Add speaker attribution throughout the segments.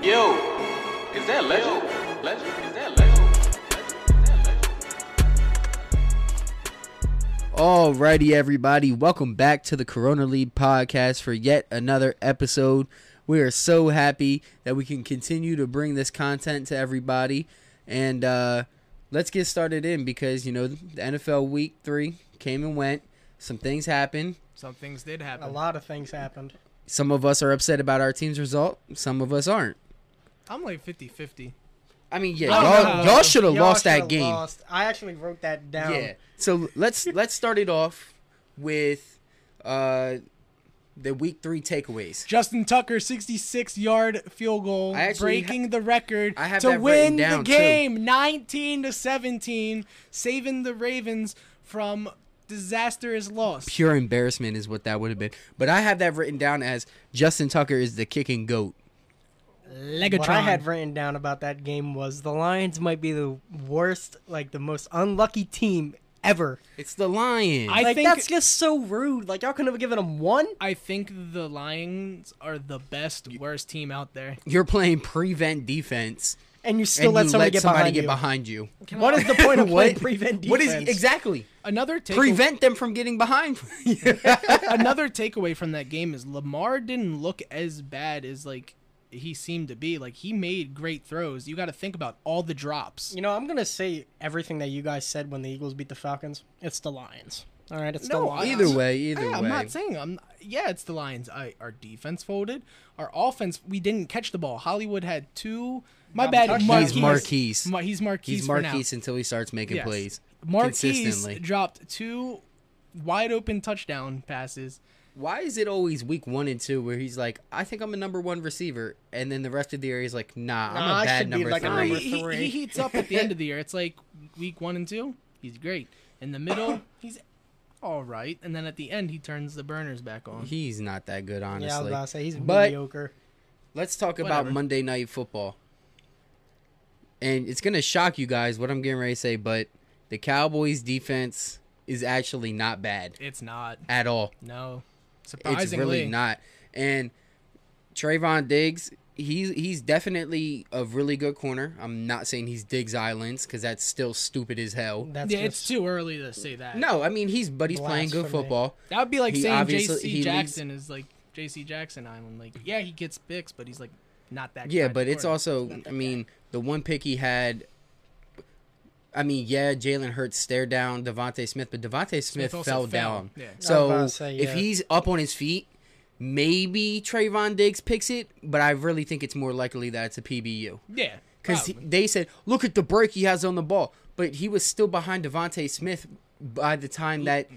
Speaker 1: Yo, is that legend? Legend? Is that legend?
Speaker 2: Alrighty, everybody, welcome back to the Corona Lead podcast for yet another episode. We are so happy that we can continue to bring this content to everybody, and uh, let's get started in because you know the NFL Week Three came and went. Some things happened.
Speaker 3: Some things did
Speaker 4: A
Speaker 3: happen.
Speaker 4: lot of things happened.
Speaker 2: Some of us are upset about our team's result. Some of us aren't.
Speaker 3: I'm like 50 50.
Speaker 2: I mean, yeah,
Speaker 3: I don't
Speaker 2: y'all,
Speaker 3: know.
Speaker 2: y'all should have
Speaker 4: Oh, Y'all
Speaker 2: lost that
Speaker 4: should've
Speaker 2: game.
Speaker 4: lost. I actually wrote that down.
Speaker 2: Yeah. So let's let's start it off with uh, the Week Three takeaways.
Speaker 3: Justin Tucker, 66 yard field goal,
Speaker 2: I actually
Speaker 3: breaking the record
Speaker 2: I have
Speaker 3: to
Speaker 2: that written
Speaker 3: win
Speaker 2: down,
Speaker 3: the game 19 to 17, saving the Ravens from disastrous loss.
Speaker 2: pure embarrassment is what that would have been. But I have that written down as Justin Tucker is the kicking goat.
Speaker 3: Legatron.
Speaker 4: What I had written down about that game was the Lions might be the worst, like the most unlucky team ever.
Speaker 2: It's the lion.
Speaker 3: I-
Speaker 4: like
Speaker 3: think-
Speaker 4: that's just so rude. Like y'all couldn't have given them one.
Speaker 3: I think the Lions are the best, worst team out there.
Speaker 2: You're playing prevent defense,
Speaker 4: and you still
Speaker 2: and
Speaker 4: let
Speaker 2: you
Speaker 4: somebody
Speaker 2: let
Speaker 4: get
Speaker 2: somebody
Speaker 4: behind
Speaker 2: get
Speaker 4: you.
Speaker 2: behind you.
Speaker 4: What is the point of
Speaker 2: What?
Speaker 4: playing prevent defense?
Speaker 2: What is exactly
Speaker 3: Another take-
Speaker 2: prevent them from getting behind? you.
Speaker 3: another takeaway from that game is Lamar didn't look as bad as like he seemed to be. Like he made great throws. You got to think about all the drops.
Speaker 4: You know, I'm gonna say everything that you guys said when the Eagles beat the Falcons. It's the Lions. All right, it's the
Speaker 3: No,
Speaker 4: Lions.
Speaker 2: either way, either
Speaker 3: Yeah,
Speaker 2: way.
Speaker 3: I'm not saying I'm. Yeah, it's the Lions. I, our defense folded. Our offense, we didn't catch the ball. Hollywood had two. My
Speaker 4: Got
Speaker 3: bad.
Speaker 4: touched.
Speaker 2: He's
Speaker 3: Marquise.
Speaker 2: Marquise.
Speaker 3: Ma- he's Marquise.
Speaker 2: He's
Speaker 3: for now.
Speaker 2: Marquise until he starts making
Speaker 3: Yes.
Speaker 2: plays
Speaker 3: Marquise
Speaker 2: consistently.
Speaker 3: dropped two wide open touchdown passes.
Speaker 2: Why is it always week one and two where he's like, I think I'm a number one receiver, and then the rest of the year he's like, Nah,
Speaker 4: Nah,
Speaker 2: I'm a
Speaker 4: I
Speaker 2: bad
Speaker 4: should be
Speaker 2: number
Speaker 4: like a
Speaker 2: three.
Speaker 4: number
Speaker 3: he, he-
Speaker 4: three.
Speaker 3: he heats up at the end of the year. It's like week one and two, he's great. In the middle, he's all right. And then at the end, he turns the burners back on.
Speaker 2: He's not that good, honestly.
Speaker 4: Yeah, I was about to say he's
Speaker 2: But-
Speaker 4: mediocre.
Speaker 2: Let's talk
Speaker 3: Whatever.
Speaker 2: about Monday Night Football. And it's going to shock you guys what I'm getting ready to say, but the Cowboys defense is actually not bad
Speaker 3: It's not.
Speaker 2: at all.
Speaker 3: No. Surprisingly.
Speaker 2: It's really not. And Trayvon Diggs, he's he's definitely a really good corner. I'm not saying he's Diggs Islands because that's still stupid as hell.
Speaker 4: That's
Speaker 3: Yeah,
Speaker 4: just,
Speaker 3: it's too early to say that.
Speaker 2: No, I mean he's but he's playing good
Speaker 4: Blasphemy.
Speaker 2: football.
Speaker 3: That would be like
Speaker 2: He
Speaker 3: saying
Speaker 2: obviously- he
Speaker 3: J.C.
Speaker 2: leads-
Speaker 3: Jackson is like J.C. Jackson Island. Like, yeah, he gets picks, but he's like not that.
Speaker 2: Yeah,
Speaker 3: kind of
Speaker 2: but it's
Speaker 3: quarterback.
Speaker 2: also, I mean, the one pick he had. I mean, yeah, Jalen Hurts stared down Devontae Smith, but Devontae Smith,
Speaker 3: also
Speaker 2: fell
Speaker 3: fell,
Speaker 2: down.
Speaker 3: yeah. I was
Speaker 2: So
Speaker 4: about to say,
Speaker 2: if
Speaker 4: yeah.
Speaker 2: he's up on his feet, maybe Trayvon Diggs picks it, but I really think it's more likely that it's a PBU
Speaker 3: yeah,
Speaker 2: because
Speaker 3: probably.
Speaker 2: they said, "Look at the break he has on the ball," but he was still behind Devontae Smith by the time that.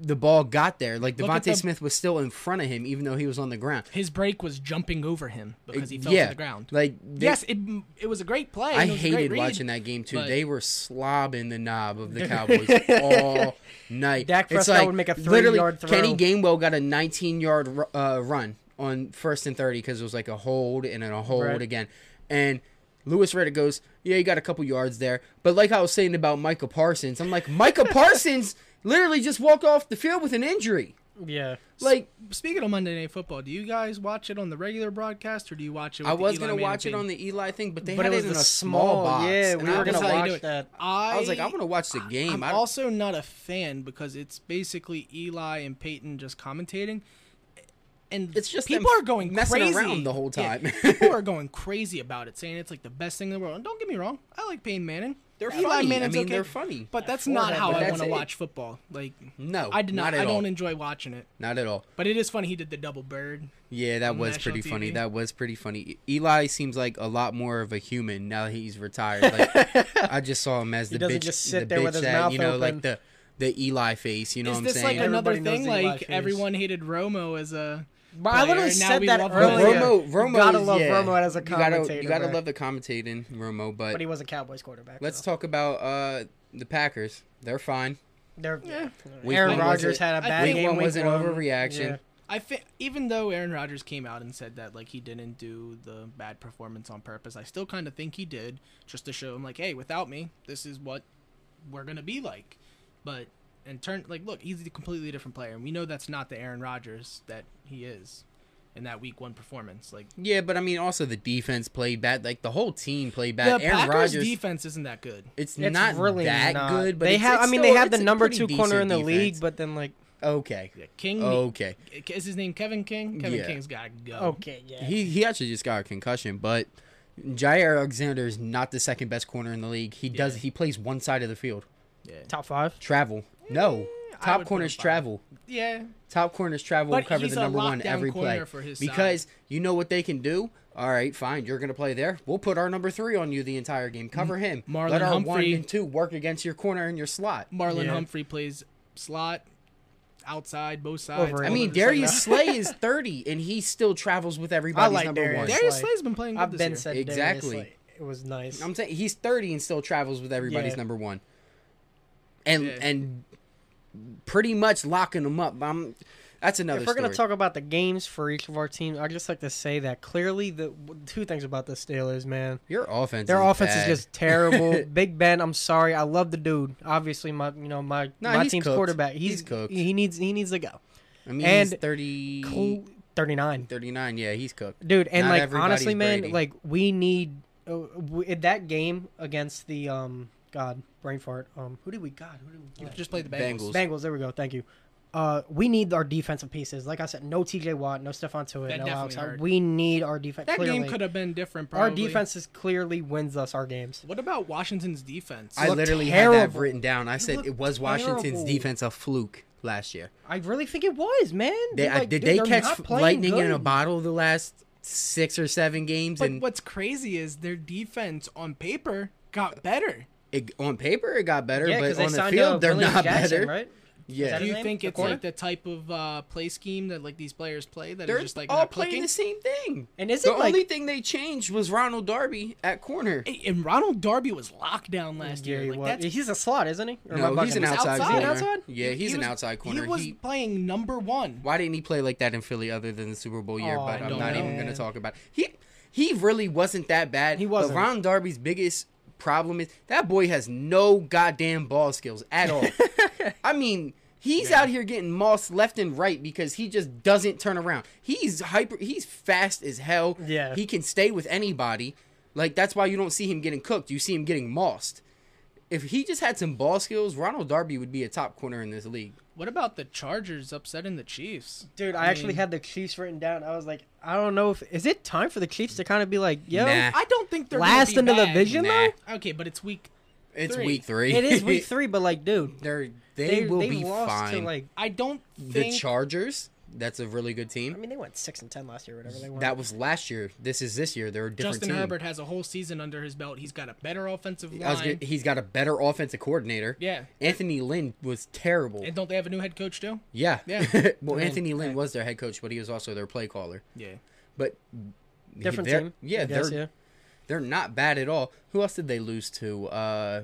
Speaker 2: The ball got there. Like
Speaker 3: Look at
Speaker 2: Devontae
Speaker 3: the-
Speaker 2: Smith was still in front of him, even though he was on the ground.
Speaker 3: his break was jumping over him because he fell
Speaker 2: yeah,
Speaker 3: to the ground.
Speaker 2: Like they-
Speaker 3: yes, it it was a great play.
Speaker 2: I
Speaker 3: and it was a great
Speaker 2: hated
Speaker 3: read,
Speaker 2: watching that game too.
Speaker 3: but-
Speaker 2: They were slobbing the knob of the Cowboys all night.
Speaker 4: Dak
Speaker 2: It's
Speaker 4: Prescott would make a
Speaker 2: literally,
Speaker 4: three-yard throw.
Speaker 2: Kenny Gainwell got a 19-yard uh, run on first and thirty because it was like a hold and then a hold
Speaker 4: Right.
Speaker 2: again. And Lewis Reddick goes, "Yeah, you got a couple yards there." But like I was saying about Micah Parsons, I'm like Micah Parsons literally just walked off the field with an injury.
Speaker 4: yeah.
Speaker 2: Like
Speaker 3: Speaking of Monday Night Football, do you guys watch it on the regular broadcast or do you watch it? With
Speaker 2: I
Speaker 3: the
Speaker 2: was
Speaker 3: Eli
Speaker 2: gonna
Speaker 3: Manning
Speaker 2: watch it
Speaker 3: thing?
Speaker 2: on the Eli thing, but they
Speaker 4: But
Speaker 2: had it,
Speaker 4: it was
Speaker 2: in
Speaker 4: the
Speaker 2: a small,
Speaker 4: small-
Speaker 2: box.
Speaker 4: yeah,
Speaker 2: and
Speaker 4: we
Speaker 2: I
Speaker 4: were
Speaker 2: was
Speaker 4: gonna
Speaker 2: like-
Speaker 4: watch
Speaker 3: do it.
Speaker 4: that.
Speaker 3: I,
Speaker 2: I was like, I'm gonna watch the game.
Speaker 3: I'm
Speaker 2: I-
Speaker 3: also not a fan because it's basically Eli and Peyton just commentating, and
Speaker 2: It's just
Speaker 3: people
Speaker 2: them
Speaker 3: are going
Speaker 2: messing
Speaker 3: crazy
Speaker 2: around the whole
Speaker 3: Yeah,
Speaker 2: time.
Speaker 3: people are going crazy about it, saying it's like the best thing in the world. And don't get me wrong, I like Peyton Manning.
Speaker 2: They're
Speaker 3: Eli
Speaker 2: funny. I
Speaker 3: Manning's
Speaker 2: mean,
Speaker 3: okay,
Speaker 2: they're funny.
Speaker 3: but that's
Speaker 4: Forehead,
Speaker 3: not how
Speaker 4: but
Speaker 3: I
Speaker 2: that's
Speaker 3: want to
Speaker 2: it.
Speaker 3: watch football. Like,
Speaker 2: No,
Speaker 3: I did not.
Speaker 2: not at
Speaker 3: I
Speaker 2: all.
Speaker 3: don't enjoy watching it.
Speaker 2: Not at all.
Speaker 3: But it is funny he did the double bird.
Speaker 2: Yeah, that
Speaker 3: on
Speaker 2: was
Speaker 3: national
Speaker 2: pretty funny.
Speaker 3: TV.
Speaker 2: That was pretty funny. E- Eli seems like a lot more of a human now that he's retired. Like I just saw him as the
Speaker 4: doesn't
Speaker 2: bitch,
Speaker 4: just sit
Speaker 2: the
Speaker 4: there
Speaker 2: bitch
Speaker 4: with his
Speaker 2: that,
Speaker 4: mouth
Speaker 2: you know, like
Speaker 4: open.
Speaker 2: the the Eli face. You know
Speaker 3: Is
Speaker 2: what I'm
Speaker 3: this
Speaker 2: saying?
Speaker 3: like
Speaker 4: a-
Speaker 3: another
Speaker 4: Everybody knows
Speaker 3: thing?
Speaker 4: the Eli
Speaker 3: Like
Speaker 4: face.
Speaker 3: everyone hated Romo as a.
Speaker 4: But I
Speaker 3: player,
Speaker 4: literally
Speaker 3: and now
Speaker 4: said
Speaker 3: we
Speaker 4: that
Speaker 3: love
Speaker 2: But
Speaker 4: earlier.
Speaker 3: Romo.
Speaker 2: Romo, Romo,
Speaker 4: Gotta
Speaker 2: is-
Speaker 4: love
Speaker 2: yeah.
Speaker 4: Romo as a
Speaker 2: You gotta,
Speaker 4: commentator,
Speaker 2: you gotta
Speaker 4: bro.
Speaker 2: love the commentating, Romo. But,
Speaker 4: But he was a Cowboys quarterback.
Speaker 2: let's
Speaker 4: though.
Speaker 2: talk about uh, the Packers. They're fine.
Speaker 4: They're,
Speaker 2: Week
Speaker 4: Aaron
Speaker 2: one was
Speaker 4: Rodgers
Speaker 2: it-
Speaker 4: had a
Speaker 3: I
Speaker 4: bad
Speaker 3: think-
Speaker 2: Week
Speaker 4: game.
Speaker 2: one was an
Speaker 4: one-
Speaker 2: overreaction.
Speaker 4: yeah.
Speaker 3: I think even though Aaron Rodgers came out and said that like he didn't do the bad performance on purpose, I still kind of think he did just to show him like, hey, without me, this is what we're gonna be like. But and turn like look, he's a completely different player, and we know that's not the Aaron Rodgers that he is. in that week one performance. Like
Speaker 2: Yeah, but I mean, also the defense played bad. Like the whole team played bad.
Speaker 3: the
Speaker 2: Aaron
Speaker 3: Packers
Speaker 2: Rodgers,
Speaker 3: defense isn't that good.
Speaker 2: it's,
Speaker 4: It's
Speaker 2: not
Speaker 4: really
Speaker 2: that
Speaker 4: not.
Speaker 2: good. But
Speaker 4: they
Speaker 2: it's-
Speaker 4: have.
Speaker 2: it's
Speaker 4: I mean,
Speaker 2: still-
Speaker 4: they have
Speaker 2: it's
Speaker 4: the
Speaker 2: a
Speaker 4: number
Speaker 2: pretty
Speaker 4: two corner in
Speaker 2: decent
Speaker 4: the league,
Speaker 2: defense. Mm-hmm.
Speaker 4: but then like,
Speaker 2: okay,
Speaker 3: Yeah, King
Speaker 2: okay,
Speaker 3: is his name Kevin King. Kevin
Speaker 2: Oh. Yeah.
Speaker 3: King's got to go.
Speaker 4: okay, yeah.
Speaker 2: he he actually just got a concussion, but Jair Alexander is not the second best corner in the league. He does
Speaker 3: Yeah.
Speaker 2: he plays one side of the field.
Speaker 3: Yeah.
Speaker 4: top five.
Speaker 2: Travel,
Speaker 4: Mm,
Speaker 2: no
Speaker 3: I
Speaker 2: top
Speaker 3: would put
Speaker 2: corners
Speaker 3: him five.
Speaker 2: travel.
Speaker 3: yeah.
Speaker 2: Top corners travel will
Speaker 3: But
Speaker 2: cover
Speaker 3: he's
Speaker 2: the
Speaker 3: a
Speaker 2: number one
Speaker 3: lockdown
Speaker 2: every play
Speaker 3: corner for his
Speaker 2: because you know what they can do. All right, fine. You're gonna play there. We'll put our number three on you the entire game. Cover him.
Speaker 3: Marlon
Speaker 2: Let our one
Speaker 3: Humphrey-
Speaker 2: and two work against your corner and your slot.
Speaker 3: Marlon
Speaker 4: Yeah.
Speaker 3: Humphrey plays slot, outside, both sides.
Speaker 4: Overrated.
Speaker 2: I
Speaker 4: Well,
Speaker 2: mean,
Speaker 4: they're saying
Speaker 2: Darius Slay is 30, and he still travels with everybody's
Speaker 4: like
Speaker 2: number
Speaker 4: Darius.
Speaker 2: one.
Speaker 4: Darius-
Speaker 3: Darius
Speaker 4: Slay.
Speaker 3: Slay's been playing good
Speaker 4: I've
Speaker 3: this
Speaker 4: been
Speaker 3: year.
Speaker 4: said
Speaker 2: Exactly.
Speaker 4: Darius, like, it was nice.
Speaker 2: I'm saying he's 30 and still travels with everybody's
Speaker 4: Yeah.
Speaker 2: number one, and
Speaker 3: Yeah.
Speaker 2: and pretty much locking them up. I'm, that's another.
Speaker 4: if we're gonna
Speaker 2: story.
Speaker 4: talk about the games for each of our teams, I'd just like to say that clearly the w- two things about the Steelers, man.
Speaker 2: your offense,
Speaker 4: Their
Speaker 2: is
Speaker 4: offense
Speaker 2: bad.
Speaker 4: is just terrible. Big Ben, I'm sorry. I love the dude. Obviously, my you know my
Speaker 2: Nah,
Speaker 4: my
Speaker 2: he's
Speaker 4: team's
Speaker 2: cooked.
Speaker 4: quarterback. He's,
Speaker 2: He's cooked.
Speaker 4: He needs he needs to go.
Speaker 2: I mean, he's
Speaker 4: and
Speaker 2: 30,
Speaker 4: Cool. Thirty nine,
Speaker 2: 39. Yeah, he's cooked.
Speaker 4: dude. And
Speaker 2: Not
Speaker 4: like
Speaker 2: everybody's
Speaker 4: honestly, man,
Speaker 2: Brady.
Speaker 4: like we need uh, w- in that game against the um God brain fart. Um, who did we God? Who did we play?
Speaker 3: Just played the
Speaker 2: Bengals.
Speaker 3: Bengals.
Speaker 4: Bengals. There we go. Thank you. Uh, we need our defensive pieces. Like I said, no T.J. Watt, no Stephon Tuitt,
Speaker 3: That
Speaker 4: no
Speaker 3: definitely
Speaker 4: Alex. Howard.
Speaker 3: hurt.
Speaker 4: We need our defense.
Speaker 3: That
Speaker 4: clearly.
Speaker 3: game could have been different. Probably.
Speaker 4: Our defense is clearly wins us our games.
Speaker 3: What about Washington's defense?
Speaker 2: I
Speaker 4: looked
Speaker 2: literally had that
Speaker 4: terrible.
Speaker 2: written down. I said
Speaker 4: looked
Speaker 2: it was Washington's
Speaker 4: terrible.
Speaker 2: defense a fluke last year.
Speaker 4: I really think it was, man.
Speaker 2: They, I-
Speaker 4: Like,
Speaker 2: did
Speaker 4: dude,
Speaker 2: they
Speaker 4: they're
Speaker 2: catch
Speaker 4: not
Speaker 2: f-
Speaker 4: playing
Speaker 2: lightning in a
Speaker 4: good.
Speaker 2: bottle the last six or seven games?
Speaker 3: but
Speaker 2: and
Speaker 3: what's crazy is their defense on paper got better.
Speaker 2: it, on paper it got better,
Speaker 4: Yeah,
Speaker 2: but
Speaker 4: because
Speaker 2: on
Speaker 4: they
Speaker 2: the
Speaker 4: signed
Speaker 2: field
Speaker 4: uh,
Speaker 2: they're
Speaker 4: William
Speaker 2: not
Speaker 4: Jackson,
Speaker 2: better.
Speaker 4: right?
Speaker 2: Yeah,
Speaker 4: that
Speaker 3: Do
Speaker 4: his
Speaker 3: you
Speaker 4: name?
Speaker 3: think
Speaker 4: The
Speaker 3: it's
Speaker 4: corner?
Speaker 3: like the type of uh, play scheme that like these players play that is
Speaker 2: they're
Speaker 3: just like
Speaker 2: all
Speaker 3: not
Speaker 2: playing
Speaker 3: clicking?
Speaker 2: the same thing.
Speaker 4: And is
Speaker 2: the
Speaker 4: it like
Speaker 2: only thing they changed was Ronald Darby at corner.
Speaker 3: Hey, and Ronald Darby was locked down last
Speaker 4: yeah,
Speaker 3: year.
Speaker 4: he
Speaker 3: Like,
Speaker 4: was.
Speaker 3: that's
Speaker 4: he's a slot, isn't he? Or am I
Speaker 2: no, he's
Speaker 4: bugging
Speaker 2: an
Speaker 4: myself?
Speaker 2: outside
Speaker 3: outside.
Speaker 2: corner.
Speaker 4: Outside?
Speaker 2: Yeah, he's
Speaker 3: he
Speaker 2: an
Speaker 3: was-
Speaker 2: outside corner.
Speaker 3: He was
Speaker 2: He-
Speaker 3: playing number one.
Speaker 2: why didn't he play like that in Philly other than the Super Bowl year?
Speaker 4: Oh,
Speaker 2: but
Speaker 4: I
Speaker 2: I'm
Speaker 3: don't
Speaker 2: not
Speaker 3: know.
Speaker 2: even going to talk about. It. He he really wasn't that bad.
Speaker 4: He
Speaker 2: But
Speaker 4: wasn't.
Speaker 2: Ron Darby's biggest problem is that boy has no goddamn ball skills at all. I mean, he's out here getting moss left and right because he just doesn't turn around. He's hyper. He's fast as hell.
Speaker 4: Yeah.
Speaker 2: he can stay with anybody. Like that's why you don't see him getting cooked. You see him getting mossed. If he just had some ball skills, Ronald Darby would be a top corner in this league.
Speaker 3: What about the Chargers upsetting the Chiefs?
Speaker 4: Dude, I actually
Speaker 3: mean-
Speaker 4: had the Chiefs written down. I was like, I don't know if is it time for the Chiefs to kind of be like, yo,
Speaker 2: Nah.
Speaker 3: I don't think they're gonna
Speaker 4: last
Speaker 3: be
Speaker 4: in the
Speaker 3: bad.
Speaker 4: division
Speaker 2: Nah.
Speaker 4: though.
Speaker 3: Okay, but it's week.
Speaker 2: It's
Speaker 3: Three.
Speaker 2: week three.
Speaker 4: It is week three, but like, dude,
Speaker 2: They're, they will
Speaker 4: they
Speaker 2: be
Speaker 4: lost
Speaker 2: fine.
Speaker 4: to like.
Speaker 3: I don't
Speaker 2: the
Speaker 3: think
Speaker 2: Chargers, that's a really good team.
Speaker 4: I mean, they went six and ten last year, whatever they won.
Speaker 2: that was last year. This is this year. They're a different
Speaker 3: Justin
Speaker 2: team.
Speaker 3: Herbert has a whole season under his belt. He's got a better offensive
Speaker 2: I was
Speaker 3: line.
Speaker 2: gonna- he's got a better offensive coordinator.
Speaker 3: Yeah.
Speaker 2: Anthony Lynn was terrible.
Speaker 3: And don't they have a new head coach too?
Speaker 2: yeah.
Speaker 3: Yeah.
Speaker 2: well,
Speaker 4: I mean,
Speaker 2: Anthony Lynn was their head coach, but he was also their play caller.
Speaker 3: Yeah.
Speaker 2: But
Speaker 4: different
Speaker 2: they're-
Speaker 4: team.
Speaker 2: Yeah,
Speaker 4: I guess,
Speaker 2: they're
Speaker 4: yeah.
Speaker 2: they're not bad at all. Who else did they lose to? Uh,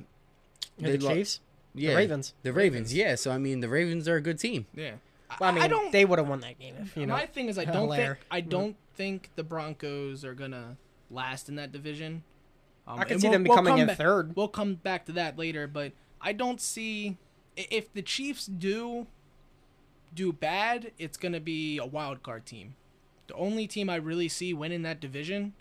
Speaker 4: Yeah, the
Speaker 2: lo-
Speaker 4: Chiefs.
Speaker 2: yeah,
Speaker 4: Ravens.
Speaker 2: The Ravens. Yeah. So I mean, the Ravens are a good team.
Speaker 3: Yeah.
Speaker 4: Well, I mean,
Speaker 3: don't.
Speaker 4: they would have won that game if you know.
Speaker 3: my thing is, I don't think
Speaker 4: Hilaire.
Speaker 3: I don't think the Broncos are gonna last in that division. Um,
Speaker 4: I could
Speaker 3: and
Speaker 4: see them becoming
Speaker 3: come
Speaker 4: in
Speaker 3: ba-
Speaker 4: third.
Speaker 3: We'll come back to that later, but I don't see i- if the Chiefs do do bad, it's gonna be a wild card team. The only team I really see winning that division,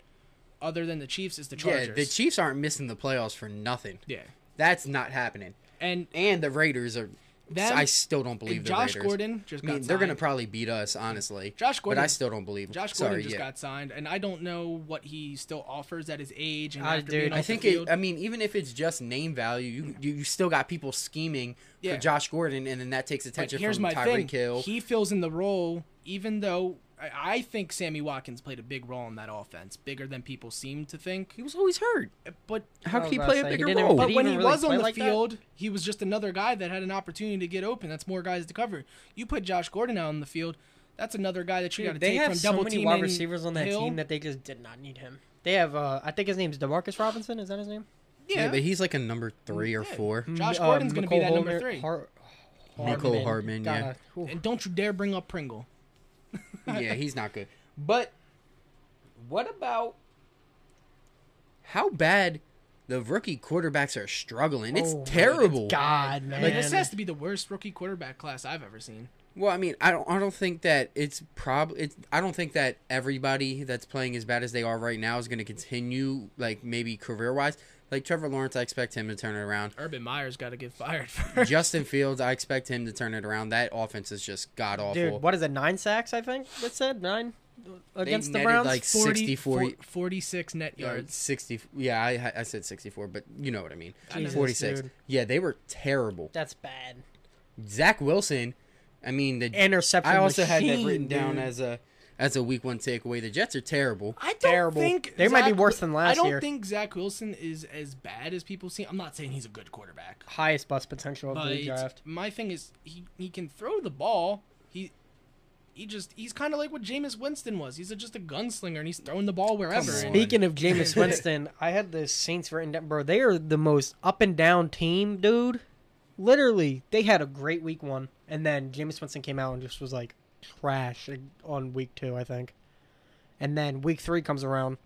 Speaker 3: other than the Chiefs, is the Chargers.
Speaker 2: Yeah. The Chiefs aren't missing the playoffs for nothing.
Speaker 3: Yeah.
Speaker 2: That's not happening.
Speaker 3: and
Speaker 2: and the Raiders are.
Speaker 3: Them
Speaker 2: I still don't believe
Speaker 3: and
Speaker 2: the
Speaker 3: Josh
Speaker 2: Raiders.
Speaker 3: Gordon just
Speaker 2: I mean,
Speaker 3: got
Speaker 2: they're gonna
Speaker 3: signed.
Speaker 2: probably beat us, honestly.
Speaker 3: Josh
Speaker 2: but I
Speaker 3: Gordon-
Speaker 2: still don't believe.
Speaker 3: Josh
Speaker 2: Sorry,
Speaker 3: Gordon just
Speaker 2: yeah.
Speaker 3: got signed, and I don't know what he still offers at his age. And
Speaker 4: Ah,
Speaker 3: after
Speaker 4: dude,
Speaker 3: being
Speaker 4: I
Speaker 2: I
Speaker 3: off the
Speaker 2: think it.
Speaker 3: field.
Speaker 2: I mean, even if it's just name value, you you, you still got people scheming
Speaker 3: Yeah.
Speaker 2: for Josh Gordon, and then that takes
Speaker 3: But
Speaker 2: attention
Speaker 3: here's
Speaker 2: from
Speaker 3: my thing:
Speaker 2: Tyreek Hill.
Speaker 3: he fills in the role, even though I, I think Sammy Watkins played a big role in that offense, bigger than people seem to think.
Speaker 2: was always hurt.
Speaker 3: But
Speaker 2: How
Speaker 4: I
Speaker 2: could
Speaker 4: was
Speaker 2: he
Speaker 4: about
Speaker 2: play
Speaker 4: to
Speaker 2: a
Speaker 4: say, he
Speaker 2: bigger
Speaker 4: didn't
Speaker 2: role?
Speaker 4: even-
Speaker 3: but
Speaker 4: he
Speaker 3: when he
Speaker 4: didn't really
Speaker 3: was on
Speaker 4: play
Speaker 3: the
Speaker 4: like uh, that?
Speaker 3: field, he was just another guy that had an opportunity to get open. That's more guys to cover. You put Josh Gordon out on the field. That's another guy that you got to
Speaker 4: Dude, they
Speaker 3: take
Speaker 4: have
Speaker 3: from
Speaker 4: so
Speaker 3: double
Speaker 4: many wide
Speaker 3: teaming
Speaker 4: receivers on that
Speaker 3: Hill.
Speaker 4: team that they just did not need him. They have, uh, I think his name's Demarcus Robinson. Is that his name?
Speaker 2: yeah.
Speaker 3: yeah,
Speaker 2: but he's like a number three or
Speaker 3: Yeah.
Speaker 2: four.
Speaker 3: Josh
Speaker 4: Uh,
Speaker 3: Gordon's going to be
Speaker 4: Mecole
Speaker 3: that number
Speaker 4: Hardman-
Speaker 3: three.
Speaker 4: Har-
Speaker 2: Mecole Hardman, yeah.
Speaker 4: Gotta- whew.
Speaker 3: And don't you dare bring up Pringle.
Speaker 2: Mm-hmm. yeah, he's not good. But what about how bad the rookie quarterbacks are struggling? It's
Speaker 4: Oh, my
Speaker 2: terrible.
Speaker 4: God, man.
Speaker 3: I mean, this has to be the worst rookie quarterback class I've ever seen.
Speaker 2: Well, I mean, I don't, I don't think that it's probably. It's, I don't think that everybody that's playing as bad as they are right now is going to continue, like maybe career wise. Like Trevor Lawrence, I expect him to turn it around.
Speaker 3: Urban Meyer's got to get fired first.
Speaker 2: Justin Fields, I expect him to turn it around. That offense is just god awful.
Speaker 4: Dude, what is it? Nine sacks, I think. That said nine
Speaker 2: They
Speaker 4: against the
Speaker 2: netted,
Speaker 4: Browns.
Speaker 2: like
Speaker 3: 40,
Speaker 2: 64
Speaker 3: four- 46 net
Speaker 2: or
Speaker 3: yards.
Speaker 2: 60 Uh, yeah I, I said 64 but you know what i mean
Speaker 3: I know.
Speaker 2: 46
Speaker 4: dude.
Speaker 2: yeah they were terrible
Speaker 4: That's bad.
Speaker 2: zach wilson i mean the
Speaker 4: Interception.
Speaker 2: i also had that
Speaker 4: machine,
Speaker 2: written down
Speaker 4: dude.
Speaker 2: as a as a week one takeaway the jets are terrible
Speaker 3: I don't
Speaker 4: Terrible.
Speaker 3: think
Speaker 4: They might be
Speaker 3: Zach-
Speaker 4: worse than last
Speaker 3: I don't
Speaker 4: year.
Speaker 3: think Zach Wilson is as bad as people seem. I'm not saying he's a good quarterback,
Speaker 4: highest bust potential of the
Speaker 3: but
Speaker 4: draft.
Speaker 3: my thing is he, he can throw the ball. He he just he's kind of like what Jameis Winston was. He's a, just a gunslinger and he's throwing the ball wherever.
Speaker 2: on.
Speaker 3: and-
Speaker 4: Speaking of Jameis Winston, I had the Saints written down. Bro, they are the most up and down team, dude. Literally, they had a great week one, and then Jameis Winston came out and just was like trash on week two, I think. And then week three comes around,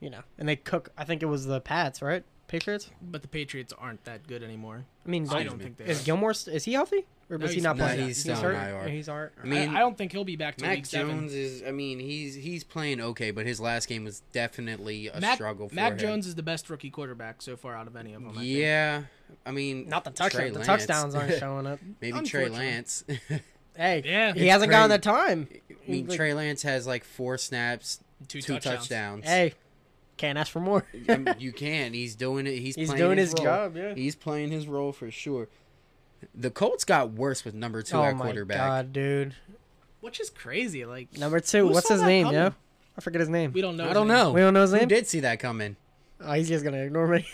Speaker 4: you know, and they cook. I think it was the Pats, right? Patriots.
Speaker 3: But the Patriots aren't that good anymore.
Speaker 4: I mean,
Speaker 3: I
Speaker 4: don't-
Speaker 3: don't think they
Speaker 4: is
Speaker 3: are.
Speaker 4: Gilmore st- is he healthy or
Speaker 3: No,
Speaker 4: was he
Speaker 3: he's
Speaker 4: not
Speaker 3: not.
Speaker 4: playing?
Speaker 3: No,
Speaker 2: he's
Speaker 4: he's
Speaker 2: still on
Speaker 4: hurt.
Speaker 2: IR.
Speaker 4: He's hurt.
Speaker 2: I mean,
Speaker 3: I, I don't think he'll be back to
Speaker 2: Mac
Speaker 3: week seven.
Speaker 2: Jones is. I mean, he's he's playing okay, but his last game was definitely a
Speaker 3: Mac,
Speaker 2: struggle for
Speaker 3: Mac
Speaker 2: him.
Speaker 3: Jones is the best rookie quarterback so far out of any of them. I think.
Speaker 2: Yeah, I mean,
Speaker 4: Not the
Speaker 2: Trey
Speaker 4: touchdown. The
Speaker 2: Lance.
Speaker 4: touchdowns aren't showing up.
Speaker 2: Maybe Trey
Speaker 3: Unfortunately.
Speaker 2: Lance.
Speaker 4: Hey,
Speaker 3: Yeah.
Speaker 4: he
Speaker 3: It's
Speaker 4: hasn't gotten the
Speaker 2: crazy.
Speaker 4: time.
Speaker 2: I mean,
Speaker 4: Like,
Speaker 2: Trey Lance has like four snaps,
Speaker 3: Two
Speaker 2: two,
Speaker 3: touchdowns.
Speaker 2: touchdowns.
Speaker 4: Hey, can't ask for more.
Speaker 2: I mean, you can. He's doing it. He's,
Speaker 4: He's
Speaker 2: playing
Speaker 4: doing his
Speaker 2: role.
Speaker 4: job, yeah.
Speaker 2: He's playing his role for sure. The Colts got worse with number two
Speaker 4: oh
Speaker 2: at
Speaker 4: my
Speaker 2: quarterback.
Speaker 4: god, dude!
Speaker 3: Which is crazy. Like
Speaker 4: Number two,
Speaker 3: Who
Speaker 4: what's
Speaker 3: saw
Speaker 4: his
Speaker 3: that
Speaker 4: name?
Speaker 3: coming?
Speaker 4: Yeah, I forget his name.
Speaker 3: we don't know.
Speaker 2: I
Speaker 3: his
Speaker 2: don't
Speaker 3: name.
Speaker 2: know.
Speaker 4: We don't know his
Speaker 2: Who
Speaker 4: name?
Speaker 2: did see that coming?
Speaker 4: Oh, he's just gonna ignore me.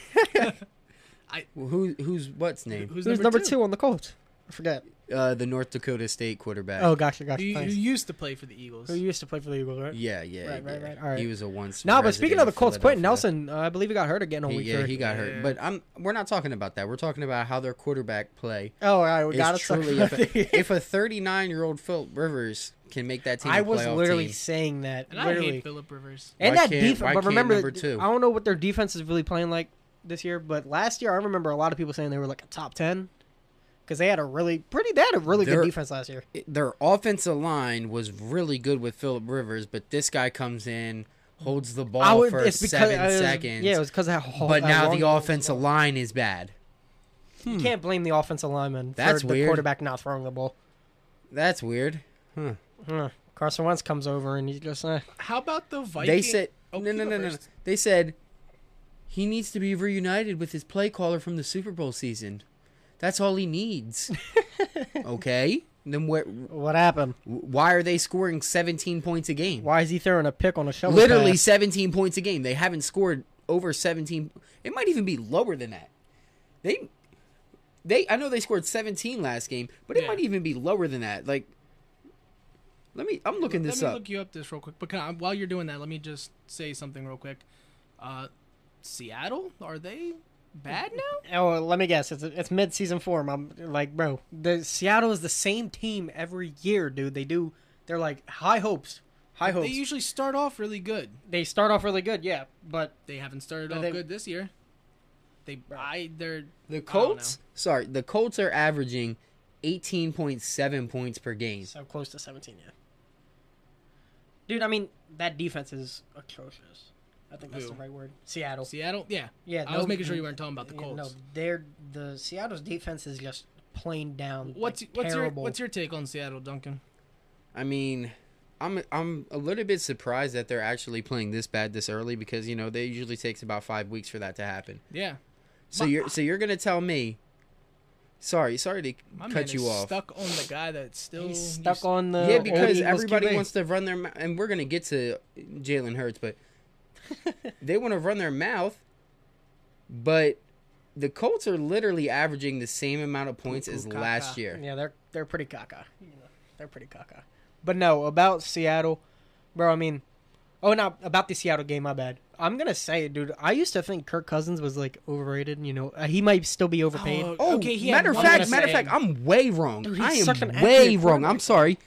Speaker 2: Who who's what's name?
Speaker 3: Who's,
Speaker 4: Who's number two on the Colts? I forget.
Speaker 2: Uh, the North Dakota State quarterback.
Speaker 4: Oh gosh, gosh,
Speaker 3: Who, who
Speaker 4: thanks.
Speaker 3: used to play for the Eagles?
Speaker 4: Who used to play for the Eagles, right?
Speaker 2: Yeah, yeah,
Speaker 4: Right, right,
Speaker 2: yeah.
Speaker 4: right. All right.
Speaker 2: He was a once.
Speaker 4: No, but speaking of the
Speaker 2: resident
Speaker 4: Colts, Quentin
Speaker 2: Philadelphia.
Speaker 4: Nelson, uh, I believe he got hurt again on
Speaker 2: He,
Speaker 4: week
Speaker 2: yeah,
Speaker 4: three.
Speaker 2: he got
Speaker 3: Yeah.
Speaker 2: hurt. But I'm we're not talking about that. We're talking about how their quarterback play
Speaker 4: Oh, all right, we
Speaker 2: is
Speaker 4: got
Speaker 2: truly.
Speaker 4: it.
Speaker 2: If, if a 39 year old Philip Rivers can make that team, a
Speaker 4: I was
Speaker 2: playoff
Speaker 4: literally
Speaker 2: team-
Speaker 4: saying that.
Speaker 3: and I
Speaker 4: literally.
Speaker 3: hate Philip Rivers.
Speaker 4: And
Speaker 2: Why
Speaker 4: that
Speaker 2: can't-
Speaker 4: defense,
Speaker 2: why
Speaker 4: but
Speaker 2: can't
Speaker 4: remember,
Speaker 2: number two?
Speaker 4: I don't know what their defense is really playing like this year. But last year, I remember a lot of people saying they were like a top ten because they had a really pretty. They had a really
Speaker 2: They're-
Speaker 4: good defense last year.
Speaker 2: their offensive line was really good with Philip Rivers, but this guy comes in, holds the
Speaker 4: I
Speaker 2: ball
Speaker 4: would,
Speaker 2: for
Speaker 4: it's because
Speaker 2: seven
Speaker 4: I was-
Speaker 2: seconds.
Speaker 4: Yeah, it was because of how. how
Speaker 2: but now
Speaker 4: long
Speaker 2: the
Speaker 4: it was.
Speaker 2: offensive line is bad.
Speaker 4: You can't blame the offensive lineman
Speaker 2: That's
Speaker 4: for the
Speaker 2: weird.
Speaker 4: quarterback not throwing the ball.
Speaker 2: That's weird. Huh.
Speaker 4: Huh. Carson Wentz comes over and he just eh.
Speaker 3: How about the Vikings?
Speaker 2: They said
Speaker 3: Oh,
Speaker 2: no,
Speaker 3: you
Speaker 2: no,
Speaker 3: go
Speaker 2: no, no, no.
Speaker 3: first.
Speaker 2: They said he needs to be reunited with his play caller from the Super Bowl season. That's all he needs. okay. Then where,
Speaker 4: what happened?
Speaker 2: why are they scoring 17 points a game?
Speaker 4: Why is he throwing a pick on a shovel?
Speaker 2: Literally
Speaker 4: pass?
Speaker 2: 17 points a game. They haven't scored over 17. It might even be lower than that. They they I know they scored 17 last game, but it
Speaker 3: Yeah.
Speaker 2: might even be lower than that. Like Let me I'm looking this
Speaker 3: let me
Speaker 2: up.
Speaker 3: look you up this real quick. But can I, while you're doing that, let me just say something real quick. Uh, Seattle, are they bad now?
Speaker 4: Oh, let me guess. It's it's mid season form. I'm like, bro, the Seattle is the same team every year, dude. They do. They're like high hopes, high hopes.
Speaker 3: They usually start off really good.
Speaker 4: They start off really good, yeah, but
Speaker 3: They haven't started
Speaker 4: No,
Speaker 3: off
Speaker 4: they-
Speaker 3: good this year. They I they're
Speaker 2: The
Speaker 3: I don't
Speaker 2: Colts, sorry, the Colts are averaging 18.7 points per game.
Speaker 4: so close to seventeen, yeah. Dude, I mean that defense is atrocious. I think that's
Speaker 3: Who?
Speaker 4: the right word. Seattle.
Speaker 3: Seattle, yeah,
Speaker 4: Yeah,
Speaker 3: I was
Speaker 4: no-
Speaker 3: making sure you weren't talking about the
Speaker 4: Yeah,
Speaker 3: Colts.
Speaker 4: No, they're the Seattle's defense is just plain down.
Speaker 3: what's
Speaker 4: like,
Speaker 3: what's your
Speaker 4: terrible.
Speaker 3: what's your take on Seattle, Duncan?
Speaker 2: I mean, I'm I'm a little bit surprised that they're actually playing this bad this early because, you know, they usually takes about 5 weeks for that to happen.
Speaker 3: Yeah,
Speaker 2: So
Speaker 3: My-
Speaker 2: you're so you're gonna tell me? Sorry, sorry to
Speaker 3: my man
Speaker 2: cut you
Speaker 3: is
Speaker 2: off.
Speaker 3: stuck on the guy that's still
Speaker 4: He's
Speaker 3: you
Speaker 4: stuck
Speaker 3: s-
Speaker 4: on the
Speaker 2: yeah,
Speaker 4: old
Speaker 2: because
Speaker 4: Eagles
Speaker 2: everybody
Speaker 4: QB.
Speaker 2: wants to run their mouth, and we're gonna get to Jalen Hurts, but they want to run their mouth. But the Colts are literally averaging the same amount of points as
Speaker 3: Poo-poo,
Speaker 2: last
Speaker 3: caca.
Speaker 2: year.
Speaker 4: Yeah, they're they're pretty caca. You know, they're pretty caca. But no, about Seattle, bro. I mean, oh, not about the Seattle game. My bad. I'm gonna say it, dude. I used to think Kirk Cousins was like overrated. You know, uh, he might still be overpaid.
Speaker 3: Oh,
Speaker 2: Oh,
Speaker 3: Okay, he had
Speaker 2: matter of
Speaker 3: one
Speaker 2: fact,
Speaker 3: mistake.
Speaker 2: matter of fact, I'm way wrong.
Speaker 4: Dude, he's
Speaker 2: I
Speaker 4: such an
Speaker 2: am way
Speaker 4: accurate
Speaker 2: wrong. I'm
Speaker 4: quarterback.
Speaker 2: sorry.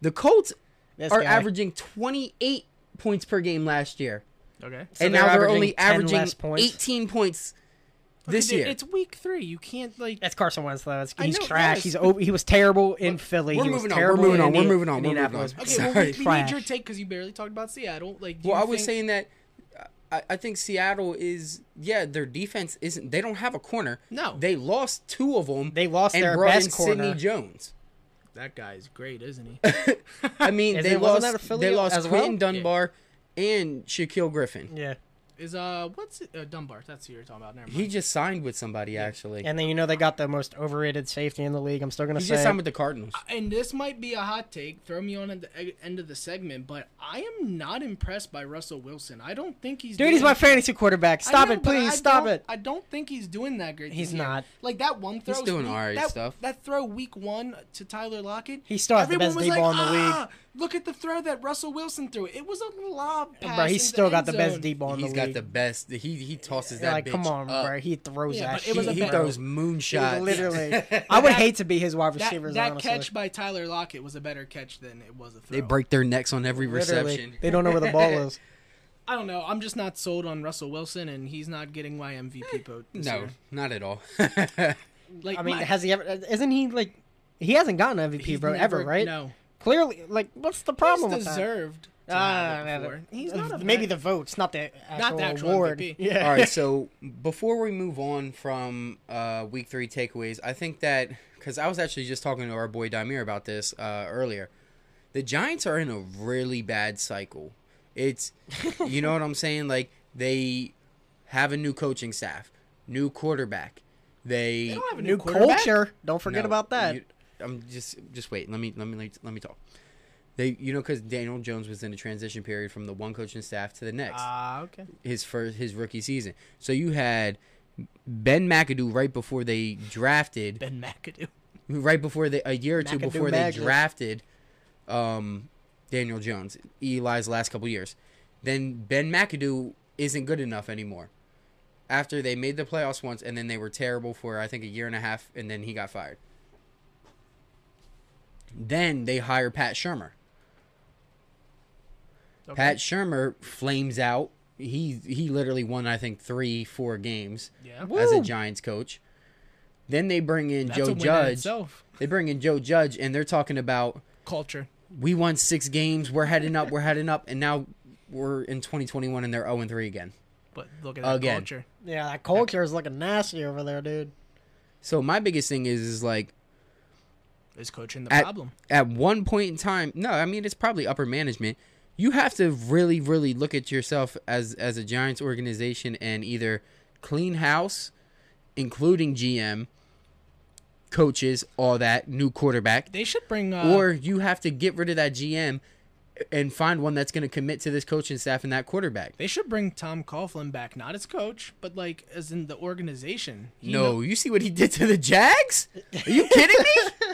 Speaker 2: The Colts
Speaker 4: This
Speaker 2: are
Speaker 4: guy.
Speaker 2: averaging 28 points per game last year,
Speaker 3: Okay,
Speaker 4: So
Speaker 2: and
Speaker 4: they're
Speaker 2: now they're
Speaker 4: averaging
Speaker 2: only
Speaker 4: 10
Speaker 2: averaging
Speaker 4: less points?
Speaker 2: 18 points this
Speaker 3: Dude,
Speaker 2: year.
Speaker 3: It's week three. You can't like.
Speaker 4: That's Carson Wentz though. That's,
Speaker 3: I
Speaker 4: he's
Speaker 3: know,
Speaker 4: trash.
Speaker 3: yes,
Speaker 4: he's
Speaker 3: but-
Speaker 4: over, he was terrible in Philly.
Speaker 2: we're
Speaker 4: he was
Speaker 2: moving on, we're
Speaker 4: terrible
Speaker 2: moving
Speaker 4: in
Speaker 2: on, we're
Speaker 4: Indi-
Speaker 2: moving on, we're moving on.
Speaker 4: Indianapolis.
Speaker 3: Okay, well, we, we need
Speaker 4: Trash.
Speaker 3: your take because you barely talked about Seattle. Like, do
Speaker 2: Well,
Speaker 3: you
Speaker 2: I was
Speaker 3: think-
Speaker 2: saying that I, I think Seattle is yeah, their defense isn't. They don't have a corner.
Speaker 3: No.
Speaker 2: they lost two of them.
Speaker 4: They lost
Speaker 2: and
Speaker 4: their
Speaker 2: brought
Speaker 4: best
Speaker 2: in
Speaker 4: corner.
Speaker 2: Sidney Jones.
Speaker 3: that guy is great, isn't he?
Speaker 2: I mean,
Speaker 4: Is
Speaker 2: they
Speaker 4: it- wasn't that a
Speaker 2: lost.
Speaker 4: Philly
Speaker 2: They
Speaker 4: as
Speaker 2: lost
Speaker 4: well?
Speaker 2: Quentin Dunbar and Shaquille Griffin.
Speaker 4: Yeah.
Speaker 3: is uh, what's it? Uh, Dunbar? That's who you're talking about. Never mind.
Speaker 2: He just signed with somebody actually.
Speaker 4: And then you know they got the most overrated safety in the league. I'm still gonna
Speaker 2: he
Speaker 4: say
Speaker 2: just
Speaker 4: it.
Speaker 2: signed with the Cardinals.
Speaker 3: and this might be a hot take. Throw me on at the e- end of the segment, but I am not impressed by Russell Wilson. I don't think he's.
Speaker 4: Dude, he's
Speaker 3: doing-
Speaker 4: my fantasy quarterback.
Speaker 3: I
Speaker 4: Stop
Speaker 3: know,
Speaker 4: it,
Speaker 3: but I
Speaker 4: please. Stop
Speaker 3: don't-
Speaker 4: it.
Speaker 3: I don't think he's doing that great.
Speaker 4: He's
Speaker 3: this year.
Speaker 4: not.
Speaker 3: Like that one throw.
Speaker 2: doing
Speaker 3: week-
Speaker 2: alright
Speaker 3: that,
Speaker 2: stuff.
Speaker 3: That throw week one to Tyler Lockett.
Speaker 4: He still has the
Speaker 3: everyone
Speaker 4: best
Speaker 3: was
Speaker 4: deep
Speaker 3: like,
Speaker 4: ball in the league.
Speaker 3: "Ah, Look at the throw that Russell Wilson threw. It was a lob pass.
Speaker 4: Bro, he's
Speaker 3: into
Speaker 4: still
Speaker 3: end
Speaker 4: got the best
Speaker 3: zone.
Speaker 4: deep ball in
Speaker 2: He's
Speaker 4: the
Speaker 2: got
Speaker 4: league.
Speaker 2: the best. He he tosses that
Speaker 4: like,
Speaker 2: bitch
Speaker 4: come on,
Speaker 2: up.
Speaker 4: bro. He throws
Speaker 3: Yeah,
Speaker 4: that
Speaker 3: but it was
Speaker 4: shit,
Speaker 3: a
Speaker 2: he, he
Speaker 3: bad-
Speaker 4: bro.
Speaker 2: throws moonshots.
Speaker 4: Literally, I would hate to be his wide
Speaker 3: That,
Speaker 4: receivers.
Speaker 3: that
Speaker 4: honestly.
Speaker 3: catch by Tyler Lockett was a better catch than it was a throw.
Speaker 2: they break their necks on every
Speaker 4: Literally.
Speaker 2: reception.
Speaker 4: They don't know where the ball is.
Speaker 3: I don't know. I'm just not sold on Russell Wilson, and he's not getting my MVP vote. This
Speaker 2: No,
Speaker 3: year.
Speaker 2: not at all.
Speaker 3: like
Speaker 4: Eh, I mean,
Speaker 3: my-
Speaker 4: has he ever? Isn't he like? He hasn't gotten MVP,
Speaker 3: he's
Speaker 4: bro, ever,
Speaker 3: never-
Speaker 4: right?
Speaker 3: No,
Speaker 4: Clearly, like, what's the problem
Speaker 3: he's
Speaker 4: with that?
Speaker 3: deserved. to
Speaker 4: Ah,
Speaker 3: have it
Speaker 4: no, no.
Speaker 3: before. He's not a
Speaker 4: maybe
Speaker 3: bad-
Speaker 4: the votes, not the actual,
Speaker 3: Not the actual
Speaker 4: award.
Speaker 3: MVP.
Speaker 4: Yeah.
Speaker 2: All right, so before we move on from uh, week three takeaways, I think that because I was actually just talking to our boy Damir about this uh, earlier, the Giants are in a really bad cycle. It's, you know what I'm saying? Like they have a new coaching staff, new quarterback. They,
Speaker 3: They don't have a new,
Speaker 4: New
Speaker 3: quarterback.
Speaker 4: culture. Don't forget
Speaker 2: No,
Speaker 4: about that.
Speaker 2: you- I'm just just wait. Let me let me let me- let me talk. They, you know, because Daniel Jones was in a transition period from the one coaching staff to the next
Speaker 3: Ah, okay.
Speaker 2: his first his rookie season. So you had Ben McAdoo right before they drafted,
Speaker 3: Ben McAdoo.
Speaker 2: right before they a year or two
Speaker 4: McAdoo
Speaker 2: before they
Speaker 4: Magnet.
Speaker 2: drafted um, Daniel Jones, Eli's last couple years. Then Ben McAdoo isn't good enough anymore. After they made the playoffs once, and then they were terrible for I think a year and a half, and then he got fired. Then they hire Pat Shermer.
Speaker 3: Okay.
Speaker 2: Pat Shermer flames out. He he literally won I think three four games
Speaker 3: Yeah.
Speaker 2: as a
Speaker 4: Woo!
Speaker 2: Giants coach. Then they bring in
Speaker 3: That's a
Speaker 2: Joe
Speaker 3: win in
Speaker 2: Judge.
Speaker 3: itself.
Speaker 2: They bring in Joe Judge, and they're talking about
Speaker 3: Culture.
Speaker 2: we won six games, we're heading up, we're heading up, and now we're in 2021 and they're 0 and 3 again.
Speaker 3: But look at that
Speaker 2: Again.
Speaker 3: culture.
Speaker 4: Yeah, that culture is looking nasty over there, dude.
Speaker 2: So my biggest thing is is like
Speaker 3: Is coaching the
Speaker 2: at,
Speaker 3: problem?
Speaker 2: at one point in time no i mean it's probably upper management you have to really really look at yourself as as a giants organization and either clean house including gm coaches all that new quarterback
Speaker 3: They should bring.
Speaker 4: Um,
Speaker 3: Uh,
Speaker 2: or you have to get rid of that gm and find one that's going to commit to this coaching staff and that quarterback
Speaker 3: they should bring Tom Coughlin back, not as coach, but like as in the organization. He
Speaker 2: no,
Speaker 3: kno-
Speaker 2: you see what he did to the Jags? Are you kidding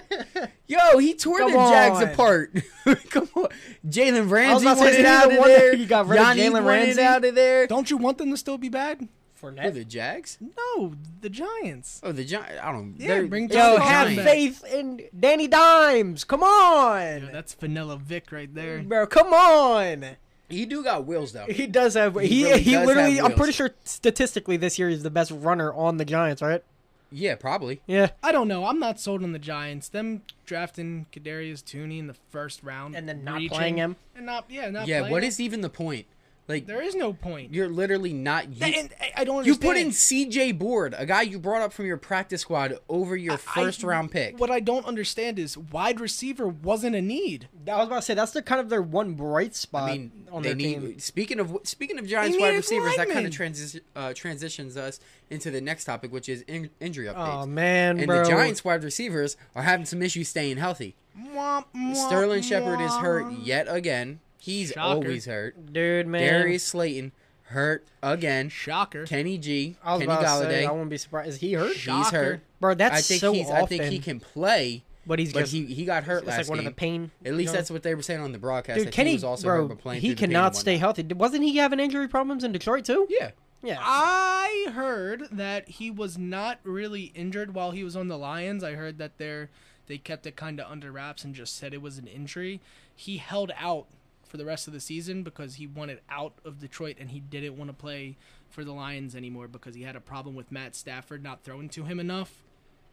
Speaker 2: me? Yo, he tore
Speaker 4: Come
Speaker 2: the Jags
Speaker 4: on.
Speaker 2: apart. Come on, Jalen Ramsey
Speaker 4: about to say,
Speaker 2: wanted
Speaker 4: isn't he
Speaker 2: out
Speaker 4: the
Speaker 2: of
Speaker 4: one that
Speaker 2: there.
Speaker 4: he got rid of
Speaker 2: Yannick
Speaker 4: Jalen
Speaker 2: wanted
Speaker 4: Ramsey?
Speaker 2: out of there.
Speaker 3: Don't you want them to still be bad?
Speaker 2: Who, the Jags?
Speaker 3: No, the Giants.
Speaker 2: Oh, the Giants. I don't.
Speaker 3: Yeah,
Speaker 2: they're-
Speaker 3: bring
Speaker 2: they're
Speaker 4: Yo,
Speaker 2: the
Speaker 3: Tom
Speaker 4: have
Speaker 3: Coughlin
Speaker 2: Giants.
Speaker 3: back.
Speaker 4: faith in Danny Dimes. Come on,
Speaker 3: Dude, that's Vanilla Vic right
Speaker 2: Mm.
Speaker 3: there.
Speaker 4: bro. Come on.
Speaker 2: He do got wheels though.
Speaker 4: He does have. He
Speaker 2: He
Speaker 4: he,
Speaker 2: really does
Speaker 4: literally.
Speaker 2: have
Speaker 4: I'm
Speaker 2: wheels.
Speaker 4: pretty sure statistically this year he's the best runner on the Giants, right?
Speaker 2: Yeah, probably.
Speaker 4: Yeah.
Speaker 3: I don't know. I'm not sold on the Giants. Them drafting Kadarius Tooney in the first round
Speaker 4: And then not playing him.
Speaker 3: and not yeah not
Speaker 2: Yeah.
Speaker 3: playing
Speaker 2: What
Speaker 3: him.
Speaker 2: is even the point? Like,
Speaker 3: there is no point.
Speaker 2: you're literally not.
Speaker 3: That-
Speaker 2: You,
Speaker 3: and I- I don't.
Speaker 2: you put in
Speaker 3: understand.
Speaker 2: C.J. Board, a guy you brought up from your practice squad, over your first
Speaker 3: I-
Speaker 2: round pick.
Speaker 3: What I don't understand is wide receiver wasn't a need.
Speaker 4: I was about to say that's the kind of their one bright spot
Speaker 2: I mean,
Speaker 4: on
Speaker 2: they
Speaker 4: their
Speaker 2: need,
Speaker 4: team.
Speaker 2: Speaking of speaking of Giants
Speaker 3: They
Speaker 2: wide
Speaker 3: needed
Speaker 2: receivers, that kind
Speaker 3: linemen.
Speaker 2: of transi- uh, transitions us into the next topic, which is in- injury updates.
Speaker 4: Oh man,
Speaker 2: and
Speaker 4: bro.
Speaker 2: the Giants wide receivers are having some issues staying healthy.
Speaker 3: Mwah, mwah,
Speaker 2: Sterling Shepard is
Speaker 3: mwah.
Speaker 2: hurt yet again. He's
Speaker 3: Shocker.
Speaker 2: always hurt.
Speaker 4: dude, man.
Speaker 2: Darius Slayton hurt again.
Speaker 3: Shocker.
Speaker 2: Kenny G,
Speaker 4: I was
Speaker 2: Kenny
Speaker 4: about to say I
Speaker 2: Galladay,
Speaker 4: wouldn't be surprised. Is he hurt?
Speaker 2: he's
Speaker 3: Shocker.
Speaker 2: hurt.
Speaker 4: Bro, that's
Speaker 2: I think
Speaker 4: so
Speaker 2: he's.
Speaker 4: often.
Speaker 2: I think he can play,
Speaker 4: but he's
Speaker 2: but
Speaker 4: just
Speaker 2: he he got hurt
Speaker 4: it's
Speaker 2: last
Speaker 4: like one of
Speaker 2: game.
Speaker 4: the pain.
Speaker 2: At least
Speaker 4: you know?
Speaker 2: that's what they were saying on the broadcast. I
Speaker 4: Dude,
Speaker 2: think
Speaker 4: Kenny,
Speaker 2: he was also hurt,
Speaker 4: bro,
Speaker 2: but playing
Speaker 4: he
Speaker 2: through the pain and
Speaker 4: cannot stay
Speaker 2: whatnot.
Speaker 4: healthy. Did- Wasn't he having injury problems in Detroit too?
Speaker 2: Yeah.
Speaker 4: Yeah.
Speaker 3: I heard that he was not really injured while he was on the Lions. I heard that they they kept it kind of under wraps and just said it was an injury. He held out for the rest of the season because he wanted out of Detroit and he didn't want to play for the Lions anymore because he had a problem with Matt Stafford not throwing to him enough.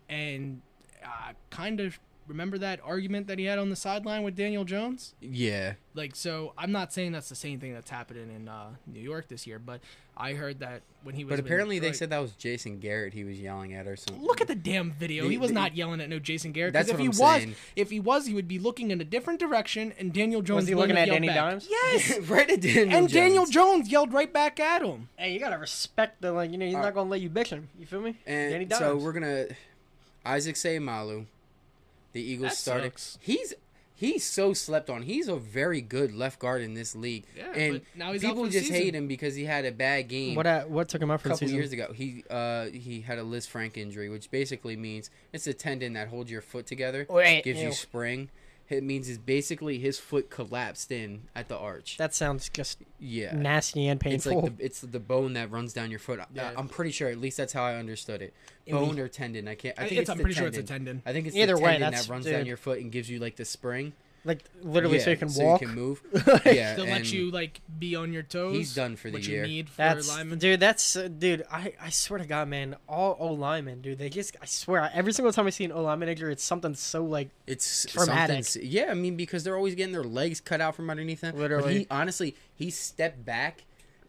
Speaker 3: And I kind of remember that argument that he had on the sideline with Daniel Jones.
Speaker 2: Yeah.
Speaker 3: Like, so I'm not saying that's the same thing that's happening in uh, New York this year, but I heard that when he was.
Speaker 2: But
Speaker 3: with
Speaker 2: apparently they
Speaker 3: Detroit-
Speaker 2: said that was Jason Garrett he was yelling at or something.
Speaker 3: Look at the damn video.
Speaker 2: The-
Speaker 3: He was
Speaker 2: the-
Speaker 3: not yelling at no Jason Garrett.
Speaker 2: That's
Speaker 3: Because if
Speaker 2: what I'm
Speaker 3: he was,
Speaker 2: saying.
Speaker 3: if he was, he would be looking in a different direction, and Daniel Jones
Speaker 4: Was he
Speaker 3: wouldn't
Speaker 4: looking
Speaker 3: have
Speaker 4: at
Speaker 3: yelled
Speaker 4: Danny
Speaker 3: back.
Speaker 4: Dimes?
Speaker 3: Yes.
Speaker 2: right at Daniel
Speaker 3: and Daniel
Speaker 2: Jones.
Speaker 3: Jones yelled right back at him.
Speaker 4: Hey, you gotta respect the like. You know, he's not gonna let you bitch him. You feel me?
Speaker 2: And
Speaker 4: Danny
Speaker 2: so
Speaker 4: Dimes.
Speaker 2: we're gonna Isaac Sayamalu, the Eagles
Speaker 3: That
Speaker 2: started.
Speaker 3: sucks.
Speaker 2: He's he's so slept on. He's a very good left guard in this league,
Speaker 3: Yeah,
Speaker 2: and
Speaker 3: but now he's out
Speaker 2: people
Speaker 3: for the
Speaker 2: just
Speaker 3: season.
Speaker 2: hate him because he had a bad game
Speaker 4: What uh, what took him out
Speaker 2: a
Speaker 4: for the
Speaker 2: couple
Speaker 4: season?
Speaker 2: years ago. He uh he had a Liz Frank injury, which basically means it's a tendon that holds your foot together,
Speaker 4: Wait,
Speaker 2: gives you
Speaker 4: ew.
Speaker 2: spring. It means it's basically his foot collapsed in at the arch.
Speaker 4: That sounds just
Speaker 2: yeah,
Speaker 4: nasty and
Speaker 2: it's
Speaker 4: painful.
Speaker 2: like the, it's the bone that runs down your foot. I-
Speaker 3: Yeah.
Speaker 2: I'm pretty sure, at least that's how I understood it.
Speaker 4: Ew.
Speaker 2: Bone or tendon? I can't. I
Speaker 3: I-
Speaker 2: think
Speaker 3: it's-
Speaker 2: it's,
Speaker 3: I'm
Speaker 2: the
Speaker 3: pretty sure
Speaker 2: tendon.
Speaker 3: it's a tendon.
Speaker 2: I think it's
Speaker 4: Either
Speaker 2: the
Speaker 4: way,
Speaker 2: tendon
Speaker 4: that's-
Speaker 2: that runs
Speaker 4: dude.
Speaker 2: down your foot and gives you like the spring.
Speaker 4: Like, literally,
Speaker 2: Yeah,
Speaker 4: so you can walk.
Speaker 2: can move. Yeah,
Speaker 3: to
Speaker 2: and
Speaker 3: let you like be on your toes.
Speaker 2: he's done for the
Speaker 3: which
Speaker 2: year.
Speaker 3: You need for
Speaker 4: That's
Speaker 3: linemen.
Speaker 4: dude. That's uh, dude. I, I swear to God, man. All O linemen, dude. They just I swear. Every single time I see an O lineman injury, it's something so like
Speaker 2: It's
Speaker 4: Traumatic.
Speaker 2: something. Yeah, I mean because they're always getting their legs cut out from underneath them. But
Speaker 4: Literally.
Speaker 2: he honestly he stepped back.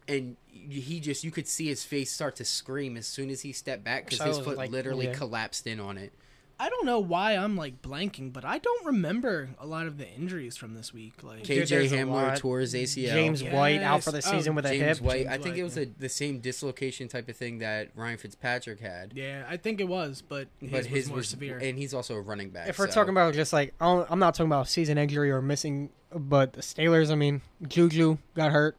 Speaker 2: And he just, you could see his face start to scream as soon as he stepped back because
Speaker 4: So
Speaker 2: his
Speaker 4: it was
Speaker 2: foot
Speaker 4: like-
Speaker 2: literally
Speaker 4: yeah.
Speaker 2: collapsed in on it.
Speaker 3: I don't know why I'm like blanking, but I don't remember a lot of the injuries from this week. Like
Speaker 4: Dude,
Speaker 2: KJ
Speaker 4: there's a
Speaker 2: Hamler
Speaker 4: lot.
Speaker 2: tore his ACL.
Speaker 4: James White out for the
Speaker 3: Yes. Oh,
Speaker 4: season with a
Speaker 2: James
Speaker 4: hip.
Speaker 2: White.
Speaker 3: James
Speaker 2: I think
Speaker 3: White,
Speaker 2: it was
Speaker 3: yeah.
Speaker 2: a, the same dislocation type of thing that Ryan Fitzpatrick had,
Speaker 3: yeah, I think it was, but his
Speaker 2: but
Speaker 3: was
Speaker 2: his
Speaker 3: more
Speaker 2: was
Speaker 3: severe.
Speaker 2: and he's also a running back.
Speaker 4: If we're
Speaker 2: so-
Speaker 4: talking about just like I don't, I'm not talking about season injury or missing, but the Steelers. I mean, Juju got hurt.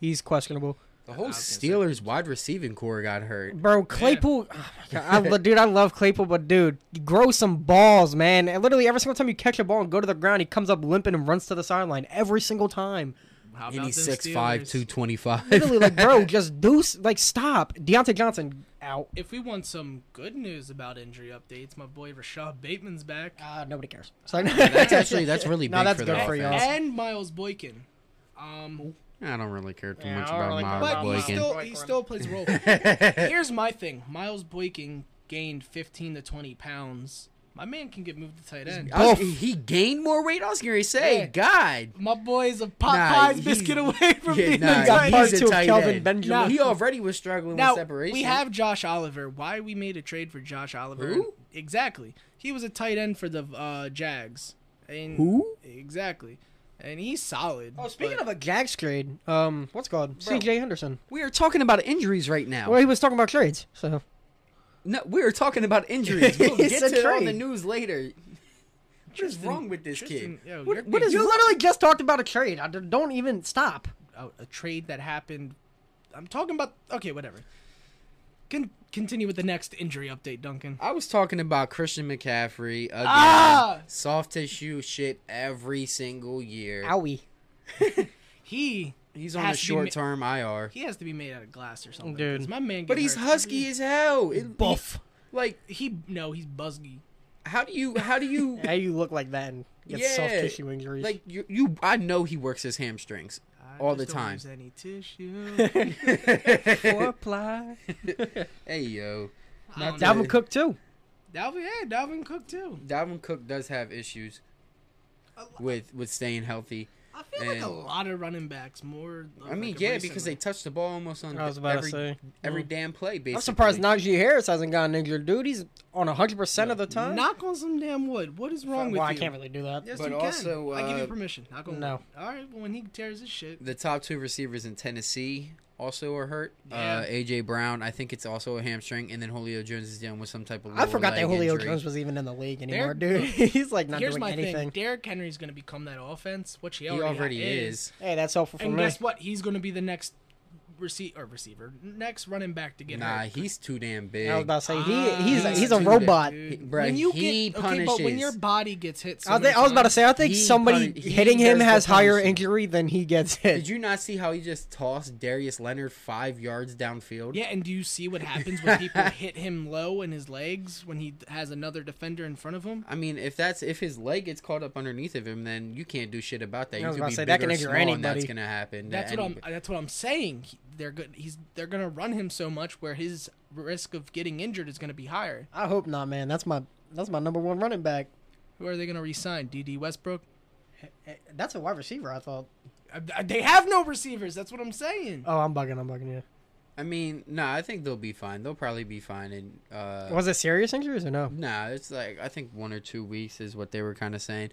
Speaker 4: He's questionable,
Speaker 2: the whole
Speaker 3: I was
Speaker 2: Steelers wide receiving core got hurt.
Speaker 4: bro. Claypool, oh my God, I, lo- dude, I love Claypool, but dude, grow some balls, man. And literally every single time you catch a ball and go to the ground, he comes up limping and runs to the sideline every single time.
Speaker 3: How
Speaker 2: And he's
Speaker 3: them
Speaker 2: six five
Speaker 3: Steelers?
Speaker 2: two twenty five.
Speaker 4: Literally, like, bro, just do s- like stop. Deontay Johnson out.
Speaker 3: If we want some good news about injury updates, my boy Rashad Bateman's back.
Speaker 4: Uh, nobody cares. Sorry.
Speaker 2: that's actually that's really big
Speaker 4: No, that's
Speaker 2: for their
Speaker 4: good for y'all.
Speaker 2: offense.
Speaker 3: and Miles Boykin. Um,
Speaker 2: I don't really care too
Speaker 4: Yeah,
Speaker 2: much
Speaker 4: I don't
Speaker 2: about
Speaker 4: really care
Speaker 2: Miles
Speaker 3: but
Speaker 4: about
Speaker 3: he
Speaker 4: Miles
Speaker 2: Boykin.
Speaker 3: still he
Speaker 4: Boykin.
Speaker 3: still plays a role. Here's my thing: Miles Boykin gained 15 to 20 pounds. My man can get moved to tight end.
Speaker 2: I was- Oh, he gained more weight. I was gonna say,
Speaker 3: Yeah.
Speaker 2: God,
Speaker 3: My boy's a
Speaker 2: Nah,
Speaker 3: Popeye's
Speaker 2: he's-
Speaker 3: biscuit away from
Speaker 2: yeah,
Speaker 3: being
Speaker 2: nah,
Speaker 3: a
Speaker 4: He got
Speaker 3: tight
Speaker 4: part
Speaker 2: he's a
Speaker 4: two of
Speaker 2: tight
Speaker 4: Kelvin
Speaker 2: end.
Speaker 4: Benjamin.
Speaker 3: Nah,
Speaker 2: he already was struggling
Speaker 3: Now
Speaker 2: with separation.
Speaker 3: we have Josh Oliver. Why we made a trade for Josh Oliver?
Speaker 2: Who?
Speaker 3: Exactly. He was a tight end for the uh, Jags. And
Speaker 2: Who?
Speaker 3: Exactly. And he's solid.
Speaker 4: Oh, speaking
Speaker 3: but
Speaker 4: of a Jags trade, um, what's it called
Speaker 2: Bro.
Speaker 4: C.J. Henderson.
Speaker 2: we are talking about injuries right now.
Speaker 4: Well, he was talking about trades, so
Speaker 2: No, we were talking about injuries. We'll
Speaker 4: He
Speaker 2: get to
Speaker 4: said
Speaker 2: it on the
Speaker 4: trade.
Speaker 2: news later. What is
Speaker 3: Tristan-
Speaker 2: wrong with this kid?
Speaker 3: Tristan, yo, you're
Speaker 4: What, what is?
Speaker 3: thinking
Speaker 4: You literally just talked about a trade. I d- don't even stop.
Speaker 3: about a trade that happened. I'm talking about. Okay, whatever. Con- continue with the next injury update, Duncan.
Speaker 2: I was talking about Christian McCaffrey again.
Speaker 3: Ah!
Speaker 2: Soft tissue shit every single year.
Speaker 4: Owie.
Speaker 3: He
Speaker 2: He's on a
Speaker 3: Has to be ma-
Speaker 2: short term IR.
Speaker 3: he has to be made out of glass or something.
Speaker 4: Dude.
Speaker 3: 'cause My man.
Speaker 2: But
Speaker 3: get
Speaker 2: he's
Speaker 3: hurt.
Speaker 2: husky as hell. It-
Speaker 4: Buff.
Speaker 2: he- like
Speaker 3: He no, he's busgy.
Speaker 2: how do you how do you
Speaker 4: How you look like that and get
Speaker 2: Yeah.
Speaker 4: soft tissue injuries?
Speaker 2: like you, you I know he works his hamstrings.
Speaker 3: I
Speaker 2: All
Speaker 3: just
Speaker 2: the
Speaker 3: don't
Speaker 2: time.
Speaker 3: use any tissue.
Speaker 4: four ply.
Speaker 2: Hey yo.
Speaker 3: I don't
Speaker 4: Dalvin
Speaker 2: know.
Speaker 4: Cook too.
Speaker 3: Dalvin, yeah, Dalvin Cook too.
Speaker 2: Dalvin Cook does have issues with with staying healthy.
Speaker 3: I feel like a
Speaker 2: And-
Speaker 3: lot of running backs more. of,
Speaker 2: I mean,
Speaker 3: like,
Speaker 2: yeah,
Speaker 3: recently.
Speaker 2: because they touch the ball almost on
Speaker 4: I was about to
Speaker 2: every,
Speaker 4: say.
Speaker 2: every damn play. Basically,
Speaker 4: I'm surprised Najee Harris hasn't gotten injured, dude. He's on 100 percent of the time.
Speaker 3: knock on some damn wood. What is wrong with
Speaker 4: well,
Speaker 3: you?
Speaker 4: I can't really do that.
Speaker 3: Yes,
Speaker 2: But
Speaker 3: you
Speaker 2: also,
Speaker 3: can. I give
Speaker 2: uh,
Speaker 3: you permission. Knock on
Speaker 4: no.
Speaker 3: wood. All right. Well, when he tears his shit,
Speaker 2: The top two receivers in Tennessee also are hurt. Uh,
Speaker 3: Yeah.
Speaker 2: AJ Brown, I think it's also a hamstring, and then Julio Jones is dealing with some type of.
Speaker 4: I forgot that
Speaker 2: lower leg
Speaker 4: Julio
Speaker 2: injury.
Speaker 4: Jones was even in the league anymore,
Speaker 3: There-
Speaker 4: dude. He's like not
Speaker 3: here's
Speaker 4: doing
Speaker 3: my
Speaker 4: anything.
Speaker 3: thing. Derrick Henry's going to become that offense, which he
Speaker 2: He
Speaker 3: already,
Speaker 2: already
Speaker 3: ha-
Speaker 2: is.
Speaker 4: Hey, that's helpful for
Speaker 3: And
Speaker 4: me.
Speaker 3: guess what? He's going to be the next receive or receiver next running back to get
Speaker 2: Nah,
Speaker 3: hurt.
Speaker 2: he's too damn big.
Speaker 4: I was about to say he he's
Speaker 2: he's
Speaker 4: he's, a
Speaker 2: too
Speaker 4: robot.
Speaker 3: Dude,
Speaker 2: He- bruh,
Speaker 3: when you
Speaker 2: he
Speaker 3: get okay, but when
Speaker 2: punishes.
Speaker 3: your body gets hit, so
Speaker 4: I, think, I was about to say I think
Speaker 2: He
Speaker 4: somebody
Speaker 2: pun- he
Speaker 4: hitting
Speaker 2: does
Speaker 4: him
Speaker 2: the
Speaker 4: has higher
Speaker 2: punishing.
Speaker 4: injury than he gets
Speaker 2: Did
Speaker 4: hit.
Speaker 2: you not see how he just tossed Darius Leonard five yards downfield?
Speaker 3: Yeah, and do you see what happens when people hit him low in his legs when he has another defender in front of him?
Speaker 2: I mean, if that's if his leg gets caught up underneath of him, then you can't do shit about that.
Speaker 4: I
Speaker 2: You
Speaker 4: was
Speaker 2: could
Speaker 4: about
Speaker 2: be
Speaker 4: to say,
Speaker 2: big
Speaker 4: that can
Speaker 2: or
Speaker 4: injure
Speaker 2: small, and that's
Speaker 4: anybody.
Speaker 2: gonna happen. to
Speaker 3: That's what I'm.
Speaker 2: anybody.
Speaker 3: That's what I'm saying. He- They're good. He's. They're gonna run him so much where his risk of getting injured is gonna be higher.
Speaker 4: I hope not, man. That's my that's my number one running back.
Speaker 3: Who are they gonna re-sign? D.D. Westbrook.
Speaker 4: Eh, That's a wide receiver. I thought.
Speaker 3: Uh, th- They have no receivers. That's what I'm saying.
Speaker 4: Oh, I'm bugging. I'm bugging you.
Speaker 2: I mean, nah, I think they'll be fine. They'll probably be fine. And uh,
Speaker 4: Was it serious injuries or no?
Speaker 2: nah, it's like I think one or two weeks is what they were kind of saying.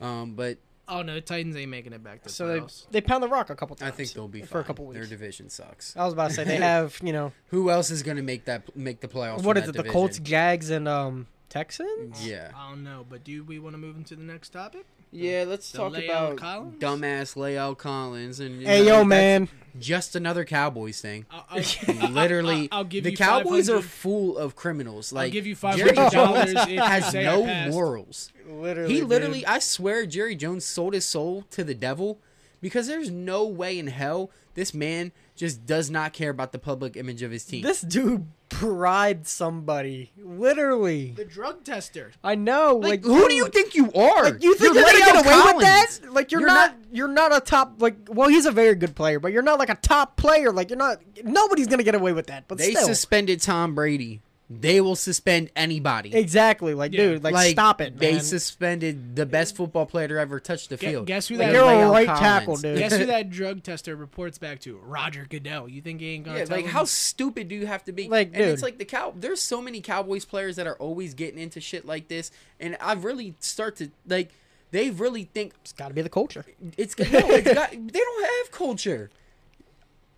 Speaker 2: Um, but
Speaker 3: Oh no, the Titans ain't making it back to the
Speaker 4: So they
Speaker 3: playoffs.
Speaker 4: they pound the rock a couple
Speaker 2: I
Speaker 4: times.
Speaker 2: think they'll be
Speaker 4: for
Speaker 2: fine.
Speaker 4: a couple weeks.
Speaker 2: Their division sucks.
Speaker 4: I was about to say they have you know
Speaker 2: Who else is gonna make that make the playoffs?
Speaker 4: what
Speaker 2: from
Speaker 4: is it
Speaker 2: that
Speaker 4: the Colts,
Speaker 2: division?
Speaker 4: Jags, and um Texans.
Speaker 2: Yeah.
Speaker 3: I don't know, but do we want to move into the next topic?
Speaker 2: Yeah, let's
Speaker 3: The
Speaker 2: talk
Speaker 3: La'el
Speaker 2: about
Speaker 3: Collins?
Speaker 2: dumbass Lael Collins and you
Speaker 4: Hey
Speaker 2: know, that's
Speaker 4: yo, man.
Speaker 2: just another Cowboys thing.
Speaker 3: I'll, I'll-
Speaker 2: Literally,
Speaker 3: I'll, I'll give
Speaker 2: the
Speaker 3: you
Speaker 2: Cowboys are
Speaker 3: 500
Speaker 2: full of criminals. Like
Speaker 3: give you
Speaker 2: Jerry
Speaker 3: $500
Speaker 2: Jones
Speaker 3: if you
Speaker 2: has
Speaker 3: say I
Speaker 2: no
Speaker 3: passed.
Speaker 2: morals.
Speaker 4: Literally,
Speaker 2: He literally, I swear, Jerry Jones sold his soul to the devil because there's no way in hell this man just does not care about the public image of his team.
Speaker 4: This dude bribed somebody. Literally.
Speaker 3: the drug tester.
Speaker 4: I know.
Speaker 2: like,
Speaker 4: Like,
Speaker 2: who do you think you are?
Speaker 4: Like, you think you're,
Speaker 2: La'el
Speaker 4: gonna get away with that?
Speaker 2: Collins.
Speaker 4: Like, you're,
Speaker 2: You're
Speaker 4: not, You're not a top. Like, well, he's a very good player, but you're not like a top player. Like, you're not. Nobody's gonna get away with that. But
Speaker 2: They
Speaker 4: still,
Speaker 2: suspended Tom Brady. They will suspend anybody.
Speaker 4: exactly. Like,
Speaker 3: Yeah.
Speaker 4: dude, like, stop it,
Speaker 2: They
Speaker 4: man.
Speaker 2: suspended the best football player to ever touch the
Speaker 3: Gu-
Speaker 2: field.
Speaker 3: guess who
Speaker 2: Like,
Speaker 3: that-
Speaker 4: you're a
Speaker 2: La'el
Speaker 4: right
Speaker 2: Collins.
Speaker 4: tackle, dude.
Speaker 3: Guess who that drug tester reports back to? Roger Goodell. You think he ain't gonna
Speaker 2: Yeah,
Speaker 3: tell
Speaker 2: like
Speaker 3: him?
Speaker 2: how stupid do you have to be?
Speaker 4: Like,
Speaker 2: and it's
Speaker 4: dude.
Speaker 2: like the cow. There's so many Cowboys players that are always getting into shit like this, and I really start to like. They really think
Speaker 4: It's got to be the culture.
Speaker 2: it's, no, it's got, they don't have culture.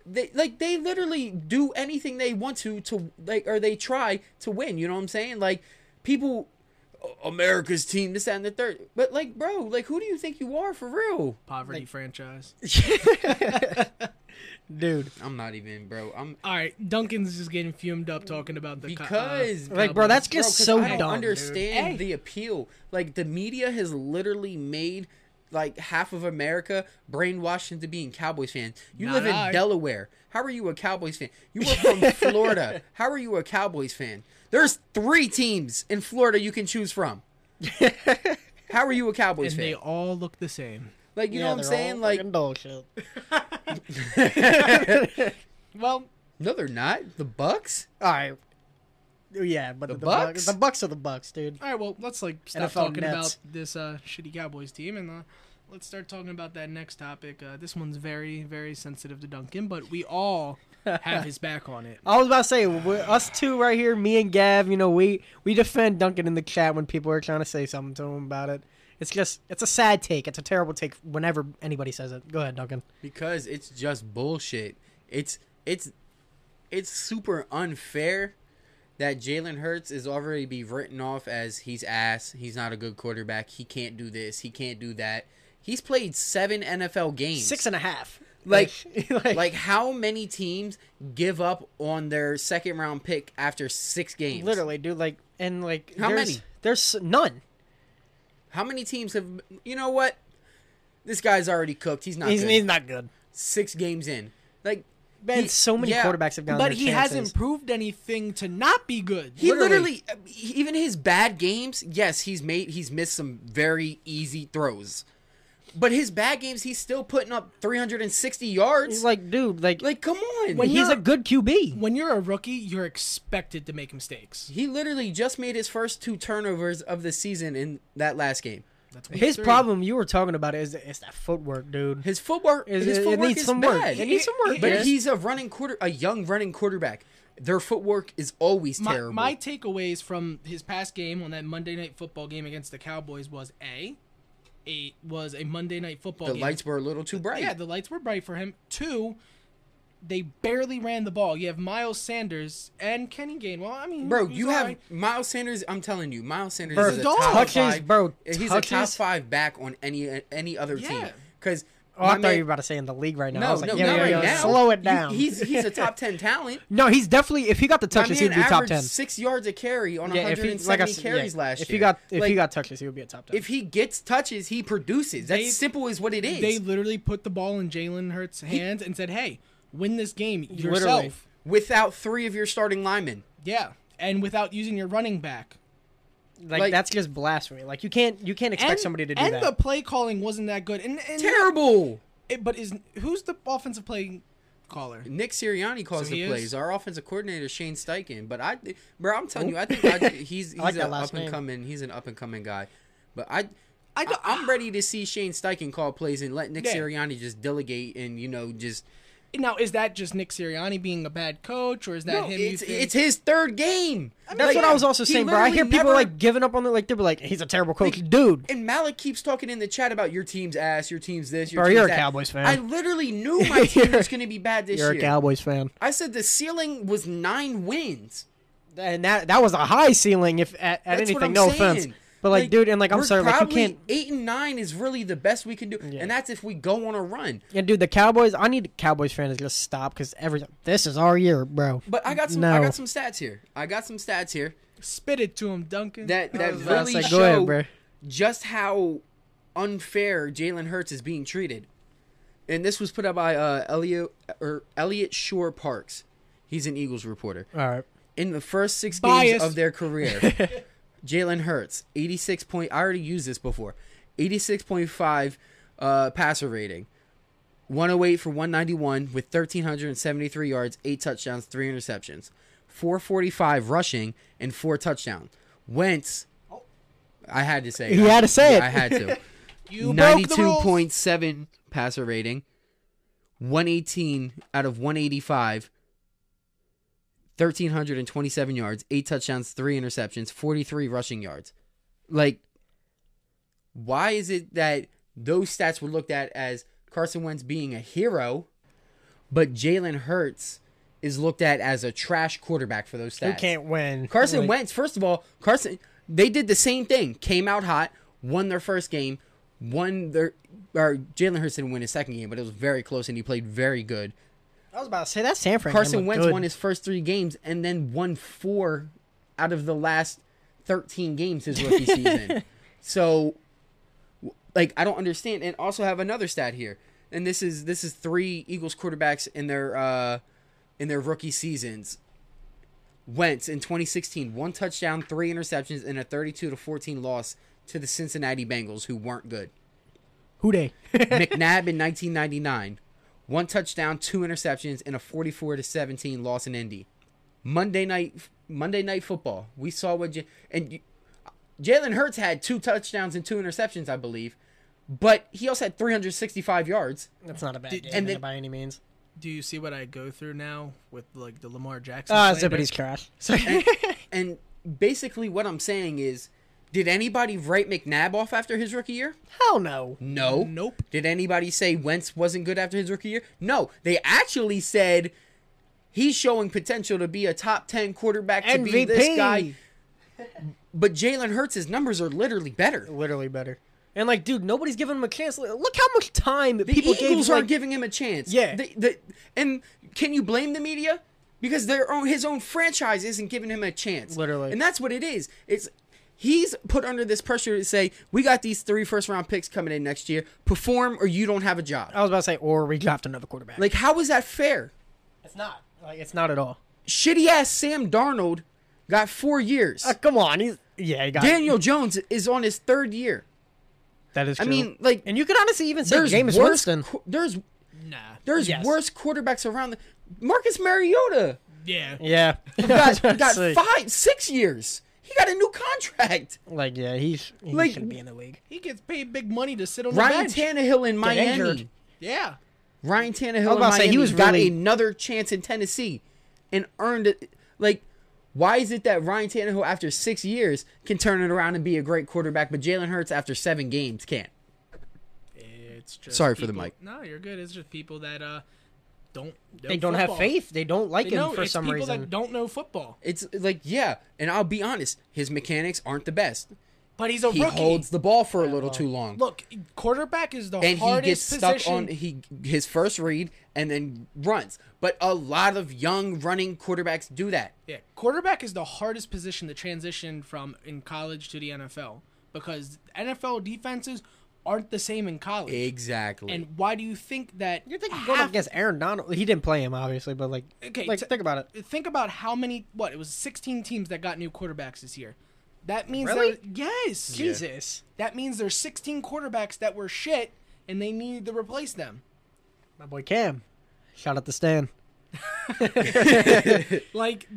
Speaker 2: They like they literally do anything they want to to like or they try to win. You know what I'm saying? Like people, America's team, this that, and the third. But like, bro, like who do you think you are for real?
Speaker 3: poverty franchise.
Speaker 4: Dude,
Speaker 2: I'm not even, bro. I'm
Speaker 3: All right, Duncan's just getting fumed up talking about the co- uh,
Speaker 2: because
Speaker 4: like, bro, that's
Speaker 2: Bro,
Speaker 4: just
Speaker 2: 'cause
Speaker 4: so
Speaker 2: I don't
Speaker 4: dumb. dude.
Speaker 2: understand
Speaker 3: Hey.
Speaker 2: the appeal. Like the media has literally made like half of America brainwashed into being Cowboys fans. You
Speaker 3: Not
Speaker 2: live in
Speaker 3: I.
Speaker 2: Delaware. How are you a Cowboys fan? You were from Florida. How are you a Cowboys fan? There's three teams in Florida you can choose from. How are you a Cowboys
Speaker 3: and
Speaker 2: fan?
Speaker 3: they all look the same.
Speaker 2: like you know what I'm saying? Like
Speaker 4: bullshit.
Speaker 3: Well,
Speaker 2: no, they're not. The Bucks.
Speaker 4: All right. Yeah, but the,
Speaker 2: Bucks?
Speaker 4: bucks? the bucks are the bucks, dude.
Speaker 3: all right, well, let's like stop
Speaker 4: NFL
Speaker 3: talking
Speaker 4: Nets.
Speaker 3: about this uh, shitty Cowboys team and uh, let's start talking about that next topic. Uh, this one's very, very sensitive to Duncan, but we all have his back on it.
Speaker 4: I was about to say, we us two right here, me and Gav. You know, we we defend Duncan in the chat when people are trying to say something to him about it. It's just, it's a sad take. It's a terrible take. Whenever anybody says it, go ahead, Duncan.
Speaker 2: because it's just bullshit. It's it's it's super unfair that Jalen Hurts is already be written off as he's ass. He's not a good quarterback. He can't do this. He can't do that. He's played seven NFL games.
Speaker 4: Six and a half.
Speaker 2: Like-
Speaker 4: like,
Speaker 2: like how many teams give up on their second round pick after six games?
Speaker 4: literally, dude. Like, and like,
Speaker 2: How
Speaker 4: there's,
Speaker 2: many?
Speaker 4: There's none.
Speaker 2: How many teams have? You know what? This guy's already cooked. He's not.
Speaker 4: He's,
Speaker 2: good.
Speaker 4: he's not good.
Speaker 2: six games in. Like,
Speaker 4: Man,
Speaker 2: he-
Speaker 4: so many quarterbacks have gotten
Speaker 3: But
Speaker 4: their
Speaker 3: he
Speaker 4: chances.
Speaker 3: hasn't proved anything to not be good.
Speaker 2: He literally. even his bad games, yes, he's made he's missed some very easy throws. But his bad games, he's still putting up 360 yards.
Speaker 4: He's
Speaker 2: Like,
Speaker 4: like, dude, like,
Speaker 2: come on.
Speaker 3: When
Speaker 4: he's
Speaker 3: you're-
Speaker 4: a good QB.
Speaker 3: when you're a rookie, you're expected to make mistakes.
Speaker 2: he literally just made his first two turnovers of the season in that last game.
Speaker 3: That's week
Speaker 4: His
Speaker 3: three.
Speaker 4: problem you were talking about is is that footwork, dude.
Speaker 2: His footwork,
Speaker 4: It-
Speaker 2: his
Speaker 4: it
Speaker 2: footwork
Speaker 4: needs
Speaker 2: is
Speaker 4: some work.
Speaker 2: bad.
Speaker 4: It needs some work,
Speaker 2: But
Speaker 4: yes.
Speaker 2: he's a running quarter, a young running quarterback. Their footwork is always
Speaker 3: my,
Speaker 2: terrible.
Speaker 3: my takeaways from his past game on that Monday night football game against the Cowboys was a, a was a Monday night football
Speaker 2: the
Speaker 3: game.
Speaker 2: lights were a little too bright.
Speaker 3: yeah, the lights were bright for him. Two, they barely ran the ball. You have Miles Sanders and Kenny Gainwell. I mean,
Speaker 2: Bro,
Speaker 3: who's
Speaker 2: you
Speaker 3: all
Speaker 2: have
Speaker 3: right.
Speaker 2: Miles Sanders. I'm telling you, Miles Sanders
Speaker 4: Bro,
Speaker 2: is a
Speaker 4: dog.
Speaker 2: top
Speaker 4: Touches,
Speaker 2: five.
Speaker 4: bro,
Speaker 2: He's a top
Speaker 4: touches.
Speaker 2: five back on any any other team
Speaker 3: Yeah.
Speaker 2: because
Speaker 4: Oh, I
Speaker 2: My
Speaker 4: thought
Speaker 2: man-
Speaker 4: you were about to say in the league right now. I
Speaker 2: No,
Speaker 4: was like,
Speaker 2: no,
Speaker 4: yo,
Speaker 2: not
Speaker 4: yo,
Speaker 2: right
Speaker 4: yo,
Speaker 2: now.
Speaker 4: slow it
Speaker 2: You-
Speaker 4: down.
Speaker 2: he's he's a top ten talent.
Speaker 4: no, he's definitely. If he got the
Speaker 2: My
Speaker 4: touches,
Speaker 2: man
Speaker 4: he'd be top
Speaker 2: averaged
Speaker 4: ten.
Speaker 2: six yards a carry on
Speaker 4: Yeah, if
Speaker 2: 170
Speaker 4: he like I, said-
Speaker 2: carries
Speaker 4: yeah,
Speaker 2: last
Speaker 4: if
Speaker 2: year.
Speaker 4: he got if
Speaker 2: Like,
Speaker 4: he got touches, he would be a top ten.
Speaker 2: if he gets touches, he produces. That's
Speaker 3: They-
Speaker 2: simple as what it is.
Speaker 3: They literally put the ball in Jalen Hurts' hands and said, "Hey, win this game yourself."
Speaker 4: Literally.
Speaker 2: without three of your starting linemen.
Speaker 3: Yeah, and without using your running back.
Speaker 4: like,
Speaker 2: like-
Speaker 4: that's just blasphemy. Like you can't you can't expect
Speaker 3: and,
Speaker 4: somebody to do
Speaker 3: and
Speaker 4: that.
Speaker 3: the play calling wasn't that good. And, and
Speaker 2: Terrible.
Speaker 3: it- but is who's the offensive play caller?
Speaker 2: Nick Sirianni calls
Speaker 3: So he
Speaker 2: the
Speaker 3: is?
Speaker 2: plays. Our offensive coordinator Shane Steichen, but I, bro, I'm telling you, I think I, he's he's
Speaker 4: I like
Speaker 2: an
Speaker 4: that last
Speaker 2: up and
Speaker 4: name.
Speaker 2: coming. He's an up and coming guy, but I. I
Speaker 3: don't-
Speaker 2: am ready to see Shane Steichen call plays and let Nick
Speaker 3: Yeah.
Speaker 2: Sirianni just delegate and you know just
Speaker 3: Now is that just Nick Sirianni being a bad coach, or is that
Speaker 2: No,
Speaker 3: him? you
Speaker 2: it's,
Speaker 3: think-
Speaker 2: it's his third game.
Speaker 4: That's
Speaker 2: Like,
Speaker 4: what I was also
Speaker 2: he
Speaker 4: saying, bro. I hear
Speaker 2: literally
Speaker 4: people
Speaker 2: never-
Speaker 4: like giving up on it. Like they're like, he's a terrible coach, dude.
Speaker 2: and Malik keeps talking in the chat about your team's ass, your team's this, your
Speaker 4: Bro,
Speaker 2: team's
Speaker 4: you're a
Speaker 2: that.
Speaker 4: Cowboys fan.
Speaker 2: I literally knew my team
Speaker 4: You're-
Speaker 2: was going to be bad this
Speaker 4: You're a
Speaker 2: year.
Speaker 4: Cowboys fan,
Speaker 2: I said the ceiling was nine wins.
Speaker 4: and that that was a high ceiling. If at, at
Speaker 2: That's
Speaker 4: anything,
Speaker 2: what I'm
Speaker 4: no
Speaker 2: saying.
Speaker 4: offense, but like, dude, and like I'm
Speaker 2: we're
Speaker 4: sorry, like you
Speaker 2: probably-
Speaker 4: can't.
Speaker 2: Eight and nine is really the best we can do,
Speaker 4: Yeah.
Speaker 2: and that's if we go on a run.
Speaker 4: Yeah, dude, the Cowboys. I need Cowboys fans to just stop because every this is our year, bro.
Speaker 2: But I got some. I
Speaker 4: No.
Speaker 2: got some stats here. I got some stats here
Speaker 3: spit it to him, Duncan.
Speaker 2: that that
Speaker 4: I was
Speaker 2: really
Speaker 4: like,
Speaker 2: show
Speaker 4: go ahead, bro.
Speaker 2: just how unfair Jalen Hurts is being treated. And this was put out by uh, Elliot or Elliot Shore Parks. He's an Eagles reporter.
Speaker 4: All right.
Speaker 2: In the first six games
Speaker 3: Biased.
Speaker 2: of their career, Jalen Hurts, eighty-six point. I already used this before. Eighty-six point five uh, passer rating. 108 for 191 with 1,373 yards, eight touchdowns, three interceptions, 445 rushing, and four touchdowns. Wentz, I had to say, it.
Speaker 4: You had to say
Speaker 2: Yeah,
Speaker 4: it.
Speaker 2: I had to.
Speaker 3: you broke the rules.
Speaker 2: 92.7 passer rating, 118 out of 185, 1,327 yards, eight touchdowns, three interceptions, 43 rushing yards. Like, why is it that those stats were looked at as Carson Wentz being a hero, but Jalen Hurts is looked at as a trash quarterback for those stats?
Speaker 4: Who can't win?
Speaker 2: Carson
Speaker 4: Like,
Speaker 2: Wentz, first of all, Carson, they did the same thing. Came out hot, won their first game, won their. Or Jalen Hurts didn't win his second game, but it was very close, and he played very good.
Speaker 4: I was about to say that San Fran. game
Speaker 2: Carson
Speaker 4: looked
Speaker 2: Wentz
Speaker 4: good.
Speaker 2: won his first three games, and then won four out of the last thirteen games his rookie season. So, w- like, I don't understand. And also have another stat here, and this is this is three Eagles quarterbacks in their uh in their rookie seasons. Wentz in 2016, one touchdown, three interceptions, and a 32 to 14 loss to the Cincinnati Bengals, who weren't good.
Speaker 4: Who they?
Speaker 2: McNabb in 1999, one touchdown, two interceptions, and a 44 to 17 loss in Indy. Monday night, Monday night football. We saw what J- and you- Jalen Hurts had two touchdowns and two interceptions, I believe, but he also had 365 yards.
Speaker 4: That's not a bad game
Speaker 2: and then-
Speaker 4: by any means.
Speaker 3: Do you see what I go through now with like the Lamar Jackson?
Speaker 4: Ah, uh,
Speaker 3: slander?
Speaker 4: Zippity's trash.
Speaker 2: And basically, what I'm saying is, did anybody write McNabb off after his rookie year?
Speaker 4: Hell no.
Speaker 2: No.
Speaker 3: Nope.
Speaker 2: Did anybody say Wentz wasn't good after his rookie year? No. They actually said he's showing potential to be a top 10 quarterback to be this
Speaker 4: MVP.
Speaker 2: guy. But Jalen Hurts' numbers are literally better.
Speaker 4: Literally better. And like, dude, nobody's giving him a chance. Like, Look how much time
Speaker 2: The
Speaker 4: people
Speaker 2: Eagles
Speaker 4: gave.
Speaker 2: aren't
Speaker 4: like,
Speaker 2: giving him a chance.
Speaker 4: Yeah.
Speaker 2: They- they- and can you blame the media? Because their own his own franchise isn't giving him a chance.
Speaker 4: Literally.
Speaker 2: And that's what it is. It's he's put under this pressure to say, We got these three first round picks coming in next year. Perform or you don't have a job.
Speaker 4: I was about to say, or we draft another quarterback.
Speaker 2: Like, how is that fair?
Speaker 4: it's not. Like, it's not at all.
Speaker 2: shitty ass Sam Darnold got four years.
Speaker 4: Uh, come on, he's yeah. He got
Speaker 2: Daniel Jones is on his third year.
Speaker 4: That is.
Speaker 2: I
Speaker 4: True.
Speaker 2: mean, like,
Speaker 4: and you could honestly even say
Speaker 2: there's
Speaker 4: Jameis
Speaker 2: worse.
Speaker 4: Winston.
Speaker 2: qu- there's
Speaker 3: Nah.
Speaker 2: there's
Speaker 4: Yes.
Speaker 2: worse quarterbacks around. The, Marcus Mariota
Speaker 3: Yeah.
Speaker 4: Yeah,
Speaker 2: got, got
Speaker 4: Say,
Speaker 2: five, six years. He got a new contract.
Speaker 4: Like, yeah, he's he
Speaker 2: Like-
Speaker 4: should be in the league.
Speaker 3: He gets paid big money to sit on the
Speaker 2: Ryan
Speaker 3: bench.
Speaker 2: Tannehill in Miami.
Speaker 4: injured.
Speaker 3: yeah.
Speaker 2: Ryan Tannehill in
Speaker 4: was about
Speaker 2: Miami
Speaker 4: to say, he was
Speaker 2: got
Speaker 4: really-
Speaker 2: another chance in Tennessee, and earned it. Like, why is it that Ryan Tannehill after six years can turn it around and be a great quarterback, but Jalen Hurts after seven games can't?
Speaker 3: It's just
Speaker 2: Sorry for the
Speaker 3: people-
Speaker 2: mic.
Speaker 3: No, you're good. It's just people that uh don't know
Speaker 4: They don't
Speaker 3: football.
Speaker 4: have faith. They don't like
Speaker 3: They
Speaker 4: him
Speaker 3: know-
Speaker 4: for
Speaker 3: it's
Speaker 4: some
Speaker 3: people
Speaker 4: reason.
Speaker 3: that don't know football.
Speaker 2: It's like, yeah, and I'll be honest, his mechanics aren't the best.
Speaker 3: But he's a
Speaker 2: he
Speaker 3: rookie.
Speaker 2: holds the ball for a
Speaker 4: Yeah,
Speaker 2: little
Speaker 4: well,
Speaker 2: too long.
Speaker 3: Look, quarterback is the
Speaker 2: and he
Speaker 3: hardest
Speaker 2: gets stuck
Speaker 3: position.
Speaker 2: on he his first read and then runs. But a lot of young running quarterbacks do that.
Speaker 3: Yeah, quarterback is the hardest position to transition from in college to the NFL because NFL defenses aren't the same in college.
Speaker 2: Exactly.
Speaker 3: And why do you think that
Speaker 4: You're thinking going up
Speaker 3: half-
Speaker 4: against Aaron Donald. He didn't play him, obviously, but like,
Speaker 3: Okay,
Speaker 4: like
Speaker 3: t-
Speaker 4: think about it.
Speaker 3: think about how many what it was 16 teams that got new quarterbacks this year. That means
Speaker 4: Really?
Speaker 3: there- yes,
Speaker 4: Jesus,
Speaker 3: That means there's 16 quarterbacks that were shit and they needed to replace them.
Speaker 4: my boy Cam. Shout out to Stan.
Speaker 3: Like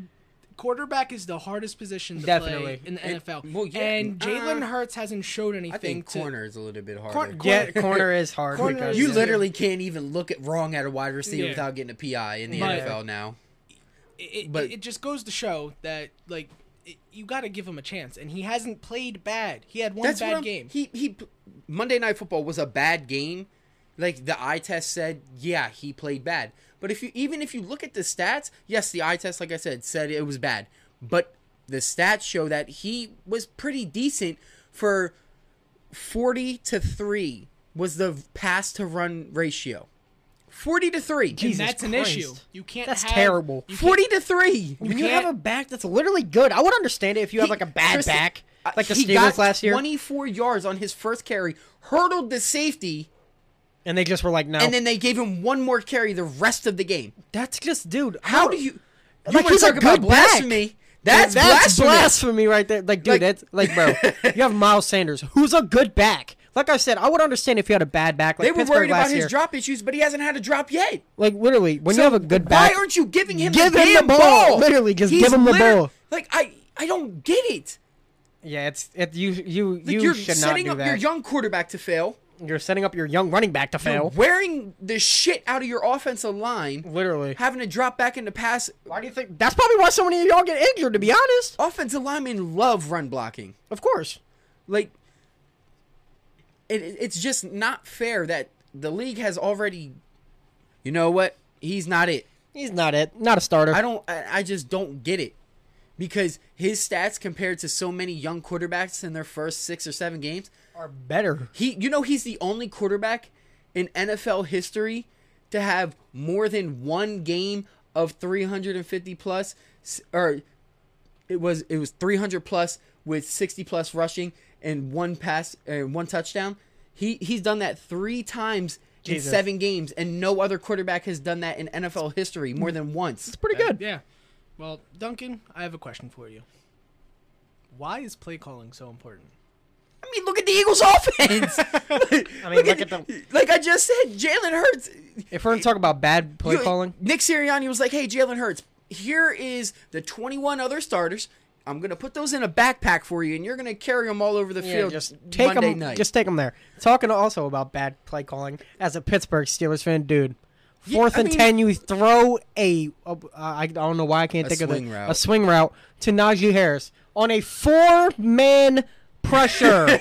Speaker 3: quarterback is the hardest position to
Speaker 4: Definitely.
Speaker 3: play in the
Speaker 2: And-
Speaker 3: NFL.
Speaker 2: well, yeah,
Speaker 3: and Jalen
Speaker 2: uh,
Speaker 3: Hurts hasn't showed anything
Speaker 2: I think
Speaker 3: to
Speaker 2: corner is a little bit harder.
Speaker 3: Cor- cor-
Speaker 4: Yeah, corner is hard.
Speaker 3: Corner
Speaker 4: because-
Speaker 3: is-
Speaker 2: you
Speaker 3: yeah.
Speaker 2: literally can't even look at wrong at a wide receiver
Speaker 3: Yeah.
Speaker 2: without getting a PI in the
Speaker 3: Yeah.
Speaker 2: NFL now.
Speaker 3: it,
Speaker 2: But-
Speaker 3: it, it just goes to show that like it, you got to give him a chance, and he hasn't played bad. He had one
Speaker 2: That's what
Speaker 3: bad
Speaker 2: I'm-
Speaker 3: game.
Speaker 2: He he Monday Night Football was a bad game. Like the eye test said, yeah, he played bad. But if you even if you look at the stats, yes, the eye test, like I said, said it was bad. But the stats show that he was pretty decent for forty to three was the pass to run ratio. Forty to three.
Speaker 3: and
Speaker 4: Jesus
Speaker 3: that's an
Speaker 4: Christ.
Speaker 3: issue. You can't.
Speaker 4: That's
Speaker 3: have-
Speaker 4: terrible.
Speaker 3: You can't-
Speaker 2: Forty to three.
Speaker 4: When you
Speaker 3: can't-
Speaker 4: have a back that's literally good, I would understand it if you have
Speaker 2: He-
Speaker 4: like a bad
Speaker 2: Tristan,
Speaker 4: back,
Speaker 2: uh,
Speaker 4: like the
Speaker 2: he
Speaker 4: Steelers
Speaker 2: got
Speaker 4: last year,
Speaker 2: 24 yards on his first carry, hurtled the safety,
Speaker 4: and they just were like, no.
Speaker 2: and then they gave him one more carry the rest of the game.
Speaker 4: that's just, dude.
Speaker 2: How
Speaker 4: I
Speaker 2: do
Speaker 4: don't-
Speaker 2: you? you
Speaker 4: Like,
Speaker 2: wanna
Speaker 4: he's a
Speaker 2: talk about
Speaker 4: good back.
Speaker 2: blasphemy? That's,
Speaker 4: that's
Speaker 2: blasphemy.
Speaker 4: blasphemy right there. Like, dude,
Speaker 2: Like-
Speaker 4: that's like, bro, you have Miles Sanders, who's a good back. Like I said, I would understand if you had a bad back. Like
Speaker 2: They were
Speaker 4: Pittsburgh
Speaker 2: worried
Speaker 4: last
Speaker 2: about his
Speaker 4: year.
Speaker 2: drop issues, but he hasn't had a drop yet.
Speaker 4: Like literally, when you have a good
Speaker 2: Why
Speaker 4: back,
Speaker 2: aren't you giving him
Speaker 4: Give
Speaker 2: the
Speaker 4: him the
Speaker 2: damn
Speaker 4: ball. Literally, just give him the
Speaker 2: liter-
Speaker 4: ball.
Speaker 2: Like I, I don't get it.
Speaker 4: yeah, it's it, you you
Speaker 2: Like,
Speaker 4: you
Speaker 2: you are
Speaker 4: should not
Speaker 2: setting
Speaker 4: do
Speaker 2: up
Speaker 4: that.
Speaker 2: your young quarterback to fail.
Speaker 4: You're setting up your young running back to
Speaker 2: You're
Speaker 4: fail.
Speaker 2: wearing the shit out of your offensive line.
Speaker 4: Literally,
Speaker 2: Having to drop back into pass
Speaker 4: why do you think that's probably why so many of y'all get injured? To be honest,
Speaker 2: offensive linemen love run blocking.
Speaker 4: of course.
Speaker 2: Like, it, it- it's just not fair that the league has already. You know what? He's not it.
Speaker 4: He's not it. Not a starter.
Speaker 2: I don't. I, I just don't get it because his stats compared to so many young quarterbacks in their first six or seven games.
Speaker 4: are better.
Speaker 2: He, you know, he's the only quarterback in NFL history to have more than one game of 350 plus, s- or it was it was 300 plus with 60 plus rushing and one pass and one touchdown. He he's done that three times
Speaker 4: Jesus.
Speaker 2: in seven games, and no other quarterback has done that in NFL history more than once.
Speaker 4: It's pretty good.
Speaker 3: Yeah. Well, Duncan, I have a question for you. Why is play calling so important?
Speaker 2: I mean, look at the Eagles' offense.
Speaker 4: I mean, look at them.
Speaker 2: like I just said, Jalen Hurts.
Speaker 4: If we're gonna talk about bad play
Speaker 2: You-
Speaker 4: calling,
Speaker 2: Nick Sirianni was like, "Hey, Jalen Hurts, here is the 21 other starters. I'm gonna put those in a backpack for you, and you're gonna carry them all over the
Speaker 4: yeah,
Speaker 2: field.
Speaker 4: just take
Speaker 2: Monday
Speaker 4: them.
Speaker 2: night.
Speaker 4: Just take them there. Talking also about bad play calling as a Pittsburgh Steelers fan, dude. Fourth
Speaker 2: I
Speaker 4: and
Speaker 2: mean-
Speaker 4: ten, you throw a a- I don't know why I can't
Speaker 2: A
Speaker 4: think
Speaker 2: swing
Speaker 4: of it,
Speaker 2: route.
Speaker 4: a swing route to Najee Harris on a four man pressure.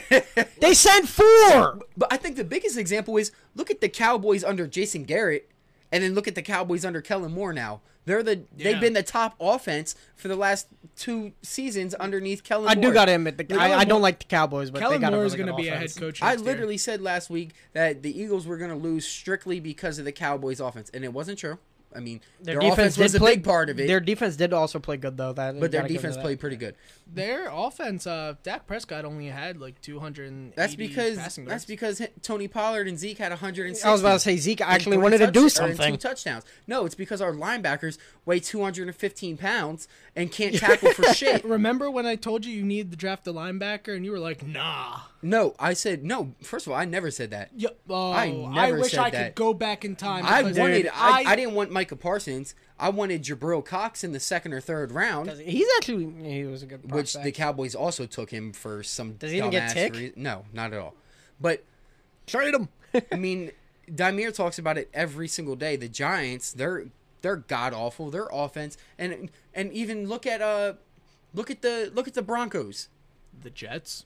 Speaker 4: they sent four.
Speaker 2: but I think the biggest example is look at the Cowboys under Jason Garrett, and then look at the Cowboys under Kellen Moore. Now they're the
Speaker 3: Yeah.
Speaker 2: they've been the top offense for the last two seasons underneath Kellen.
Speaker 4: I
Speaker 2: Moore.
Speaker 4: do gotta admit, the, I,
Speaker 3: Kellen
Speaker 4: I don't
Speaker 3: Moore-
Speaker 4: like the Cowboys, but
Speaker 3: Kellen
Speaker 4: they got
Speaker 3: Moore
Speaker 4: a
Speaker 3: is
Speaker 4: really
Speaker 3: going to
Speaker 4: good
Speaker 3: be a
Speaker 4: offense.
Speaker 3: head coach.
Speaker 2: I
Speaker 3: next year.
Speaker 2: literally said last week that the Eagles were going to lose strictly because of the Cowboys' offense, and it wasn't true. I mean, their, offense was a big part of it,
Speaker 4: Their defense did also play good though. That
Speaker 2: but their
Speaker 4: gotta give them
Speaker 2: defense
Speaker 4: that. uh,
Speaker 2: played pretty good.
Speaker 3: their offense. Uh, Dak Prescott only had like 200.
Speaker 2: That's because
Speaker 3: passing
Speaker 2: that's
Speaker 3: yards.
Speaker 2: because hi- Tony Pollard and Zeke had 160.
Speaker 4: I was about to say Zeke
Speaker 2: and
Speaker 4: actually
Speaker 2: three
Speaker 4: wanted to do
Speaker 2: touch- or
Speaker 4: something.
Speaker 2: Two touchdowns. No, it's because our linebackers weigh 215 pounds and can't tackle for shit.
Speaker 3: Remember when I told you you needed to draft a linebacker and you were like, nah.
Speaker 2: No, I said no. First of all, I never said that.
Speaker 3: Yeah, oh,
Speaker 2: I
Speaker 3: I,
Speaker 2: never
Speaker 3: wish
Speaker 2: said
Speaker 3: I
Speaker 2: that.
Speaker 3: could go back in time.
Speaker 2: I
Speaker 3: because
Speaker 2: wanted. I, I didn't want Micah Parsons. I wanted Jabril Cox in the second or third round.
Speaker 4: He's actually he was a good prospect.
Speaker 2: which the Cowboys also took him for some.
Speaker 4: Does he even get
Speaker 2: dumbass
Speaker 4: tick?
Speaker 2: rea- no, not at all. But
Speaker 4: trade him.
Speaker 2: I mean, Dimir talks about it every single day. The Giants, they're they're god awful. Their offense, and and even look at uh, look at the look at the Broncos.
Speaker 3: the Jets.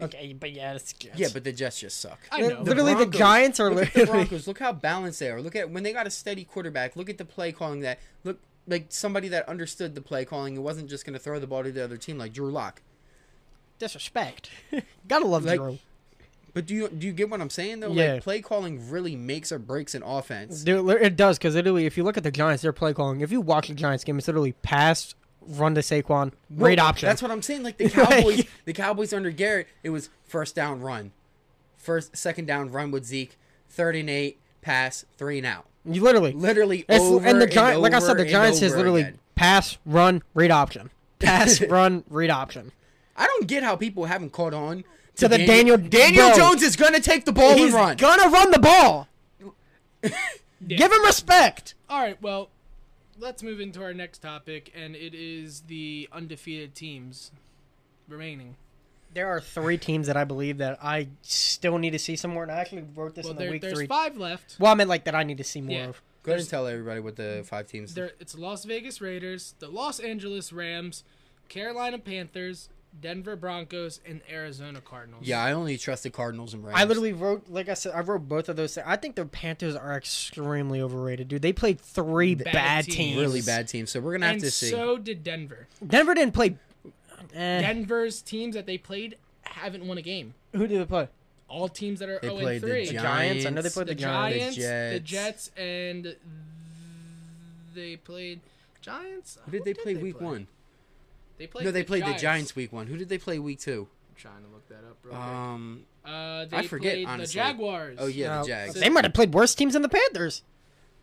Speaker 4: okay, but yeah, it's good.
Speaker 2: Yeah, but the Jets just suck.
Speaker 3: I know.
Speaker 4: literally the,
Speaker 2: Broncos.
Speaker 4: Giants are
Speaker 2: Look at the
Speaker 4: literally
Speaker 2: Broncos. Look how balanced they are. Look at when they got a steady quarterback. Look at the play calling that. Look like somebody that understood the play calling. It wasn't just going to throw the ball to the other team like Drew Lock.
Speaker 4: disrespect. Gotta love
Speaker 2: Like-
Speaker 4: Drew.
Speaker 2: But do you do you get what I'm saying though?
Speaker 4: Yeah.
Speaker 2: Like play calling really makes or breaks an offense.
Speaker 4: Dude, it does because literally, if you look at the Giants, their play calling. If you watch the Giants game, it's literally pass, run to Saquon, great
Speaker 2: Well,
Speaker 4: option.
Speaker 2: That's what I'm saying. Like the
Speaker 4: Like-
Speaker 2: Cowboys, the Cowboys under Garrett, it was first down run, first second down run with Zeke, third and eight pass, three and out.
Speaker 4: you literally.
Speaker 2: Literally
Speaker 4: It's,
Speaker 2: over
Speaker 4: and the Giants, like I
Speaker 2: over
Speaker 4: said, the
Speaker 2: and
Speaker 4: Giants is
Speaker 2: over
Speaker 4: literally
Speaker 2: again.
Speaker 4: pass, run, read option. Pass, run, read option.
Speaker 2: I don't get how people haven't caught on
Speaker 4: To the Daniel-
Speaker 2: Daniel
Speaker 4: bro.
Speaker 2: Jones is gonna take the ball and
Speaker 4: He's
Speaker 2: run.
Speaker 4: gonna run the ball. Give him respect.
Speaker 3: All right, well, let's move into our next topic, and it is the undefeated teams remaining.
Speaker 4: There are three teams that I believe that I still need to see some more, and I actually wrote this
Speaker 3: Well,
Speaker 4: in the
Speaker 3: there,
Speaker 4: week
Speaker 3: there's
Speaker 4: three.
Speaker 3: five left.
Speaker 4: Well, I meant like that I need to see more
Speaker 3: Yeah.
Speaker 4: of.
Speaker 2: Go ahead and tell everybody what the five teams.
Speaker 3: There, it's Las Vegas Raiders, the Los Angeles Rams, Carolina Panthers, Denver Broncos, and Arizona Cardinals.
Speaker 2: Yeah, I only trust the Cardinals and Rams.
Speaker 4: I literally wrote, like I said, I wrote both of those. Things. I think the Panthers are extremely overrated, dude. They played three bad,
Speaker 3: Bad teams.
Speaker 4: teams.
Speaker 2: really bad teams. So we're gonna have
Speaker 3: and
Speaker 2: to see.
Speaker 3: so did Denver.
Speaker 4: Denver didn't play. eh,
Speaker 3: Denver's teams that they played haven't won a game.
Speaker 4: who did they play?
Speaker 3: All teams that are
Speaker 2: they
Speaker 3: 0
Speaker 2: played the
Speaker 3: 3.
Speaker 2: Giants.
Speaker 4: Giants. I know they played
Speaker 3: the
Speaker 4: the Giants.
Speaker 3: Giants, the Jets.
Speaker 2: The
Speaker 3: and they played Giants.
Speaker 2: Who did they play week one?
Speaker 3: They played.
Speaker 2: no, they played the Giants week one. Who did they play week two?
Speaker 3: I'm trying to look that up. Real
Speaker 2: Um,
Speaker 3: quick. Uh, they
Speaker 2: forget,
Speaker 3: played
Speaker 2: honestly.
Speaker 3: The Jaguars.
Speaker 2: oh yeah,
Speaker 4: No,
Speaker 2: the Jags.
Speaker 4: They might have played worse teams than the Panthers.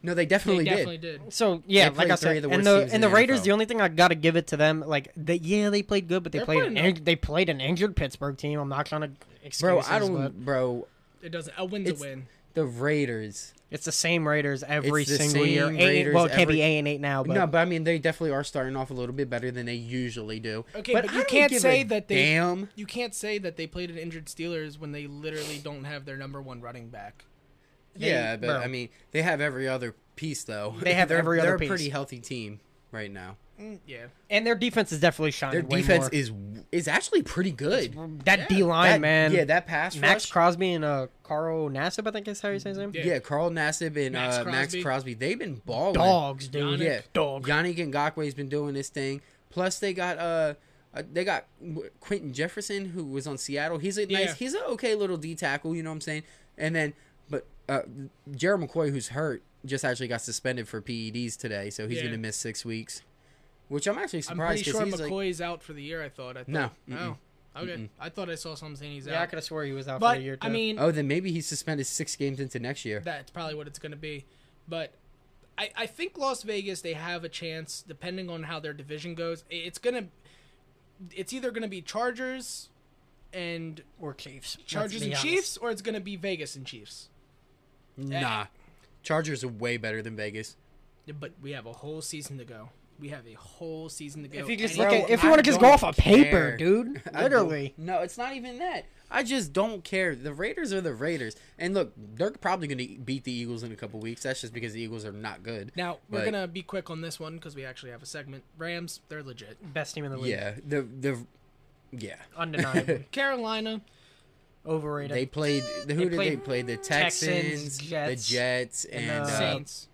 Speaker 2: No, they
Speaker 3: they
Speaker 2: definitely,
Speaker 3: definitely
Speaker 2: did.
Speaker 3: Oh, did.
Speaker 4: So yeah,
Speaker 2: They
Speaker 4: like I
Speaker 2: played three
Speaker 4: said,
Speaker 2: of the
Speaker 4: and
Speaker 2: worst
Speaker 4: the
Speaker 2: teams in
Speaker 4: and
Speaker 2: the
Speaker 4: the Raiders,
Speaker 2: NFL.
Speaker 4: the only thing I gotta give it to them, like they yeah they played good, but they
Speaker 3: They're
Speaker 4: played an
Speaker 3: putting up-
Speaker 4: ang- they played an injured Pittsburgh team. I'm not trying to excuse
Speaker 2: Bro, I don't. Bro,
Speaker 3: It doesn't. A win's
Speaker 2: It's-
Speaker 3: a win.
Speaker 2: the Raiders.
Speaker 4: It's the same Raiders every
Speaker 2: It's the
Speaker 4: single year.
Speaker 2: same
Speaker 4: Eight-
Speaker 2: Raiders
Speaker 4: well, it can't
Speaker 2: every-
Speaker 4: be eight and eight now, but,
Speaker 2: no, but I mean they definitely are starting off a little bit better than they usually do.
Speaker 3: Okay, but,
Speaker 2: I
Speaker 3: you
Speaker 2: don't
Speaker 3: can't
Speaker 2: give
Speaker 3: say
Speaker 2: a
Speaker 3: that they.
Speaker 2: Damn.
Speaker 3: You can't say that they played an injured Steelers when they literally don't have their number one running back.
Speaker 4: They-
Speaker 2: yeah, but
Speaker 4: bro.
Speaker 2: I mean they have every other piece though.
Speaker 4: They have
Speaker 2: They're-
Speaker 4: every other
Speaker 2: They're
Speaker 4: piece.
Speaker 2: a pretty healthy team right now.
Speaker 3: Mm, yeah.
Speaker 4: and their defense is definitely shining.
Speaker 2: Their
Speaker 4: way
Speaker 2: defense
Speaker 4: more.
Speaker 2: is is actually pretty good.
Speaker 4: that
Speaker 3: Yeah,
Speaker 4: D line,
Speaker 2: That-
Speaker 4: man.
Speaker 2: Yeah, that pass
Speaker 4: Max
Speaker 2: rush.
Speaker 4: Crosby and uh, Carl Nassib, I think is how you say his name.
Speaker 3: Yeah.
Speaker 2: yeah, Carl Nassib and
Speaker 3: Max
Speaker 2: uh, Max
Speaker 3: Crosby.
Speaker 2: Crosby. They've been balling.
Speaker 4: Dogs, dude.
Speaker 3: Yannick.
Speaker 2: Yeah,
Speaker 4: Dog.
Speaker 2: Yannick Ngakwe's been doing this thing. Plus, they got uh, uh they got Quentin Jefferson who was on Seattle. He's a nice,
Speaker 3: Yeah.
Speaker 2: he's a okay little D tackle. You know what I'm saying? And then, but uh, Jared McCoy, who's hurt, just actually got suspended for PEDs today, so he's
Speaker 3: Yeah.
Speaker 2: gonna miss six weeks. Which I'm actually
Speaker 3: I'm
Speaker 2: surprised
Speaker 3: pretty
Speaker 2: because
Speaker 3: sure
Speaker 2: he's like,
Speaker 3: McCoy's out for the year. I thought. I thought.
Speaker 2: No,
Speaker 3: Oh. Okay. I thought I saw something saying he's
Speaker 4: Yeah, I
Speaker 3: out.
Speaker 4: could have swore he was out for
Speaker 3: but
Speaker 4: the year too.
Speaker 3: I mean,
Speaker 2: oh, then maybe he's suspended six games into next year.
Speaker 3: that's probably what it's going to be. But I, I think Las Vegas they have a chance depending on how their division goes. I- It's gonna it's either going to be Chargers and
Speaker 4: or Chiefs. Let's
Speaker 3: Chargers
Speaker 4: be
Speaker 3: and
Speaker 4: honest.
Speaker 3: Chiefs, or it's going to be Vegas and Chiefs.
Speaker 2: nah, Chargers are way better than Vegas.
Speaker 3: But we have a whole season to go. We have a whole season to go.
Speaker 4: If you just
Speaker 3: And
Speaker 4: look
Speaker 2: Bro,
Speaker 4: at, if
Speaker 2: I
Speaker 4: you want to just go
Speaker 2: don't
Speaker 4: off a paper,
Speaker 2: care.
Speaker 4: dude,
Speaker 2: I don't-
Speaker 4: literally.
Speaker 2: No, it's not even that. I just don't care. The Raiders are the Raiders. And look, they're probably going to beat the Eagles in a couple weeks. That's just because the Eagles are not good.
Speaker 3: now we're
Speaker 2: But-
Speaker 3: gonna be quick on this one because we actually have a segment. Rams, they're legit.
Speaker 4: Best team in the league,
Speaker 2: Yeah, the the yeah.
Speaker 4: undeniably
Speaker 3: Carolina,
Speaker 4: overrated.
Speaker 2: They played who did they
Speaker 4: played
Speaker 2: play? The
Speaker 4: Texans,
Speaker 2: Texans,
Speaker 4: Jets,
Speaker 2: the Jets and,
Speaker 4: the
Speaker 2: uh,
Speaker 3: Saints.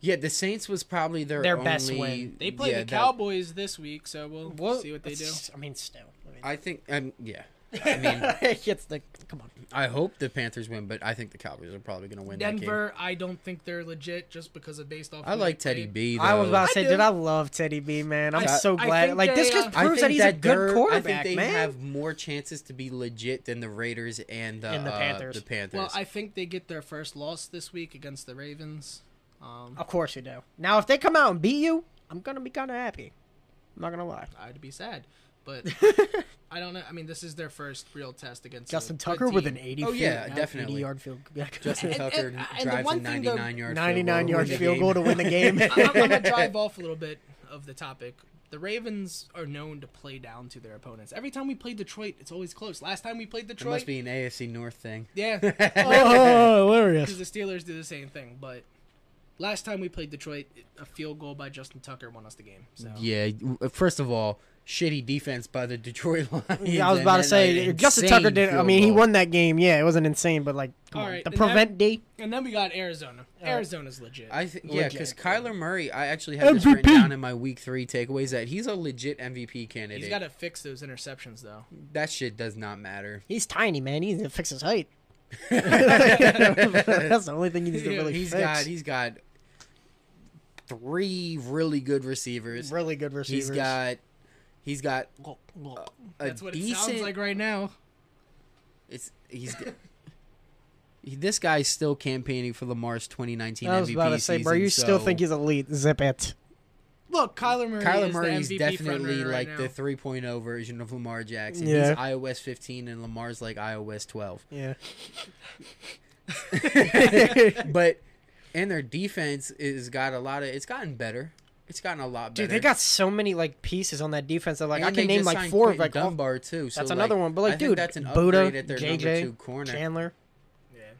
Speaker 2: Yeah, the Saints was probably their
Speaker 4: Their best
Speaker 2: only-
Speaker 4: win.
Speaker 3: They play
Speaker 2: yeah,
Speaker 3: the
Speaker 2: that-
Speaker 3: Cowboys this week, so we'll
Speaker 4: Well,
Speaker 3: see what they do.
Speaker 4: it's- I mean, still. I mean,
Speaker 2: I think um yeah. I mean,
Speaker 4: it's the come on.
Speaker 2: I hope the Panthers win, but I think the Cowboys are probably going to win that game.
Speaker 3: Denver, I don't think they're legit just because of based off.
Speaker 2: I
Speaker 3: who they
Speaker 2: like Teddy
Speaker 3: played.
Speaker 2: B. Though.
Speaker 4: I was about to
Speaker 3: I
Speaker 4: say,
Speaker 3: do.
Speaker 4: dude, I love Teddy B, man. I'm
Speaker 3: I-
Speaker 4: so
Speaker 3: I
Speaker 4: glad.
Speaker 3: think
Speaker 4: Like this
Speaker 3: they,
Speaker 4: just
Speaker 3: uh,
Speaker 4: proves that
Speaker 2: think
Speaker 4: he's a
Speaker 2: that they're-
Speaker 4: good
Speaker 2: I
Speaker 4: quarterback,
Speaker 2: think they
Speaker 4: man.
Speaker 2: have more chances to be legit than the Raiders and the,
Speaker 4: And the
Speaker 2: uh,
Speaker 4: Panthers.
Speaker 2: the Panthers.
Speaker 3: Well, I think they get their first loss this week against the Ravens.
Speaker 2: Uh,
Speaker 3: Um,
Speaker 4: Of course you do. Now, if they come out and beat you, I'm gonna be kind of happy. I'm not gonna lie.
Speaker 3: I'd be sad, but I don't know. I mean, this is their first real test against a
Speaker 4: Justin
Speaker 3: good
Speaker 4: Tucker with
Speaker 3: team.
Speaker 4: an 80
Speaker 2: Oh,
Speaker 4: field-
Speaker 2: yeah,
Speaker 4: no,
Speaker 2: definitely.
Speaker 4: 80 yard field
Speaker 2: Justin
Speaker 3: and-
Speaker 2: Tucker
Speaker 3: and- and the
Speaker 2: drives a
Speaker 3: one thing, though-
Speaker 2: 99 yard
Speaker 4: 99
Speaker 2: field goal
Speaker 4: yard
Speaker 2: to win the
Speaker 4: field goal
Speaker 2: game.
Speaker 4: to win the game.
Speaker 3: I- I'm gonna drive off a little bit of the topic. The Ravens are known to play down to their opponents. Every time we played Detroit, it's always close. Last time we played
Speaker 2: It
Speaker 3: Detroit,
Speaker 2: must be an AFC North thing.
Speaker 3: yeah,
Speaker 4: oh, hilarious.
Speaker 3: because the Steelers do the same thing. But last time we played Detroit, a field goal by Justin Tucker won us the game. So
Speaker 2: Yeah. First of all, shitty defense by the Detroit Lions.
Speaker 4: Yeah, I was
Speaker 2: and
Speaker 4: about to
Speaker 2: then
Speaker 4: say
Speaker 2: an
Speaker 4: Justin
Speaker 2: insane
Speaker 4: Tucker did. I
Speaker 2: field
Speaker 4: mean, he
Speaker 2: goal.
Speaker 4: won that game. Yeah, it wasn't insane, but like, come
Speaker 3: All
Speaker 4: on.
Speaker 3: right,
Speaker 4: the
Speaker 3: and that-
Speaker 4: prevent D.
Speaker 3: And then we got Arizona.
Speaker 4: right.
Speaker 3: Arizona's legit.
Speaker 2: I think yeah,
Speaker 4: Legit.
Speaker 2: because Kyler Murray, I actually had this written
Speaker 4: MVP.
Speaker 2: down in my week three takeaways that he's a legit MVP candidate.
Speaker 3: He's got to fix those interceptions though.
Speaker 2: that shit does not matter.
Speaker 4: He's tiny, man. He needs to fix his height. That's the only thing he needs to
Speaker 3: Yeah,
Speaker 4: really
Speaker 2: He's
Speaker 4: fix.
Speaker 2: got he's got three really good receivers.
Speaker 4: really good receivers.
Speaker 2: He's got he's got a
Speaker 3: That's what it
Speaker 2: decent.
Speaker 3: sounds like right now.
Speaker 2: It's he's. g- he- this guy's still campaigning for Lamar's 2019
Speaker 4: I was
Speaker 2: MVP
Speaker 4: about to say,
Speaker 2: season.
Speaker 4: bro, you still
Speaker 2: so
Speaker 4: think he's elite? Zip it.
Speaker 3: Look, Kyler Murray.
Speaker 2: Kyler
Speaker 3: is
Speaker 2: Murray's
Speaker 3: the MVP
Speaker 2: definitely
Speaker 3: frontrunner
Speaker 2: like
Speaker 3: right now.
Speaker 2: the 3.0 version of Lamar Jackson.
Speaker 4: Yeah.
Speaker 2: He's iOS 15 and Lamar's like iOS 12.
Speaker 4: Yeah.
Speaker 2: But and their defense is got a lot of it's gotten better. It's gotten a lot better.
Speaker 4: Dude, they got so many like pieces on that defense. That, like
Speaker 2: And
Speaker 4: I
Speaker 2: they
Speaker 4: can name
Speaker 2: just
Speaker 4: like
Speaker 2: signed
Speaker 4: four of
Speaker 2: Quentin
Speaker 4: like all-
Speaker 2: Dunbar too. So
Speaker 4: That's
Speaker 2: like,
Speaker 4: another one. But like,
Speaker 2: I think
Speaker 4: dude,
Speaker 2: that's an
Speaker 4: Buddha,
Speaker 2: upgrade at their number
Speaker 4: JJ,
Speaker 2: two corner.
Speaker 4: Chandler,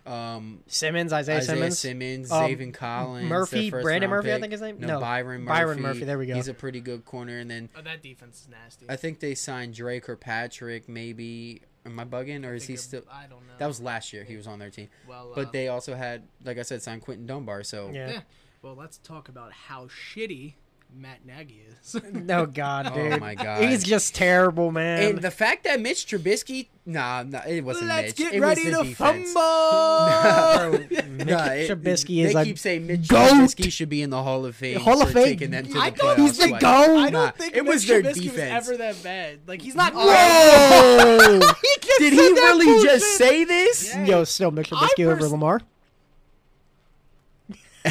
Speaker 3: Yeah.
Speaker 2: um,
Speaker 4: Simmons, Isaiah,
Speaker 2: Isaiah
Speaker 4: Simmons.
Speaker 2: Simmons, Simmons
Speaker 4: Um,
Speaker 2: Zayvon Collins,
Speaker 4: Murphy,
Speaker 2: their first
Speaker 4: Brandon
Speaker 2: round
Speaker 4: Murphy, I
Speaker 2: pick.
Speaker 4: think his name?
Speaker 2: No,
Speaker 4: No,
Speaker 2: Byron Murphy.
Speaker 4: Byron Murphy, there we go.
Speaker 2: He's a pretty good corner, and then
Speaker 3: Oh, that defense is nasty.
Speaker 2: I think they signed Drake or Patrick. Maybe am I bugging, or is he
Speaker 3: Think of-
Speaker 2: still?
Speaker 3: I don't know.
Speaker 2: That was last year. He was on their team,
Speaker 3: well, uh,
Speaker 2: but they also had, like I said, signed Quentin Dunbar. So
Speaker 4: Yeah.
Speaker 3: Yeah. Well, let's talk about how shitty Matt Nagy is.
Speaker 4: No God,
Speaker 2: Oh
Speaker 4: dude.
Speaker 2: my God.
Speaker 4: he's just terrible, man.
Speaker 2: and the fact that Mitch Trubisky, nah, nah it wasn't
Speaker 3: let's
Speaker 2: Mitch.
Speaker 3: get
Speaker 2: it
Speaker 3: ready
Speaker 2: was
Speaker 3: to
Speaker 2: the defense.
Speaker 3: fumble.
Speaker 4: Bro, Mitch
Speaker 2: Nah, it-
Speaker 4: Trubisky is
Speaker 2: they
Speaker 4: a
Speaker 2: keep saying Mitch
Speaker 4: goat.
Speaker 2: Trubisky should be in the Hall of Fame.
Speaker 4: Hall of
Speaker 2: for
Speaker 4: Fame.
Speaker 2: Taking them to the
Speaker 4: I
Speaker 2: playoffs.
Speaker 4: thought he's the
Speaker 2: like-
Speaker 4: goat.
Speaker 2: Nah,
Speaker 3: I don't think
Speaker 2: it
Speaker 3: Mitch
Speaker 2: was their
Speaker 3: Trubisky was
Speaker 2: defense.
Speaker 3: ever that bad. Like he's not.
Speaker 4: Whoa!
Speaker 2: Did he really just say this?
Speaker 3: Yeah.
Speaker 4: Yo, still Mitch
Speaker 3: I
Speaker 4: Trubisky over
Speaker 3: pers-
Speaker 4: Lamar.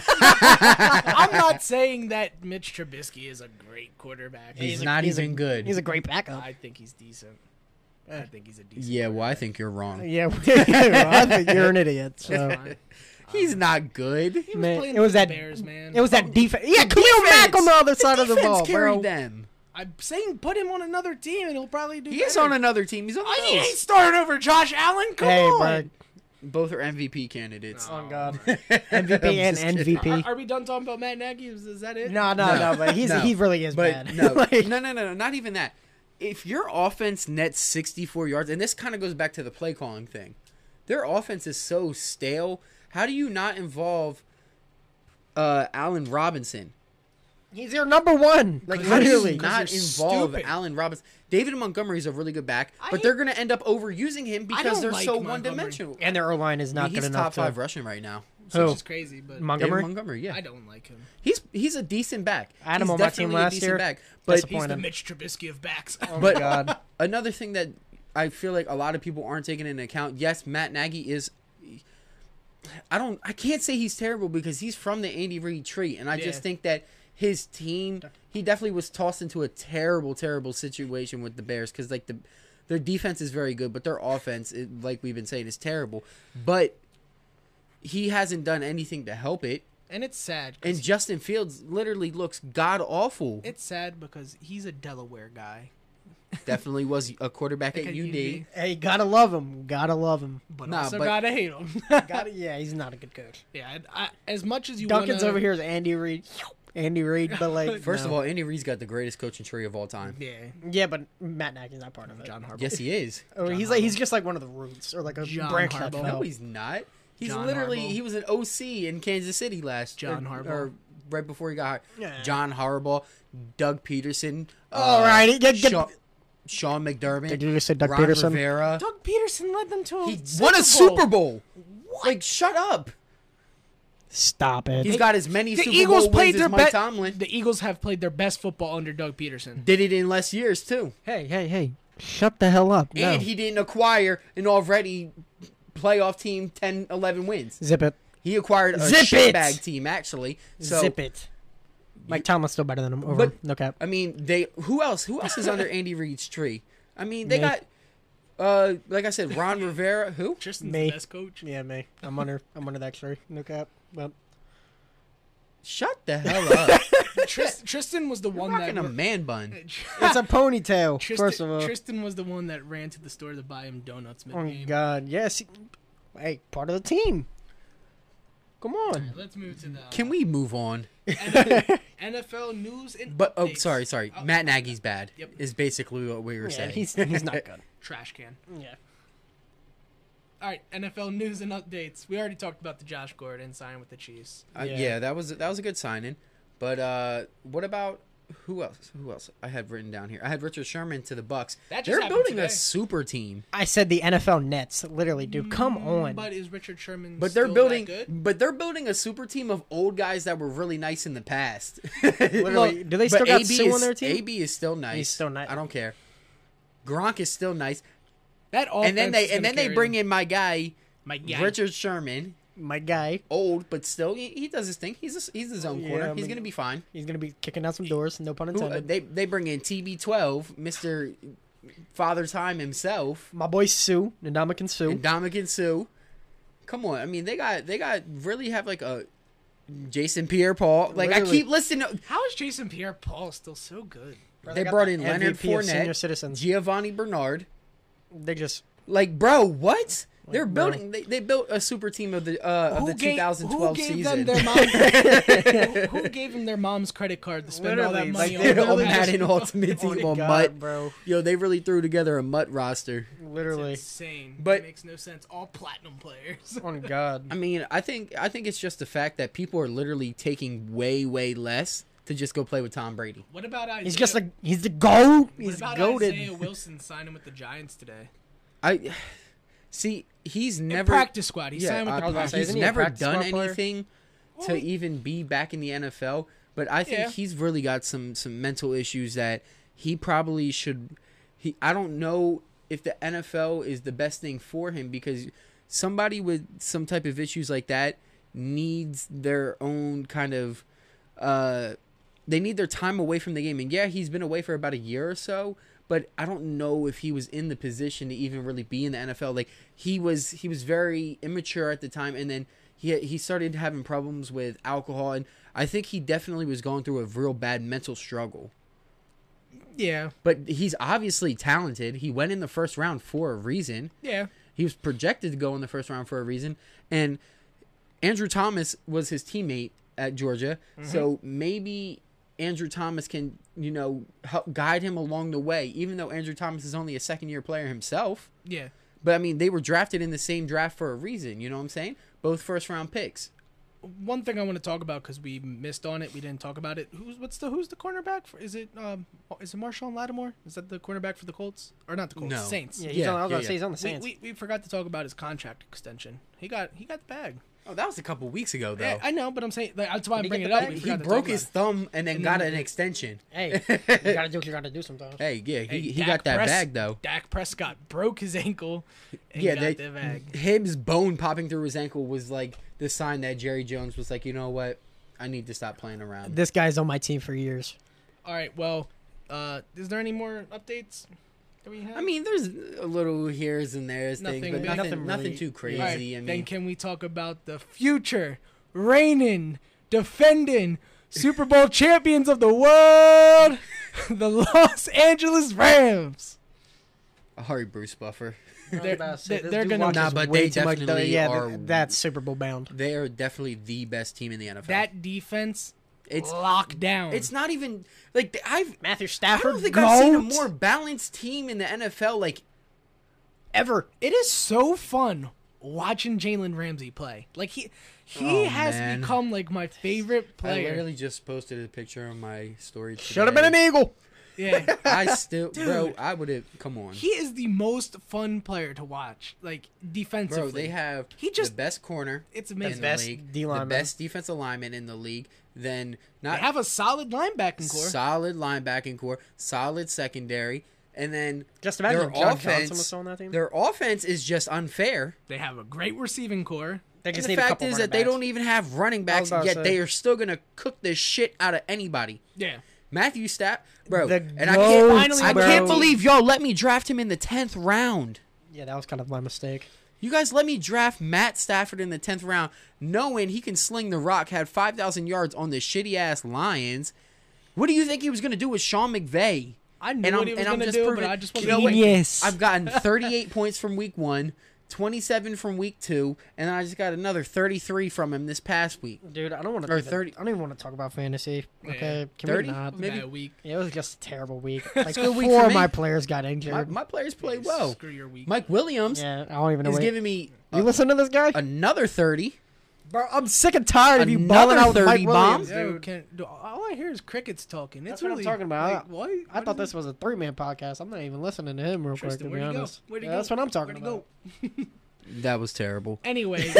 Speaker 3: I'm not saying that Mitch Trubisky is a great quarterback.
Speaker 2: He's,
Speaker 3: a-
Speaker 2: not
Speaker 4: he's a-
Speaker 2: even good.
Speaker 4: He's a great backup.
Speaker 3: I think he's decent. I think he's a decent.
Speaker 2: yeah, well, I think you're wrong.
Speaker 4: yeah, I think you're an idiot. So.
Speaker 3: quarterback.
Speaker 2: He's not good.
Speaker 3: He was
Speaker 4: Man,
Speaker 3: playing
Speaker 4: it was
Speaker 3: for the
Speaker 4: that-
Speaker 3: Bears, man.
Speaker 4: It was that defense. Yeah, Khalil Mack on the other side of the
Speaker 2: defense
Speaker 4: ball,
Speaker 2: carried
Speaker 4: bro.
Speaker 2: them.
Speaker 3: I'm saying put him on another team and he'll probably do.
Speaker 2: He is
Speaker 3: better.
Speaker 2: on another team. He's on
Speaker 3: I
Speaker 2: the
Speaker 3: ain't starting over Josh Allen. Come
Speaker 4: Hey,
Speaker 3: on.
Speaker 4: bro.
Speaker 2: Both are MVP candidates.
Speaker 3: Oh,
Speaker 4: God.
Speaker 2: I'm just
Speaker 4: MVP and
Speaker 2: kidding.
Speaker 4: MVP.
Speaker 3: Are, are we done talking about Matt Nagy? Is, is that it?
Speaker 4: No, no, no, but he's
Speaker 2: no.
Speaker 4: he really is
Speaker 2: But
Speaker 4: bad.
Speaker 2: No,
Speaker 4: Like,
Speaker 2: no, no, no, no, not even that. If your offense nets 64 yards, and this kind of goes back to the play calling thing, their offense is so stale. How do you not involve uh, Allen Robinson?
Speaker 4: he's your number one.
Speaker 2: Like,
Speaker 4: Like
Speaker 2: how do you
Speaker 4: literally.
Speaker 3: Because
Speaker 2: not
Speaker 3: you're
Speaker 2: involve
Speaker 3: stupid.
Speaker 2: Allen Robinson? David Montgomery is a really good back,
Speaker 3: I-
Speaker 2: but they're going to end up overusing him because
Speaker 3: don't
Speaker 2: they're
Speaker 3: like
Speaker 2: so
Speaker 3: Montgomery.
Speaker 2: one dimensional.
Speaker 4: And their O line is not
Speaker 2: He's
Speaker 4: good
Speaker 2: top
Speaker 4: enough.
Speaker 2: five
Speaker 4: To,
Speaker 2: rushing right now.
Speaker 4: who?
Speaker 3: Which is crazy, but
Speaker 2: David
Speaker 4: Montgomery.
Speaker 2: Montgomery, yeah.
Speaker 3: I don't like him.
Speaker 2: He's he's a decent back.
Speaker 4: I had him
Speaker 2: He's
Speaker 4: on my team
Speaker 2: definitely a
Speaker 4: last
Speaker 2: decent
Speaker 4: year.
Speaker 2: Back, but
Speaker 4: Disappointed.
Speaker 3: He's the
Speaker 4: Point him.
Speaker 3: Mitch Trubisky of backs. Um,
Speaker 2: but
Speaker 4: God.
Speaker 2: another thing that I feel like a lot of people aren't taking into account. Yes, Matt Nagy is. I don't. I can't say he's terrible because he's from the Andy Reid tree, and I
Speaker 3: Yeah.
Speaker 2: just think that his team. He definitely was tossed into a terrible, terrible situation with the Bears because like the their defense is very good, but their offense, it, like we've been saying, is terrible. But he hasn't done anything to help it.
Speaker 3: and it's sad. 'cause
Speaker 2: And Justin Fields literally looks god awful.
Speaker 3: it's sad because he's a Delaware guy.
Speaker 2: Definitely was a quarterback at
Speaker 3: At
Speaker 2: UD.
Speaker 3: UD.
Speaker 4: Hey, gotta love him. Gotta love him.
Speaker 3: But
Speaker 2: Nah,
Speaker 3: also
Speaker 2: but-
Speaker 3: gotta hate him.
Speaker 4: Gotta, yeah, he's not a good coach.
Speaker 3: yeah, I, I, as much as you
Speaker 4: Duncan's
Speaker 3: wanna-
Speaker 4: over here is Andy Reid. Andy Reid, but like
Speaker 2: 1st of
Speaker 4: no.
Speaker 2: all, Andy Reid's got the greatest coaching tree of all time.
Speaker 3: Yeah,
Speaker 4: yeah, but Matt Nagy's not part of it.
Speaker 3: John Harbaugh.
Speaker 2: Yes, he is.
Speaker 4: Or
Speaker 3: John
Speaker 4: he's like he's just like one of the roots or like a
Speaker 3: John
Speaker 4: branch that
Speaker 3: Harbaugh.
Speaker 4: fell.
Speaker 2: No, he's not. He's
Speaker 3: John
Speaker 2: literally
Speaker 3: Harbaugh.
Speaker 2: he was an OC in Kansas City last
Speaker 3: John
Speaker 2: or-
Speaker 3: Harbaugh.
Speaker 2: or right before he got hired.
Speaker 4: Yeah.
Speaker 2: John Harbaugh, Doug Peterson.
Speaker 4: All righty, get- get-
Speaker 2: Sean, Sean McDermott.
Speaker 4: Did you just say Doug
Speaker 2: Ron
Speaker 4: Peterson?
Speaker 2: Rivera.
Speaker 3: Doug Peterson led them to a
Speaker 2: he
Speaker 3: Super
Speaker 2: won a
Speaker 3: Bowl.
Speaker 2: Super Bowl. Like, shut up.
Speaker 4: Stop it.
Speaker 2: He's got as many
Speaker 3: The
Speaker 2: Super
Speaker 3: Eagles
Speaker 2: Bowl wins
Speaker 3: played
Speaker 2: as
Speaker 3: their
Speaker 2: Mike
Speaker 3: best.
Speaker 2: Tomlin.
Speaker 3: The Eagles have played their best football under Doug Peterson.
Speaker 2: Did it in less years too.
Speaker 4: hey, hey, hey. Shut the hell up. No.
Speaker 2: and he didn't acquire an already playoff team 10 11 wins
Speaker 4: Zip it.
Speaker 2: he acquired a
Speaker 4: Zip it.
Speaker 2: shitbag team actually so
Speaker 4: Zip it. Mike Tomlin's still better than him. Over.
Speaker 2: But-
Speaker 4: no cap.
Speaker 2: i mean they who else who else is under andy reid's tree i mean they
Speaker 4: Me.
Speaker 2: got uh like i said ron rivera who
Speaker 3: Tristan's
Speaker 4: Me.
Speaker 3: the best coach.
Speaker 4: Yeah, me. I'm under. I'm under that tree. No cap. But
Speaker 2: shut the hell up
Speaker 3: Trist, Tristan was the one that
Speaker 2: rocking a man bun
Speaker 4: it's a ponytail.
Speaker 3: Tristan,
Speaker 4: first of all.
Speaker 3: Tristan was the one that ran to the store to buy him donuts
Speaker 4: oh
Speaker 3: mid-game.
Speaker 4: God. Yes. he- Hey, part of the team. Come on.
Speaker 3: Let's move to the
Speaker 2: can we move on
Speaker 3: NFL news and
Speaker 2: But oh,
Speaker 3: updates.
Speaker 2: sorry, sorry.
Speaker 3: Oh,
Speaker 2: Matt Nagy's bad
Speaker 3: Yep.
Speaker 2: is basically what we were
Speaker 4: Yeah,
Speaker 2: saying.
Speaker 4: he's he's not good.
Speaker 3: trash can.
Speaker 4: Yeah.
Speaker 3: All right, NFL news and updates. We already talked about the Josh Gordon signing with the Chiefs.
Speaker 2: Uh, yeah.
Speaker 4: Yeah.
Speaker 2: that was that was a good signing. But uh, what about who else? Who else? I had written down here. I had Richard Sherman to the Bucks.
Speaker 3: That just
Speaker 2: They're
Speaker 3: happened
Speaker 2: building a
Speaker 3: today.
Speaker 2: super team,
Speaker 4: I said the NFL Nets, literally, dude. Come on.
Speaker 3: But is Richard Sherman?
Speaker 2: but they're
Speaker 3: still
Speaker 2: building,
Speaker 3: that good?
Speaker 2: but they're building a super team of old guys that were really nice in the past.
Speaker 4: Literally, do they still
Speaker 2: But
Speaker 4: got
Speaker 2: AB
Speaker 4: Sue on
Speaker 2: is-
Speaker 4: their team?
Speaker 2: AB is still nice.
Speaker 4: still nice.
Speaker 2: I don't care. Gronk is still nice,
Speaker 3: That
Speaker 4: Oh,
Speaker 3: all.
Speaker 2: and then they and then they bring in my guy
Speaker 3: my guy.
Speaker 2: Richard Sherman,
Speaker 4: My guy,
Speaker 2: old but still he, he does his thing. He's a, he's his own
Speaker 4: Yeah,
Speaker 2: corner.
Speaker 4: I
Speaker 2: he's
Speaker 4: mean-
Speaker 2: gonna be fine.
Speaker 4: he's gonna be kicking out some doors. No pun
Speaker 2: Who, uh,
Speaker 4: intended.
Speaker 2: they they bring in TB12, Mister Father Time himself,
Speaker 4: My boy Sue, Ndamukong Sue.
Speaker 2: and Dominican Sue. Come on, I mean they got they got really have like a Jason Pierre-Paul. Like I
Speaker 4: Literally.
Speaker 2: keep listening.
Speaker 3: How is Jason Pierre-Paul still so good?
Speaker 4: Bro,
Speaker 2: They
Speaker 4: got
Speaker 2: brought
Speaker 4: the
Speaker 2: in Leonard
Speaker 4: MVP of senior
Speaker 2: Fournette.
Speaker 4: citizens.
Speaker 2: Giovanni Bernard.
Speaker 4: They just
Speaker 2: Like bro, what? They're
Speaker 4: bro.
Speaker 2: building. They, they built a super team of the uh, of the 2012
Speaker 3: who gave
Speaker 2: season.
Speaker 3: Them their mom, who, who gave them their mom's credit card to spend all that
Speaker 4: Literally,
Speaker 3: money
Speaker 2: like
Speaker 4: like,
Speaker 3: on?
Speaker 2: they're all
Speaker 4: literally just-
Speaker 2: Madden Ultimate
Speaker 4: Oh my
Speaker 2: Team on
Speaker 4: God,
Speaker 2: Mutt.
Speaker 4: bro.
Speaker 2: Yo, they really threw together a Mutt roster.
Speaker 4: Literally,
Speaker 3: It's insane.
Speaker 2: But-
Speaker 3: it makes no sense. All platinum players.
Speaker 4: on God.
Speaker 2: I mean, I think I think it's just the fact that people are literally taking way way less to just go play with Tom Brady.
Speaker 3: What about Isaiah?
Speaker 4: He's just like he's the goat.
Speaker 3: what
Speaker 4: He's
Speaker 3: about Isaiah
Speaker 4: goaded.
Speaker 3: Wilson signing with the Giants today?
Speaker 2: I see he's
Speaker 3: In
Speaker 2: never
Speaker 3: practice squad. He
Speaker 2: yeah,
Speaker 3: signed with
Speaker 2: I-
Speaker 3: the
Speaker 4: was about
Speaker 3: practice
Speaker 4: to say,
Speaker 2: he's
Speaker 4: isn't he a
Speaker 2: never
Speaker 4: practice
Speaker 2: done
Speaker 4: squad player?
Speaker 2: anything to even be back in the NFL. But I think
Speaker 3: Yeah.
Speaker 2: he's really got some some mental issues that he probably should. He I don't know if the NFL is the best thing for him because somebody with some type of issues like that needs their own kind of. Uh, they need their time away from the game. And yeah, he's been away for about a year or so, but I don't know if he was in the position to even really be in the NFL. Like he was he was very immature at the time and then he he started having problems with alcohol and I think he definitely was going through a real bad mental struggle.
Speaker 3: Yeah,
Speaker 2: But he's obviously talented. He went in the first round for a reason.
Speaker 3: yeah.
Speaker 2: He was projected to go in the first round for a reason. And Andrew Thomas was his teammate at Georgia. So maybe Andrew Thomas can, you know, help guide him along the way, even though Andrew Thomas is only a second year player himself.
Speaker 3: Yeah.
Speaker 2: But I mean, they were drafted in the same draft for a reason. You know what I'm saying? Both first round picks.
Speaker 3: One thing I want to talk about because we missed on it, we didn't talk about it. Who's what's the who's the cornerback for? Is it um is it Marshawn Lattimore? Is that the cornerback for the Colts or not the Colts?
Speaker 2: No.
Speaker 3: Saints.
Speaker 4: Yeah, he's
Speaker 2: Yeah,
Speaker 4: on, I was
Speaker 2: yeah,
Speaker 4: gonna
Speaker 2: yeah.
Speaker 4: say he's on the
Speaker 3: We,
Speaker 4: Saints.
Speaker 3: we, we forgot to talk about his contract extension. He got he got the bag.
Speaker 2: Oh, that was a couple weeks ago, though.
Speaker 3: Yeah, I know, but I'm saying like, that's why I'm
Speaker 4: he
Speaker 3: bringing
Speaker 4: get
Speaker 3: it up.
Speaker 4: the bag?
Speaker 3: We
Speaker 2: he
Speaker 3: forgot to
Speaker 2: broke
Speaker 3: talk
Speaker 2: his
Speaker 3: about
Speaker 2: thumb and then
Speaker 3: And
Speaker 2: got
Speaker 3: then-
Speaker 2: an extension.
Speaker 4: hey, you gotta do what you gotta do sometimes.
Speaker 2: Hey, yeah,
Speaker 3: it.
Speaker 2: he,
Speaker 3: Hey,
Speaker 2: he
Speaker 3: Dak
Speaker 2: got that
Speaker 3: Pres-
Speaker 2: bag, though.
Speaker 3: Dak Prescott broke his ankle. And
Speaker 2: yeah,
Speaker 3: got
Speaker 2: that
Speaker 3: the bag.
Speaker 2: Hibbs' bone popping through his ankle was like the sign that Jerry Jones was like, you know what, I need to stop playing around.
Speaker 4: This guy's on my team for years.
Speaker 3: All right. Well, uh, is there any more updates that we have?
Speaker 2: I mean, there's a little here's and there's
Speaker 3: Nothing
Speaker 2: things, but
Speaker 3: big.
Speaker 2: nothing,
Speaker 4: Nothing
Speaker 2: nothing
Speaker 4: really-
Speaker 2: too crazy.
Speaker 3: All right,
Speaker 2: I
Speaker 3: then
Speaker 2: mean,
Speaker 3: can we talk about the future reigning, defending Super Bowl champions of the world, the Los Angeles Rams?
Speaker 2: hurry, Bruce Buffer.
Speaker 3: They're- they're- they're gonna-
Speaker 2: Nah, but they definitely
Speaker 4: yeah,
Speaker 2: are-
Speaker 4: th- that's Super Bowl bound.
Speaker 2: They are definitely the best team in the NFL.
Speaker 3: That Oh. defense,
Speaker 2: it's
Speaker 3: locked down.
Speaker 2: it's not even like th- I've
Speaker 4: Matthew
Speaker 2: I
Speaker 4: Stafford.
Speaker 2: don't think I've seen a
Speaker 4: goat.
Speaker 2: more balanced team in the NFL. Like
Speaker 4: ever.
Speaker 3: it is so fun watching Jalen Ramsey play. Like he he
Speaker 2: Oh,
Speaker 3: has
Speaker 2: man.
Speaker 3: become like my favorite
Speaker 2: I
Speaker 3: player.
Speaker 2: literally just posted a picture on my story.
Speaker 4: Should have been an
Speaker 2: today.
Speaker 4: Eagle.
Speaker 3: yeah.
Speaker 2: I still, bro, I would have. Come on.
Speaker 3: He is the most fun player to watch, like defensively.
Speaker 2: Bro, they have
Speaker 3: He just-
Speaker 2: the best corner.
Speaker 3: It's
Speaker 2: in
Speaker 3: amazing.
Speaker 2: the
Speaker 4: best
Speaker 2: league,
Speaker 4: D
Speaker 2: the
Speaker 4: lineman.
Speaker 2: best defensive lineman in the league. Then
Speaker 3: They
Speaker 2: not
Speaker 3: have a solid linebacking core.
Speaker 2: solid linebacking core, solid secondary, and then
Speaker 4: Just imagine
Speaker 2: their
Speaker 4: if John Johnson
Speaker 2: offense.
Speaker 4: was still on that team.
Speaker 2: Their offense is just unfair.
Speaker 3: they have a great receiving core.
Speaker 4: They
Speaker 2: And
Speaker 4: just
Speaker 2: the
Speaker 4: need a
Speaker 2: fact
Speaker 4: couple
Speaker 2: is
Speaker 4: running
Speaker 2: that they
Speaker 4: backs.
Speaker 2: don't even have running backs,
Speaker 4: about to
Speaker 2: yet
Speaker 4: say.
Speaker 2: they are still gonna cook the shit out of anybody.
Speaker 3: Yeah.
Speaker 2: Matthew Stapp, bro,
Speaker 4: The
Speaker 2: and I can't,
Speaker 4: GOAT,
Speaker 2: finally, I
Speaker 4: bro.
Speaker 2: can't believe y'all let me draft him in the tenth round.
Speaker 4: Yeah, that was kind of my mistake.
Speaker 2: You guys let me draft Matt Stafford in the tenth round, knowing he can sling the rock, had five thousand yards on the shitty ass Lions. What do you think he was gonna do with Sean McVay?
Speaker 3: I knew what he was
Speaker 2: I'm
Speaker 3: gonna
Speaker 2: just
Speaker 3: do,
Speaker 2: proving-
Speaker 3: but I just
Speaker 2: You
Speaker 3: wasn't
Speaker 2: know what?
Speaker 4: Yes.
Speaker 2: I've gotten 38 points from week one 27 from week two, and I just got another 33 from him this past week.
Speaker 4: Dude, I don't want to.
Speaker 2: Or 30.
Speaker 4: I don't even want to talk about fantasy.
Speaker 3: Yeah.
Speaker 4: Okay, can
Speaker 2: 30?
Speaker 4: we not?
Speaker 3: It was
Speaker 2: Maybe-
Speaker 3: a bad week.
Speaker 4: It was just a terrible week. Like
Speaker 2: good week
Speaker 4: four
Speaker 2: for
Speaker 4: of
Speaker 2: me.
Speaker 4: my players got injured.
Speaker 2: My, my players played
Speaker 3: Yeah,
Speaker 2: well.
Speaker 3: Screw your week.
Speaker 2: Mike Williams
Speaker 4: yeah, I don't even know.
Speaker 2: is
Speaker 4: What
Speaker 2: giving me
Speaker 4: you
Speaker 2: a-
Speaker 4: listen to this guy,
Speaker 2: another 30.
Speaker 4: bro. I'm sick and tired of you
Speaker 2: Another
Speaker 4: balling out
Speaker 2: 30
Speaker 4: with Mike
Speaker 2: bomb?
Speaker 4: Williams,
Speaker 3: Yeah,
Speaker 4: dude.
Speaker 3: can, do- all I hear is crickets talking. It's
Speaker 4: That's what I'm
Speaker 3: really,
Speaker 4: talking about.
Speaker 3: Like, what?
Speaker 4: I thought this was a three man podcast. I'm not even listening to him real
Speaker 3: Tristan,
Speaker 4: quick. To be
Speaker 3: where'd he go?
Speaker 4: honest,
Speaker 3: Where'd he
Speaker 4: Yeah,
Speaker 3: go?
Speaker 4: that's what I'm talking
Speaker 3: Where'd he
Speaker 4: about.
Speaker 2: That was terrible.
Speaker 3: Anyway,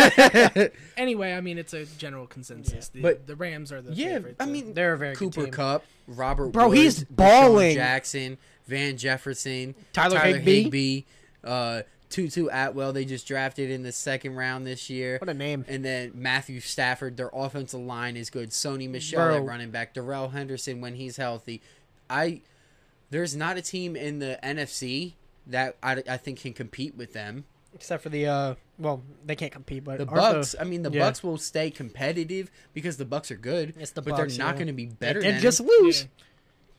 Speaker 2: yeah,
Speaker 3: anyway, I mean, it's a general consensus. The,
Speaker 2: But-
Speaker 3: the Rams are the favorite.
Speaker 2: I
Speaker 3: to-
Speaker 2: mean,
Speaker 4: They're a very
Speaker 2: Cooper
Speaker 4: good team.
Speaker 2: Cup, Robert
Speaker 4: Bro,
Speaker 2: Woods,
Speaker 4: he's
Speaker 2: Deshaun
Speaker 4: balling.
Speaker 2: Jackson, Van Jefferson,
Speaker 4: Tyler Higbee.
Speaker 2: Higbee, uh, Tutu Atwell. They just drafted in the second round this year.
Speaker 4: What a name.
Speaker 2: And then Matthew Stafford, their offensive line is good. Sony Michelle at
Speaker 4: Bro.
Speaker 2: running back. Darrell Henderson when he's healthy. I there's not a team in the NFC that I, I think can compete with them.
Speaker 4: Except for the uh, well, they can't compete, but
Speaker 2: The
Speaker 4: aren't
Speaker 2: Bucks. I mean, the
Speaker 4: yeah.
Speaker 2: Bucks will stay competitive because the Bucks are good.
Speaker 4: It's the
Speaker 2: but
Speaker 4: Bucks,
Speaker 2: they're not
Speaker 4: yeah.
Speaker 2: going to be better.
Speaker 4: they
Speaker 2: than
Speaker 4: just
Speaker 3: yeah.
Speaker 4: lose.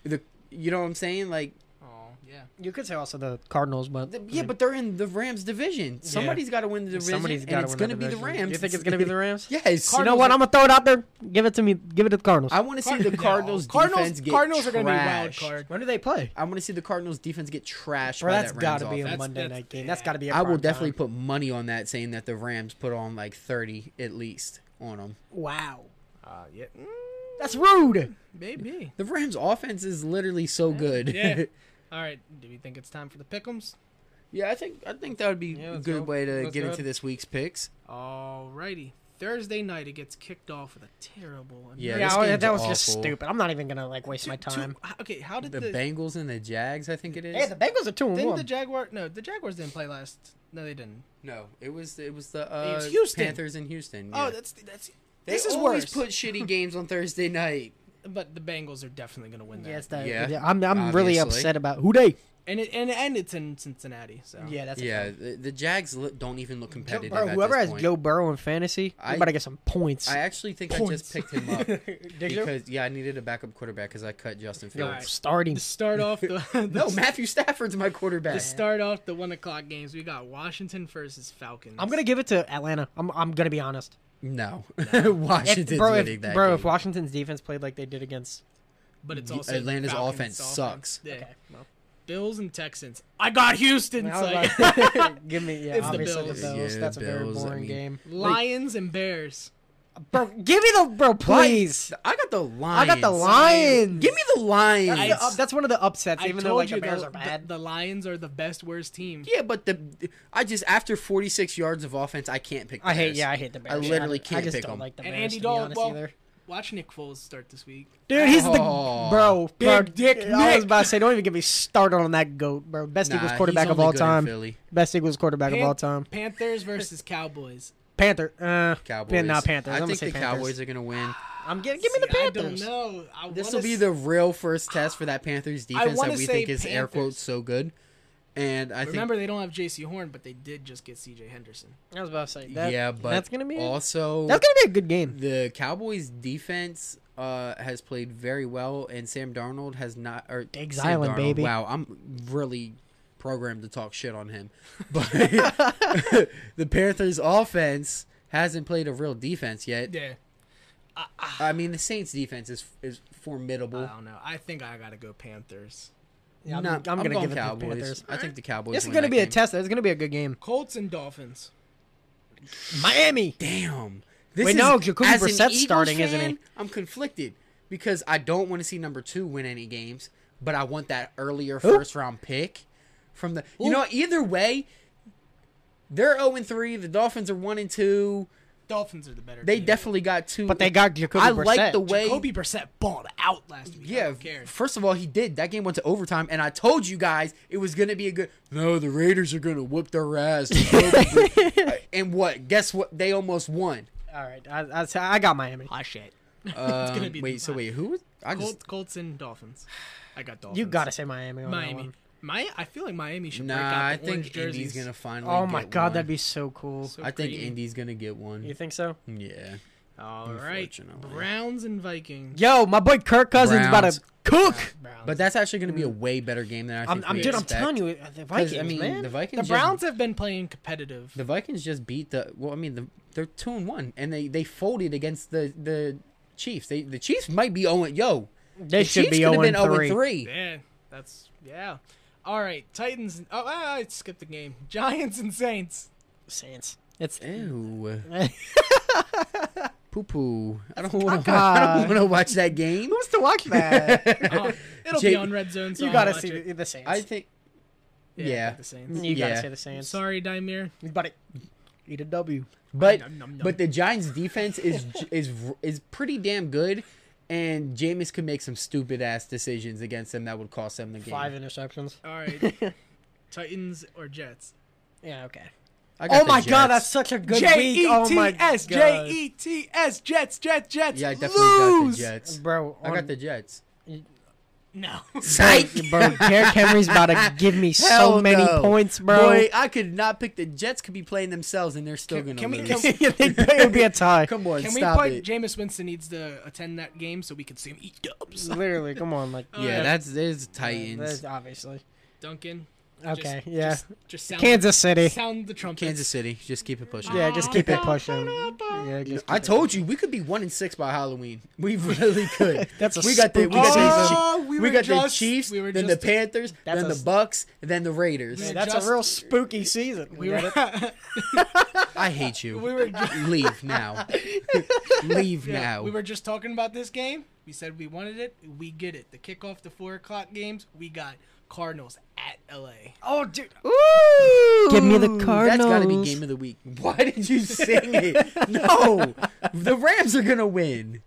Speaker 2: the. You know what I'm saying? Like,
Speaker 3: Oh, yeah.
Speaker 4: You could say also the Cardinals, but
Speaker 2: th- yeah, but they're in the Rams division. Somebody's got to win the division,
Speaker 4: somebody's got
Speaker 2: and it's going to be the Rams.
Speaker 4: You think it's gonna be the Rams?
Speaker 2: yes.
Speaker 4: You know what? I'm gonna throw it out there. Give it to me. Give it to the Cardinals.
Speaker 2: I want to see the
Speaker 3: No.
Speaker 2: Cardinals.
Speaker 3: Cardinals,
Speaker 2: defense get
Speaker 3: Cardinals are gonna
Speaker 2: trashed.
Speaker 3: be wild card.
Speaker 4: when do they play?
Speaker 2: I want to see the Cardinals defense get trashed.
Speaker 4: Bro,
Speaker 2: by
Speaker 4: that's
Speaker 2: that
Speaker 4: got
Speaker 2: Rams
Speaker 4: to be
Speaker 2: offense.
Speaker 4: a
Speaker 3: That's-
Speaker 4: Monday
Speaker 3: that's-
Speaker 4: night game. That's got to be. A
Speaker 2: I will
Speaker 4: prime time.
Speaker 2: definitely put money on that, saying that the Rams put on like 30 at least on them.
Speaker 4: Wow,
Speaker 3: Uh, yeah. Mm,
Speaker 4: that's rude.
Speaker 3: maybe.
Speaker 2: The Rams offense is literally so good.
Speaker 3: Yeah. All right. Do we think it's time for the pick'ems?
Speaker 2: Yeah, I think I think that would be a
Speaker 4: Yeah, let's
Speaker 2: good
Speaker 4: go.
Speaker 2: way to
Speaker 4: Let's
Speaker 2: get
Speaker 4: go.
Speaker 2: into this week's picks.
Speaker 3: All righty. Thursday night, it gets kicked off with a terrible.
Speaker 2: Yeah,
Speaker 4: Yeah,
Speaker 2: this
Speaker 4: I-
Speaker 2: game's
Speaker 4: that was just
Speaker 2: awful.
Speaker 4: stupid. I'm not even gonna like waste
Speaker 3: Two-
Speaker 4: my
Speaker 3: two-
Speaker 4: time.
Speaker 3: h- okay, how did
Speaker 2: The
Speaker 3: the,
Speaker 2: Bengals and the Jags, I think it is.
Speaker 4: Hey, the Bengals are two and
Speaker 3: didn't the
Speaker 4: one.
Speaker 3: Jaguar? No, the Jaguars didn't play last. No, they didn't.
Speaker 2: no, it was it was the uh,
Speaker 3: It's Houston.
Speaker 2: Panthers in Houston.
Speaker 3: Oh,
Speaker 2: yeah.
Speaker 3: that's that's.
Speaker 2: they
Speaker 3: this is
Speaker 2: always
Speaker 3: worse.
Speaker 2: put shitty games on Thursday night.
Speaker 3: But the Bengals are definitely going to win that.
Speaker 4: Yes, that.
Speaker 2: Yeah.
Speaker 4: Yeah, I'm. I'm really
Speaker 2: Obviously.
Speaker 4: upset about who they.
Speaker 3: and it and, and it's in Cincinnati. So
Speaker 4: Yeah, that's a
Speaker 2: Yeah,
Speaker 4: fact.
Speaker 2: the, the Jags li- don't even look
Speaker 4: Joe-
Speaker 2: competitive.
Speaker 4: bro,
Speaker 2: at
Speaker 4: whoever
Speaker 2: this
Speaker 4: has
Speaker 2: point.
Speaker 4: Joe Burrow in fantasy,
Speaker 2: I-
Speaker 4: I better get some points.
Speaker 2: I actually think I just
Speaker 4: Points.
Speaker 2: picked him up
Speaker 4: Did you?
Speaker 2: because yeah, I needed a backup quarterback because I cut Justin
Speaker 4: Yo,
Speaker 2: Fields.
Speaker 3: Alright.
Speaker 4: starting.
Speaker 3: to start off the, the
Speaker 2: No, Matthew Stafford's my
Speaker 3: to
Speaker 2: quarterback.
Speaker 3: start off the one o'clock games, we got Washington versus Falcons.
Speaker 4: I'm gonna give it to Atlanta. I'm. I'm gonna be honest.
Speaker 2: No,
Speaker 4: If-
Speaker 2: Washington's
Speaker 4: bro,
Speaker 2: winning
Speaker 4: if,
Speaker 2: that
Speaker 4: bro
Speaker 2: game.
Speaker 4: if Washington's defense played like they did against,
Speaker 3: but it's
Speaker 2: Y-
Speaker 3: also
Speaker 2: Atlanta's
Speaker 3: Falcons'
Speaker 2: offense sucks.
Speaker 3: Yeah.
Speaker 4: okay, well,
Speaker 3: Bills and Texans. I got Houston.
Speaker 4: I
Speaker 3: It's
Speaker 4: was
Speaker 3: like,
Speaker 4: like- give me yeah,
Speaker 3: It's the
Speaker 4: obviously the
Speaker 3: Bills.
Speaker 4: Bills.
Speaker 2: Yeah,
Speaker 4: That's a very
Speaker 2: Bills, I
Speaker 4: boring
Speaker 2: mean-
Speaker 4: game.
Speaker 3: Lions and Bears.
Speaker 4: Bro, give me the bro,
Speaker 2: What?
Speaker 4: please.
Speaker 2: I got the
Speaker 4: I
Speaker 2: Lions.
Speaker 4: got the Lions.
Speaker 2: Give me the Lions.
Speaker 4: That's, the, uh, that's one of the upsets,
Speaker 3: I
Speaker 4: even
Speaker 3: told
Speaker 4: though like
Speaker 3: you
Speaker 4: the Bears
Speaker 3: the,
Speaker 4: are bad.
Speaker 3: The, the Lions are the best worst team.
Speaker 2: Yeah, but the I just after 46 yards of offense, I can't pick. The
Speaker 4: I hate.
Speaker 2: Bears.
Speaker 4: Yeah, I hate the Bears.
Speaker 2: literally
Speaker 4: I,
Speaker 2: can't
Speaker 4: I just
Speaker 2: pick
Speaker 4: don't
Speaker 2: 'em.
Speaker 4: like the Bears.
Speaker 3: And Andy
Speaker 4: to be
Speaker 3: Dalton.
Speaker 4: honest,
Speaker 3: Well,
Speaker 4: either.
Speaker 3: watch Nick Foles start this week.
Speaker 4: dude, he's the
Speaker 2: Oh.
Speaker 4: bro.
Speaker 3: Big
Speaker 4: bro,
Speaker 3: dick
Speaker 4: I was
Speaker 3: Nick.
Speaker 4: about to say, don't even get me started on that goat, bro. Best
Speaker 2: Nah,
Speaker 4: Eagles
Speaker 2: he's
Speaker 4: quarterback of
Speaker 2: only
Speaker 4: all
Speaker 2: good in
Speaker 4: time.
Speaker 2: Philly.
Speaker 4: Best Eagles quarterback of
Speaker 3: Pan-
Speaker 4: all time.
Speaker 3: Panthers versus Cowboys.
Speaker 4: Panther. Uh,
Speaker 2: Cowboys.
Speaker 4: Yeah, not Panthers.
Speaker 2: I
Speaker 4: I'm gonna
Speaker 2: think
Speaker 4: say
Speaker 2: the
Speaker 4: Panthers.
Speaker 2: Cowboys are gonna win.
Speaker 4: I'm getting. Give me the
Speaker 3: See,
Speaker 4: Panthers.
Speaker 3: I don't know. I
Speaker 2: This
Speaker 3: wanna
Speaker 2: will be
Speaker 3: s-
Speaker 2: the real first test for that Panthers defense
Speaker 3: wanna
Speaker 2: that we
Speaker 3: say
Speaker 2: think is air
Speaker 3: Panthers.
Speaker 2: quotes so good. And I
Speaker 3: Remember, they don't have J.C. Horn, but they did just get C.J. Henderson.
Speaker 4: I was about to say.
Speaker 2: think
Speaker 4: That,
Speaker 2: yeah, but
Speaker 4: that's gonna be.
Speaker 2: also
Speaker 4: that's gonna be a good game.
Speaker 2: the Cowboys defense uh, has played very well, and Sam Darnold has not. Or
Speaker 4: Diggs
Speaker 2: Sam
Speaker 4: Island,
Speaker 2: Darnold,
Speaker 4: baby.
Speaker 2: Wow, I'm really programmed to talk shit on him, but the Panthers' offense hasn't played a real defense yet.
Speaker 3: Yeah.
Speaker 2: I mean, the Saints' defense is is formidable.
Speaker 3: I don't know. I think I gotta go Panthers.
Speaker 4: Yeah, I'm,
Speaker 2: Nah,
Speaker 4: I'm gonna
Speaker 2: going
Speaker 4: give it to the
Speaker 2: Cowboys.
Speaker 4: Panthers.
Speaker 2: I think the Cowboys.
Speaker 4: This is
Speaker 2: win
Speaker 4: gonna
Speaker 2: that
Speaker 4: be a
Speaker 2: game.
Speaker 4: test. It's gonna be a good game.
Speaker 3: Colts and Dolphins.
Speaker 4: Miami.
Speaker 2: Damn. This
Speaker 4: Wait,
Speaker 2: is,
Speaker 4: no, Jacoby
Speaker 2: as an
Speaker 4: Brissett's
Speaker 2: Eagles
Speaker 4: starting, isn't
Speaker 2: fan,
Speaker 4: he?
Speaker 2: I'm conflicted because I don't want to see number two win any games, but I want that earlier
Speaker 4: Who?
Speaker 2: first round pick from the. You know, either way, they're 0 and 3. The Dolphins are 1 and 2.
Speaker 3: Dolphins are the better.
Speaker 2: They
Speaker 3: team.
Speaker 2: definitely got two.
Speaker 4: But they got Jacoby
Speaker 2: I
Speaker 4: Brissett.
Speaker 2: like the way.
Speaker 3: Jacoby Brissett balled out last week. I
Speaker 2: yeah,
Speaker 3: don't care.
Speaker 2: first of all, he did. That game went to overtime, and I told you guys it was going to be a good. No, the Raiders are going to whoop their ass. and what? Guess what? They almost won.
Speaker 4: All right, I, I, I got Miami.
Speaker 3: Hot shit.
Speaker 2: Um,
Speaker 3: gonna be
Speaker 2: wait,
Speaker 3: the-
Speaker 2: so wait, who? was- I just
Speaker 3: Colts, Colts and Dolphins. I got Dolphins.
Speaker 4: You gotta say Miami. On That
Speaker 3: Miami.
Speaker 4: one.
Speaker 3: My, I feel like Miami should break
Speaker 2: Nah,
Speaker 3: out
Speaker 2: I
Speaker 3: the orange
Speaker 2: think Indy's
Speaker 3: jerseys.
Speaker 2: gonna finally.
Speaker 4: Oh my
Speaker 2: get
Speaker 4: god,
Speaker 2: one.
Speaker 4: that'd be so cool.
Speaker 3: So
Speaker 2: I think
Speaker 3: creamy.
Speaker 2: Indy's gonna get one.
Speaker 4: You think so?
Speaker 2: Yeah.
Speaker 3: All right,
Speaker 2: Unfortunately.
Speaker 3: Browns and Vikings.
Speaker 4: Yo, my boy Kirk Cousins about
Speaker 2: Browns.
Speaker 4: to cook.
Speaker 3: Browns.
Speaker 2: But that's actually going to be a way better game than I
Speaker 4: I'm,
Speaker 2: think.
Speaker 4: I'm
Speaker 2: we
Speaker 4: dude. I'm
Speaker 2: expect.
Speaker 4: telling you, uh, the
Speaker 2: 'Cause,
Speaker 4: Vikings,
Speaker 2: I mean,
Speaker 4: man.
Speaker 2: the Vikings.
Speaker 3: The
Speaker 2: just-
Speaker 3: Browns have been playing competitive.
Speaker 2: the Vikings just beat the. Well, I mean, the, they're two and one, and they they folded against the the Chiefs. They the Chiefs might be zero. and- Yo, the
Speaker 4: they should
Speaker 2: Chiefs
Speaker 4: be
Speaker 2: could have been
Speaker 4: 0
Speaker 2: zero
Speaker 4: 3.
Speaker 2: and three.
Speaker 3: yeah, that's yeah. All right, Titans. Oh, ah, I skipped the game. Giants and Saints.
Speaker 4: Saints. It's
Speaker 2: Eh. Ew,
Speaker 4: who's
Speaker 2: poo poo. I don't want to. I don't want to watch that game.
Speaker 4: to watch that?
Speaker 3: Oh, it'll
Speaker 2: Jay-
Speaker 3: be on red zone. So
Speaker 4: you
Speaker 3: I'll
Speaker 4: gotta
Speaker 3: watch
Speaker 4: see
Speaker 3: it.
Speaker 4: the, the Saints.
Speaker 2: I think.
Speaker 3: I
Speaker 2: yeah. Mm,
Speaker 3: got the Saints.
Speaker 4: you gotta
Speaker 2: yeah.
Speaker 4: see the Saints.
Speaker 3: Sorry, Dimir.
Speaker 4: but it, eat a W.
Speaker 2: But
Speaker 3: Nom, nom, nom.
Speaker 2: but the Giants' defense is is is pretty damn good, and Jameis could make some stupid ass decisions against them that would cost them the game.
Speaker 4: Five interceptions.
Speaker 3: All right, Titans or Jets.
Speaker 4: Yeah. Okay.
Speaker 2: I got
Speaker 4: Oh
Speaker 2: the
Speaker 4: my God, that's
Speaker 2: Jets.
Speaker 4: such a good week. Oh my God.
Speaker 3: J E T S Jets Jets Jets.
Speaker 2: yeah, I definitely got the Jets.
Speaker 4: Bro,
Speaker 2: I
Speaker 4: on-
Speaker 2: got the Jets.
Speaker 3: No.
Speaker 2: Psych,
Speaker 4: bro. Derrick Henry's about to give me so
Speaker 2: Hell
Speaker 4: many
Speaker 2: no.
Speaker 4: points, bro.
Speaker 2: Boy, I could not pick the Jets. Could be playing themselves, and they're still
Speaker 3: Can-
Speaker 2: gonna
Speaker 3: can we-
Speaker 2: lose.
Speaker 3: can-
Speaker 4: You think it would be a tie.
Speaker 2: Come on,
Speaker 3: Can we
Speaker 2: stop
Speaker 3: play?
Speaker 2: it.
Speaker 3: Jameis Winston needs to attend that game so we can see him eat dubs.
Speaker 4: Literally, come on, like
Speaker 2: yeah,
Speaker 3: Alright.
Speaker 2: that's there's Titans,
Speaker 4: that's obviously.
Speaker 3: Duncan. just-
Speaker 4: Okay, yeah.
Speaker 3: Just, just sound,
Speaker 4: Kansas City.
Speaker 3: Sound the trumpet.
Speaker 2: Kansas City. Just keep it pushing.
Speaker 4: Yeah, just keep it
Speaker 3: Ah,
Speaker 4: pushing.
Speaker 3: ba-da-ba.
Speaker 4: Yeah, just
Speaker 2: I
Speaker 4: keep it-
Speaker 2: told you we could be one and six by Halloween. We really could.
Speaker 4: That's a
Speaker 2: we got the we
Speaker 4: spooky
Speaker 2: got, the, we
Speaker 3: season. Oh, we were
Speaker 2: got
Speaker 3: just-
Speaker 2: the Chiefs,
Speaker 3: we were
Speaker 2: then
Speaker 3: just-
Speaker 2: the Panthers,
Speaker 4: That's
Speaker 2: then
Speaker 4: a-
Speaker 2: the Bucks, then the Raiders.
Speaker 4: Man,
Speaker 3: Man,
Speaker 4: that's
Speaker 3: just-
Speaker 4: a real spooky season.
Speaker 3: We were,
Speaker 2: I hate you.
Speaker 3: we were just,
Speaker 2: Leave now. Leave
Speaker 3: yeah,
Speaker 2: now.
Speaker 3: we were just talking about this game. We said we wanted it. We get it. The kickoff to four o'clock games. We got Cardinals at LA.
Speaker 4: oh, dude.
Speaker 2: Ooh,
Speaker 4: Give me the
Speaker 2: That's got to be
Speaker 4: Cardinals.
Speaker 2: game of the week. Why did you sing it? No, the Rams are gonna win.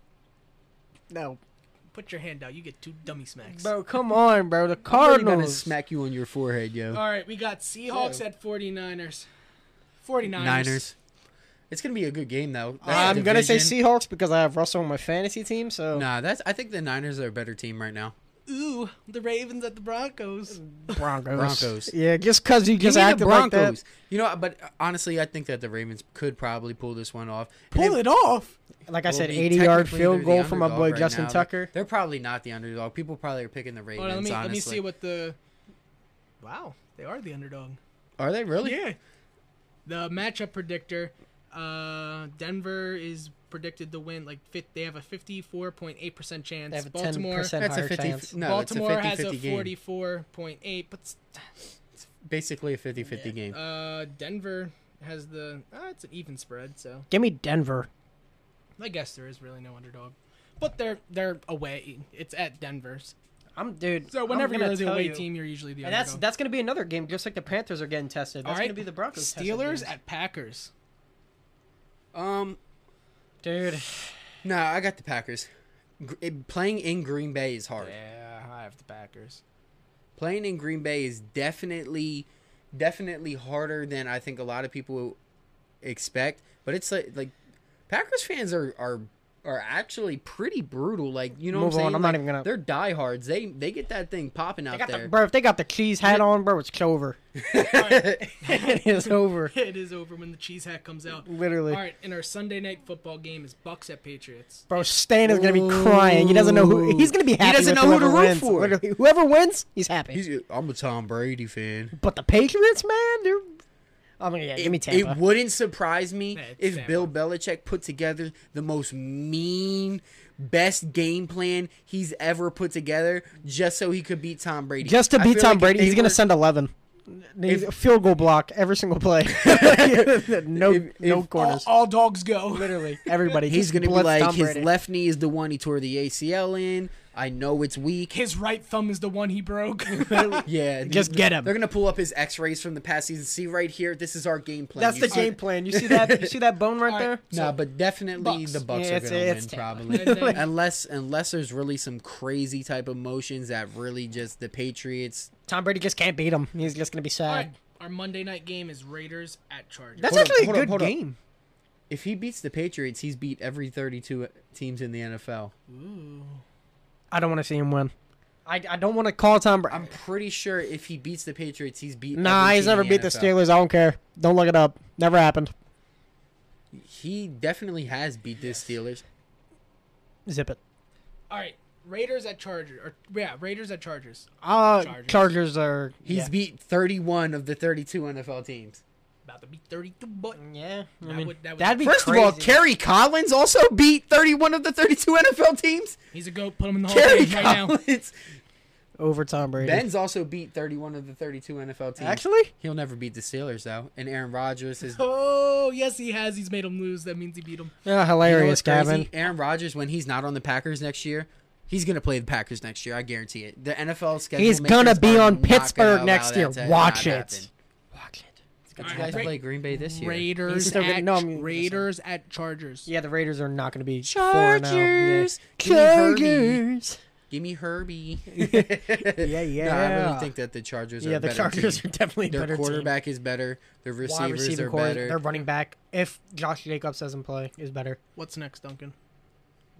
Speaker 4: No,
Speaker 3: Put your hand out. You get two dummy smacks.
Speaker 4: bro, come on, bro. The
Speaker 2: I'm gonna
Speaker 4: Cardinals.
Speaker 2: smack you on your forehead, yo.
Speaker 3: All right, we got Seahawks
Speaker 4: Yeah.
Speaker 3: at 49ers. 49ers.
Speaker 2: Niners. It's gonna be a good game though. That's
Speaker 4: I'm
Speaker 2: the
Speaker 4: gonna say
Speaker 2: division.
Speaker 4: Seahawks because I have Russell on my fantasy team. So
Speaker 2: Nah, that's. I think the Niners are a better team right now.
Speaker 3: Ooh, the Ravens at the Broncos.
Speaker 4: Broncos.
Speaker 2: Broncos.
Speaker 4: Yeah, just because you
Speaker 2: Give
Speaker 4: just
Speaker 2: me
Speaker 4: acted
Speaker 2: the
Speaker 4: like
Speaker 2: Broncos.
Speaker 4: that.
Speaker 2: You know, but uh, honestly, I think that the Ravens could probably pull this one off. And
Speaker 3: Pull
Speaker 2: they
Speaker 3: it off.
Speaker 4: Like I
Speaker 2: will
Speaker 4: said,
Speaker 2: be
Speaker 4: 80 yard
Speaker 2: technically
Speaker 4: field
Speaker 2: they're
Speaker 4: goal
Speaker 2: the
Speaker 4: from my
Speaker 2: underdog
Speaker 4: boy
Speaker 2: right
Speaker 4: Justin
Speaker 2: now.
Speaker 4: Tucker.
Speaker 2: They're probably not the underdog. People probably are picking the Ravens.
Speaker 3: Hold on, let me let me
Speaker 2: honestly,
Speaker 3: see what the. Wow, they are the underdog.
Speaker 2: are they really?
Speaker 3: Yeah. The matchup predictor, uh, Denver is predicted to win. Like, fit, they have a fifty-four point eight percent chance.
Speaker 4: They have a
Speaker 3: Baltimore,
Speaker 4: 10%
Speaker 2: That's a
Speaker 4: higher
Speaker 2: fifty.
Speaker 4: chance.
Speaker 2: No,
Speaker 3: Baltimore
Speaker 2: it's a 50,
Speaker 3: has a
Speaker 2: 50 game.
Speaker 3: forty-four point eight, but s-
Speaker 2: Basically a 50-50 game.
Speaker 3: uh, Denver has the. Uh, it's an even spread, so
Speaker 4: Give me Denver.
Speaker 3: I guess there is really no underdog. But they're they're away. It's at Denver's.
Speaker 4: I'm dude.
Speaker 3: So
Speaker 4: I'm
Speaker 3: whenever
Speaker 4: gonna
Speaker 3: you're the
Speaker 4: tell
Speaker 3: away
Speaker 4: you.
Speaker 3: team, you're usually the
Speaker 4: and
Speaker 3: underdog.
Speaker 4: that's that's gonna be another game, just like the Panthers are getting tested. That's
Speaker 3: All right,
Speaker 4: gonna be the Broncos. tested
Speaker 3: Steelers
Speaker 4: games.
Speaker 3: at Packers.
Speaker 2: Um,
Speaker 4: dude.
Speaker 2: no, I got the Packers. Gr- it- playing in Green Bay is hard.
Speaker 3: Yeah, I have the Packers.
Speaker 2: Playing in Green Bay is definitely, definitely harder than I think a lot of people expect. But it's like, like Packers fans are are are actually pretty brutal. Like you know, what
Speaker 4: Move
Speaker 2: I'm saying?
Speaker 4: on, I'm not
Speaker 2: Like,
Speaker 4: even gonna-
Speaker 2: They're diehards. They they get that thing popping
Speaker 4: They
Speaker 2: out
Speaker 4: got
Speaker 2: there.
Speaker 4: the, bro, if they got the cheese hat on, bro, it's over. it is over.
Speaker 3: It is over when the cheese hat comes out.
Speaker 4: Literally.
Speaker 3: All right, and our Sunday night football game is Bucks at Patriots.
Speaker 4: Bro, Stan is gonna be crying. He doesn't know who. He's gonna be
Speaker 2: He
Speaker 4: happy.
Speaker 2: doesn't
Speaker 4: with
Speaker 2: know who to
Speaker 4: whoever
Speaker 2: root
Speaker 4: wins.
Speaker 2: for.
Speaker 4: Literally, whoever wins, he's happy.
Speaker 2: He's, I'm a Tom Brady fan.
Speaker 4: but the Patriots, man, they're. I'm gonna yeah, give me
Speaker 2: It-
Speaker 4: Tampa.
Speaker 2: It wouldn't surprise me
Speaker 3: Yeah, it's
Speaker 2: if
Speaker 3: Tampa.
Speaker 2: Bill Belichick put together the most mean, best game plan he's ever put together, just so he could beat Tom Brady.
Speaker 4: Just to
Speaker 2: I
Speaker 4: beat
Speaker 2: feel
Speaker 4: Tom
Speaker 2: like if
Speaker 4: Brady,
Speaker 2: they
Speaker 4: he's
Speaker 2: were-
Speaker 4: gonna send eleven. He's a field goal block every single play. no,
Speaker 2: If-
Speaker 4: no
Speaker 2: if-
Speaker 4: corners.
Speaker 3: All, all dogs go.
Speaker 4: Literally, everybody.
Speaker 2: He's
Speaker 4: just
Speaker 2: gonna be
Speaker 4: blitz
Speaker 2: like
Speaker 4: Tom
Speaker 2: his
Speaker 4: Brady.
Speaker 2: left knee is the one he tore the ACL in. I know it's weak.
Speaker 3: His right thumb is the one he broke.
Speaker 2: Yeah,
Speaker 4: Just
Speaker 2: th-
Speaker 4: get him.
Speaker 2: They're gonna pull up his X-rays from the past season. See right here, this is our game plan.
Speaker 4: That's
Speaker 2: You
Speaker 4: the
Speaker 2: see-
Speaker 4: game plan. You see that? You see that bone right
Speaker 3: All right.
Speaker 4: there?
Speaker 2: Nah, but definitely
Speaker 3: Bucks.
Speaker 2: the Bucks
Speaker 4: Yeah,
Speaker 2: are
Speaker 4: it's-
Speaker 2: gonna
Speaker 4: it's
Speaker 2: win
Speaker 4: Tampa.
Speaker 2: probably.
Speaker 3: And then-
Speaker 2: unless unless there's really some crazy type of motions that really just the Patriots.
Speaker 4: Tom Brady just can't beat him. He's just gonna be sad.
Speaker 3: All right, our Monday night game is Raiders at Chargers.
Speaker 4: That's
Speaker 2: Hold on,
Speaker 4: actually
Speaker 2: hold
Speaker 4: a
Speaker 2: on,
Speaker 4: good
Speaker 2: hold on.
Speaker 4: game.
Speaker 2: If he beats the Patriots, he's beat every 32 teams in the NFL.
Speaker 3: Ooh.
Speaker 4: I don't want to see him win. I, I don't want to call Tom Brady.
Speaker 2: I'm pretty sure if he beats the Patriots, he's beat.
Speaker 4: Nah,
Speaker 2: every
Speaker 4: he's
Speaker 2: team
Speaker 4: never
Speaker 2: in
Speaker 4: beat the
Speaker 2: NFL.
Speaker 4: Steelers. I don't care. Don't look it up. Never happened.
Speaker 2: He definitely has beat the Steelers.
Speaker 4: Zip it.
Speaker 3: All right, Raiders at Chargers, or yeah, Raiders at Chargers.
Speaker 4: Uh,
Speaker 3: Chargers.
Speaker 4: Chargers, are.
Speaker 2: He's
Speaker 4: yeah.
Speaker 2: beat 31 of the 32 NFL teams.
Speaker 3: About to be thirty-two, but
Speaker 4: Yeah, I
Speaker 3: That
Speaker 4: mean,
Speaker 3: would- that would-
Speaker 4: that'd be
Speaker 2: First of all,
Speaker 4: crazy.
Speaker 2: Kerry Collins also beat 31 of the 32 NFL teams.
Speaker 3: he's a goat. Put him in the Hall of
Speaker 2: Kerry
Speaker 3: Fame Oh, right now.
Speaker 2: Collins.
Speaker 4: over Tom Brady.
Speaker 2: Ben's also beat 31 of the 32 NFL teams.
Speaker 4: Actually,
Speaker 2: He'll never beat the Steelers, though. And Aaron Rodgers is.
Speaker 3: Oh yes, he has. He's made him lose. That means he beat him.
Speaker 4: yeah,
Speaker 2: You know what's
Speaker 4: hilarious,
Speaker 2: crazy?
Speaker 4: Gavin.
Speaker 2: Aaron Rodgers, when he's not on the Packers next year, he's going to play the Packers next year. I guarantee it. The NFL schedule.
Speaker 4: He's
Speaker 2: makers
Speaker 4: gonna be
Speaker 2: are
Speaker 4: on
Speaker 2: not gonna
Speaker 4: Pittsburgh
Speaker 2: allow
Speaker 4: next
Speaker 2: that
Speaker 4: year.
Speaker 2: to
Speaker 4: Watch
Speaker 2: not
Speaker 4: it.
Speaker 2: happen.
Speaker 4: Watch it.
Speaker 2: Got
Speaker 3: All
Speaker 2: you
Speaker 3: right,
Speaker 2: guys
Speaker 3: Ra-
Speaker 2: play Green Bay this year.
Speaker 3: Raiders
Speaker 4: He's still gonna-
Speaker 3: at
Speaker 4: no, I mean-
Speaker 3: Raiders at Chargers.
Speaker 4: Yeah, the Raiders are not going to be oh.
Speaker 2: Chargers,
Speaker 4: Four and oh.
Speaker 2: Chargers. Give me Herbie. yeah, No, I really
Speaker 4: yeah.
Speaker 2: think that the Chargers
Speaker 4: Yeah,
Speaker 2: are
Speaker 4: yeah
Speaker 2: a
Speaker 4: the
Speaker 2: better
Speaker 4: Chargers
Speaker 2: team.
Speaker 4: are definitely a
Speaker 2: Their
Speaker 4: better.
Speaker 2: quarterback is better. Their
Speaker 4: team.
Speaker 2: receivers are
Speaker 4: core,
Speaker 2: better.
Speaker 4: their running back, if Josh Jacobs doesn't play, is better.
Speaker 3: What's next, Duncan?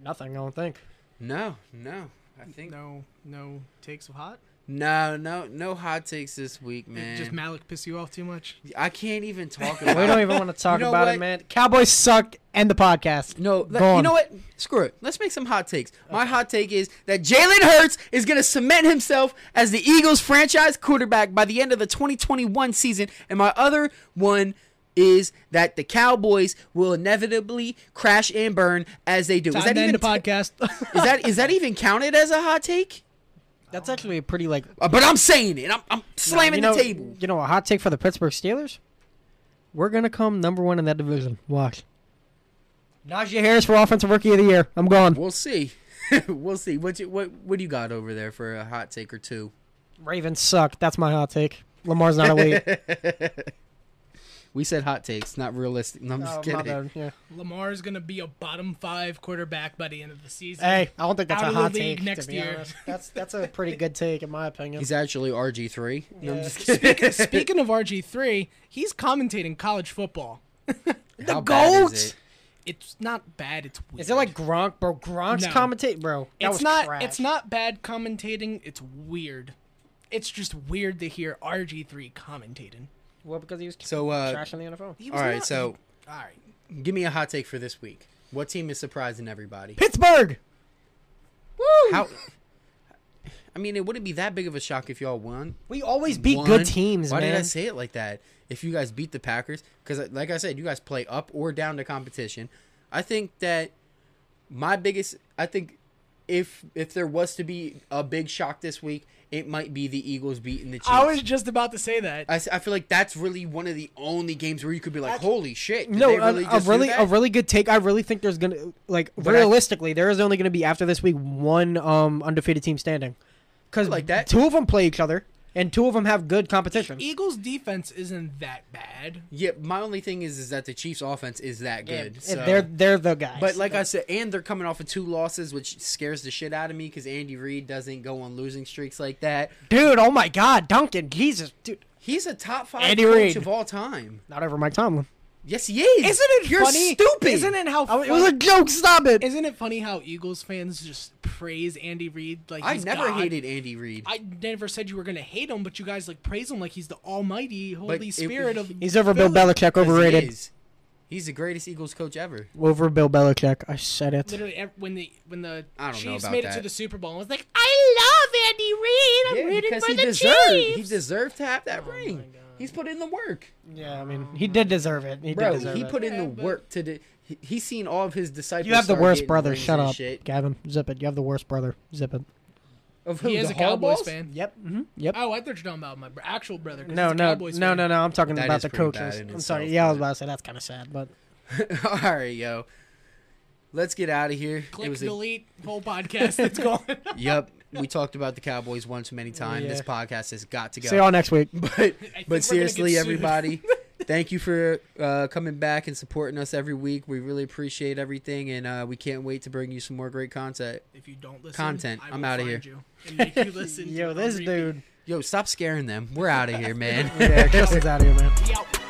Speaker 4: Nothing, I don't think.
Speaker 2: No, no. I think
Speaker 3: No, no takes of hot.
Speaker 2: no, no, no hot takes this week,
Speaker 3: Did
Speaker 2: man.
Speaker 3: Just Malik piss you off too much.
Speaker 2: I can't even talk
Speaker 4: We
Speaker 2: about.
Speaker 4: don't even want to talk
Speaker 2: know
Speaker 4: about
Speaker 2: what?
Speaker 4: it, man. Cowboys suck. End the podcast.
Speaker 2: No,
Speaker 4: Go
Speaker 2: let- you
Speaker 4: on.
Speaker 2: know what? Screw it. Let's make some hot takes. My hot take is that Jalen Hurts is going to cement himself as the Eagles franchise quarterback by the end of the 2021 season. And my other one is that the Cowboys will inevitably crash and burn as they do. Is
Speaker 3: Time
Speaker 2: that,
Speaker 3: to end
Speaker 2: even,
Speaker 3: the podcast.
Speaker 2: is that is that even counted as a hot take?
Speaker 4: That's actually a pretty like
Speaker 2: Uh, but I'm saying it. I'm, I'm slamming
Speaker 4: you know,
Speaker 2: the table.
Speaker 4: You know, a hot take for the Pittsburgh Steelers. We're gonna come number one in that division. Watch. Najee Harris for offensive rookie of the year. I'm gone.
Speaker 2: We'll see. we'll see. What you, what what do you got over there for a hot take or two?
Speaker 4: Ravens suck. That's my hot take. Lamar's not elite.
Speaker 2: We said hot takes, not realistic. No, I'm just
Speaker 4: oh,
Speaker 2: kidding.
Speaker 4: my bad. Yeah.
Speaker 3: Lamar's gonna be a bottom five quarterback by the end of the season.
Speaker 4: Hey, I don't think that's
Speaker 3: Out
Speaker 4: a
Speaker 3: of the
Speaker 4: hot
Speaker 3: league
Speaker 4: take.
Speaker 3: next
Speaker 4: to be
Speaker 3: year.
Speaker 4: honest. that's that's a pretty good take in my opinion.
Speaker 2: He's actually RG three. No, I'm
Speaker 4: Yeah.
Speaker 2: just kidding.
Speaker 3: Uh, Speaking of RG three, he's commentating college football.
Speaker 2: How
Speaker 4: the
Speaker 2: bad is
Speaker 4: goat.
Speaker 2: it?
Speaker 3: It's not bad. It's weird.
Speaker 4: Is it like Gronk, bro? Gronk's
Speaker 3: No.
Speaker 4: commentate, bro. That
Speaker 3: it's
Speaker 4: was
Speaker 3: not?
Speaker 4: Trash.
Speaker 3: It's not bad commentating. It's weird. It's just weird to hear RG three commentating.
Speaker 4: Well, because he was
Speaker 2: So, uh,
Speaker 4: trash on the NFL.
Speaker 3: He
Speaker 2: all
Speaker 3: was
Speaker 2: right.
Speaker 3: not-
Speaker 2: So,
Speaker 3: all right.
Speaker 2: give me a hot take for this week. What team is surprising everybody?
Speaker 4: Pittsburgh. Woo!
Speaker 2: How? I mean, it wouldn't be that big of a shock if y'all won.
Speaker 4: we always beat
Speaker 2: Won.
Speaker 4: good teams,
Speaker 2: Why
Speaker 4: man.
Speaker 2: did I say it like that? If you guys beat the Packers, because like I said, you guys play up or down to competition. I think that my biggest, I think if if there was to be a big shock this week, it might be the Eagles beating the Chiefs.
Speaker 3: I was just about to say that.
Speaker 2: I, s- I feel like that's really one of the only games where you could be like, holy shit. did
Speaker 4: no,
Speaker 2: they
Speaker 4: a- a,
Speaker 2: just do
Speaker 4: really, a
Speaker 2: that?
Speaker 4: really good take. I really think there's gonna like
Speaker 2: I-
Speaker 4: realistically, there is only gonna be after this week one um undefeated team standing, because
Speaker 2: I like that. E-
Speaker 4: two of them play each other and two of them have good competition.
Speaker 3: Eagles defense isn't that bad.
Speaker 2: Yeah, my only thing is is that the Chiefs' offense is that good.
Speaker 4: And
Speaker 2: so-
Speaker 4: They're they're the guys.
Speaker 2: but like I said, and they're coming off of two losses, which scares the shit out of me because Andy Reid doesn't go on losing streaks like that.
Speaker 4: dude, oh my God, Duncan, Jesus, dude,
Speaker 2: He's a top five
Speaker 4: Andy
Speaker 2: coach
Speaker 4: Reid.
Speaker 2: of all time.
Speaker 4: not over Mike Tomlin.
Speaker 2: Yes, he is.
Speaker 3: Isn't it
Speaker 2: You're
Speaker 3: funny?
Speaker 2: stupid.
Speaker 3: Isn't it how?
Speaker 4: Oh,
Speaker 3: Funny,
Speaker 4: it was a joke. Stop it.
Speaker 3: isn't it funny how Eagles fans just praise Andy Reid like
Speaker 2: I
Speaker 3: he's
Speaker 2: never
Speaker 3: God?
Speaker 2: hated Andy Reid.
Speaker 3: I never said you were gonna hate him, but you guys like praise him like he's the Almighty Holy
Speaker 2: it-
Speaker 3: Spirit of.
Speaker 4: He's over Bill
Speaker 3: Philly.
Speaker 4: Belichick.
Speaker 2: 'Cause he
Speaker 4: Overrated.
Speaker 2: is. He's the greatest Eagles coach ever.
Speaker 4: Over Bill Belichick. I said it.
Speaker 3: Literally, ev- when the when the
Speaker 2: I don't know
Speaker 3: Chiefs
Speaker 2: about
Speaker 3: made it to
Speaker 2: that.
Speaker 3: the Super Bowl, I was like, I love Andy Reid. I'm
Speaker 2: yeah,
Speaker 3: rooting
Speaker 2: because
Speaker 3: for
Speaker 2: he
Speaker 3: the
Speaker 2: deserved.
Speaker 3: Chiefs.
Speaker 2: He deserved to have
Speaker 4: Oh
Speaker 2: that
Speaker 3: my
Speaker 2: ring.
Speaker 3: God.
Speaker 2: He's put in the work.
Speaker 4: Yeah, I mean, he did deserve it. He
Speaker 2: Bro,
Speaker 4: did deserve
Speaker 2: he
Speaker 4: it.
Speaker 2: put in
Speaker 3: Yeah,
Speaker 2: the
Speaker 3: but-
Speaker 2: work to the. He, he's seen all of his disciples.
Speaker 4: you have the
Speaker 2: start
Speaker 4: worst
Speaker 2: getting
Speaker 4: brother.
Speaker 2: rings
Speaker 4: Shut
Speaker 2: and
Speaker 4: up,
Speaker 2: Shit.
Speaker 4: Gavin. Zip it. You have the worst brother. Zip it.
Speaker 2: Of
Speaker 3: He
Speaker 2: who,
Speaker 3: is
Speaker 2: the
Speaker 3: a Cowboys
Speaker 2: Hardballs?
Speaker 3: fan.
Speaker 4: Yep. Mm-hmm. Yep.
Speaker 3: Oh, I thought you were talking about my br- actual brother. 'cause
Speaker 4: No,
Speaker 3: he's a
Speaker 4: no, no,
Speaker 3: Cowboys
Speaker 4: no,
Speaker 3: fan.
Speaker 4: no, I'm talking
Speaker 2: That
Speaker 4: about
Speaker 2: is
Speaker 4: the
Speaker 2: pretty
Speaker 4: coaches.
Speaker 2: bad in
Speaker 4: I'm
Speaker 2: itself,
Speaker 4: sorry. Yeah, I was
Speaker 2: but-
Speaker 4: about to say that's kind of sad, but
Speaker 2: all right, yo. Let's get out of here.
Speaker 3: Click
Speaker 2: it was a,
Speaker 3: delete whole podcast. It's gone.
Speaker 2: yep. We talked about the Cowboys one too many times.
Speaker 4: Yeah.
Speaker 2: This podcast has got to go.
Speaker 4: see y'all next week.
Speaker 2: but
Speaker 3: think we're
Speaker 2: but seriously,
Speaker 3: gonna get sued.
Speaker 2: everybody, thank you for uh, coming back and supporting us every week. We really appreciate everything, and uh, we can't wait to bring you some more great content.
Speaker 3: if you don't listen,
Speaker 2: Content.
Speaker 3: I
Speaker 2: I'm
Speaker 3: will
Speaker 2: outta
Speaker 3: find
Speaker 2: here.
Speaker 3: You and make you listen.
Speaker 4: Yo,
Speaker 3: to
Speaker 4: this
Speaker 3: Unreaping.
Speaker 4: dude.
Speaker 2: Yo, stop scaring them. We're out of here, man.
Speaker 4: Yeah, Justin's out of here, man.
Speaker 3: Be out.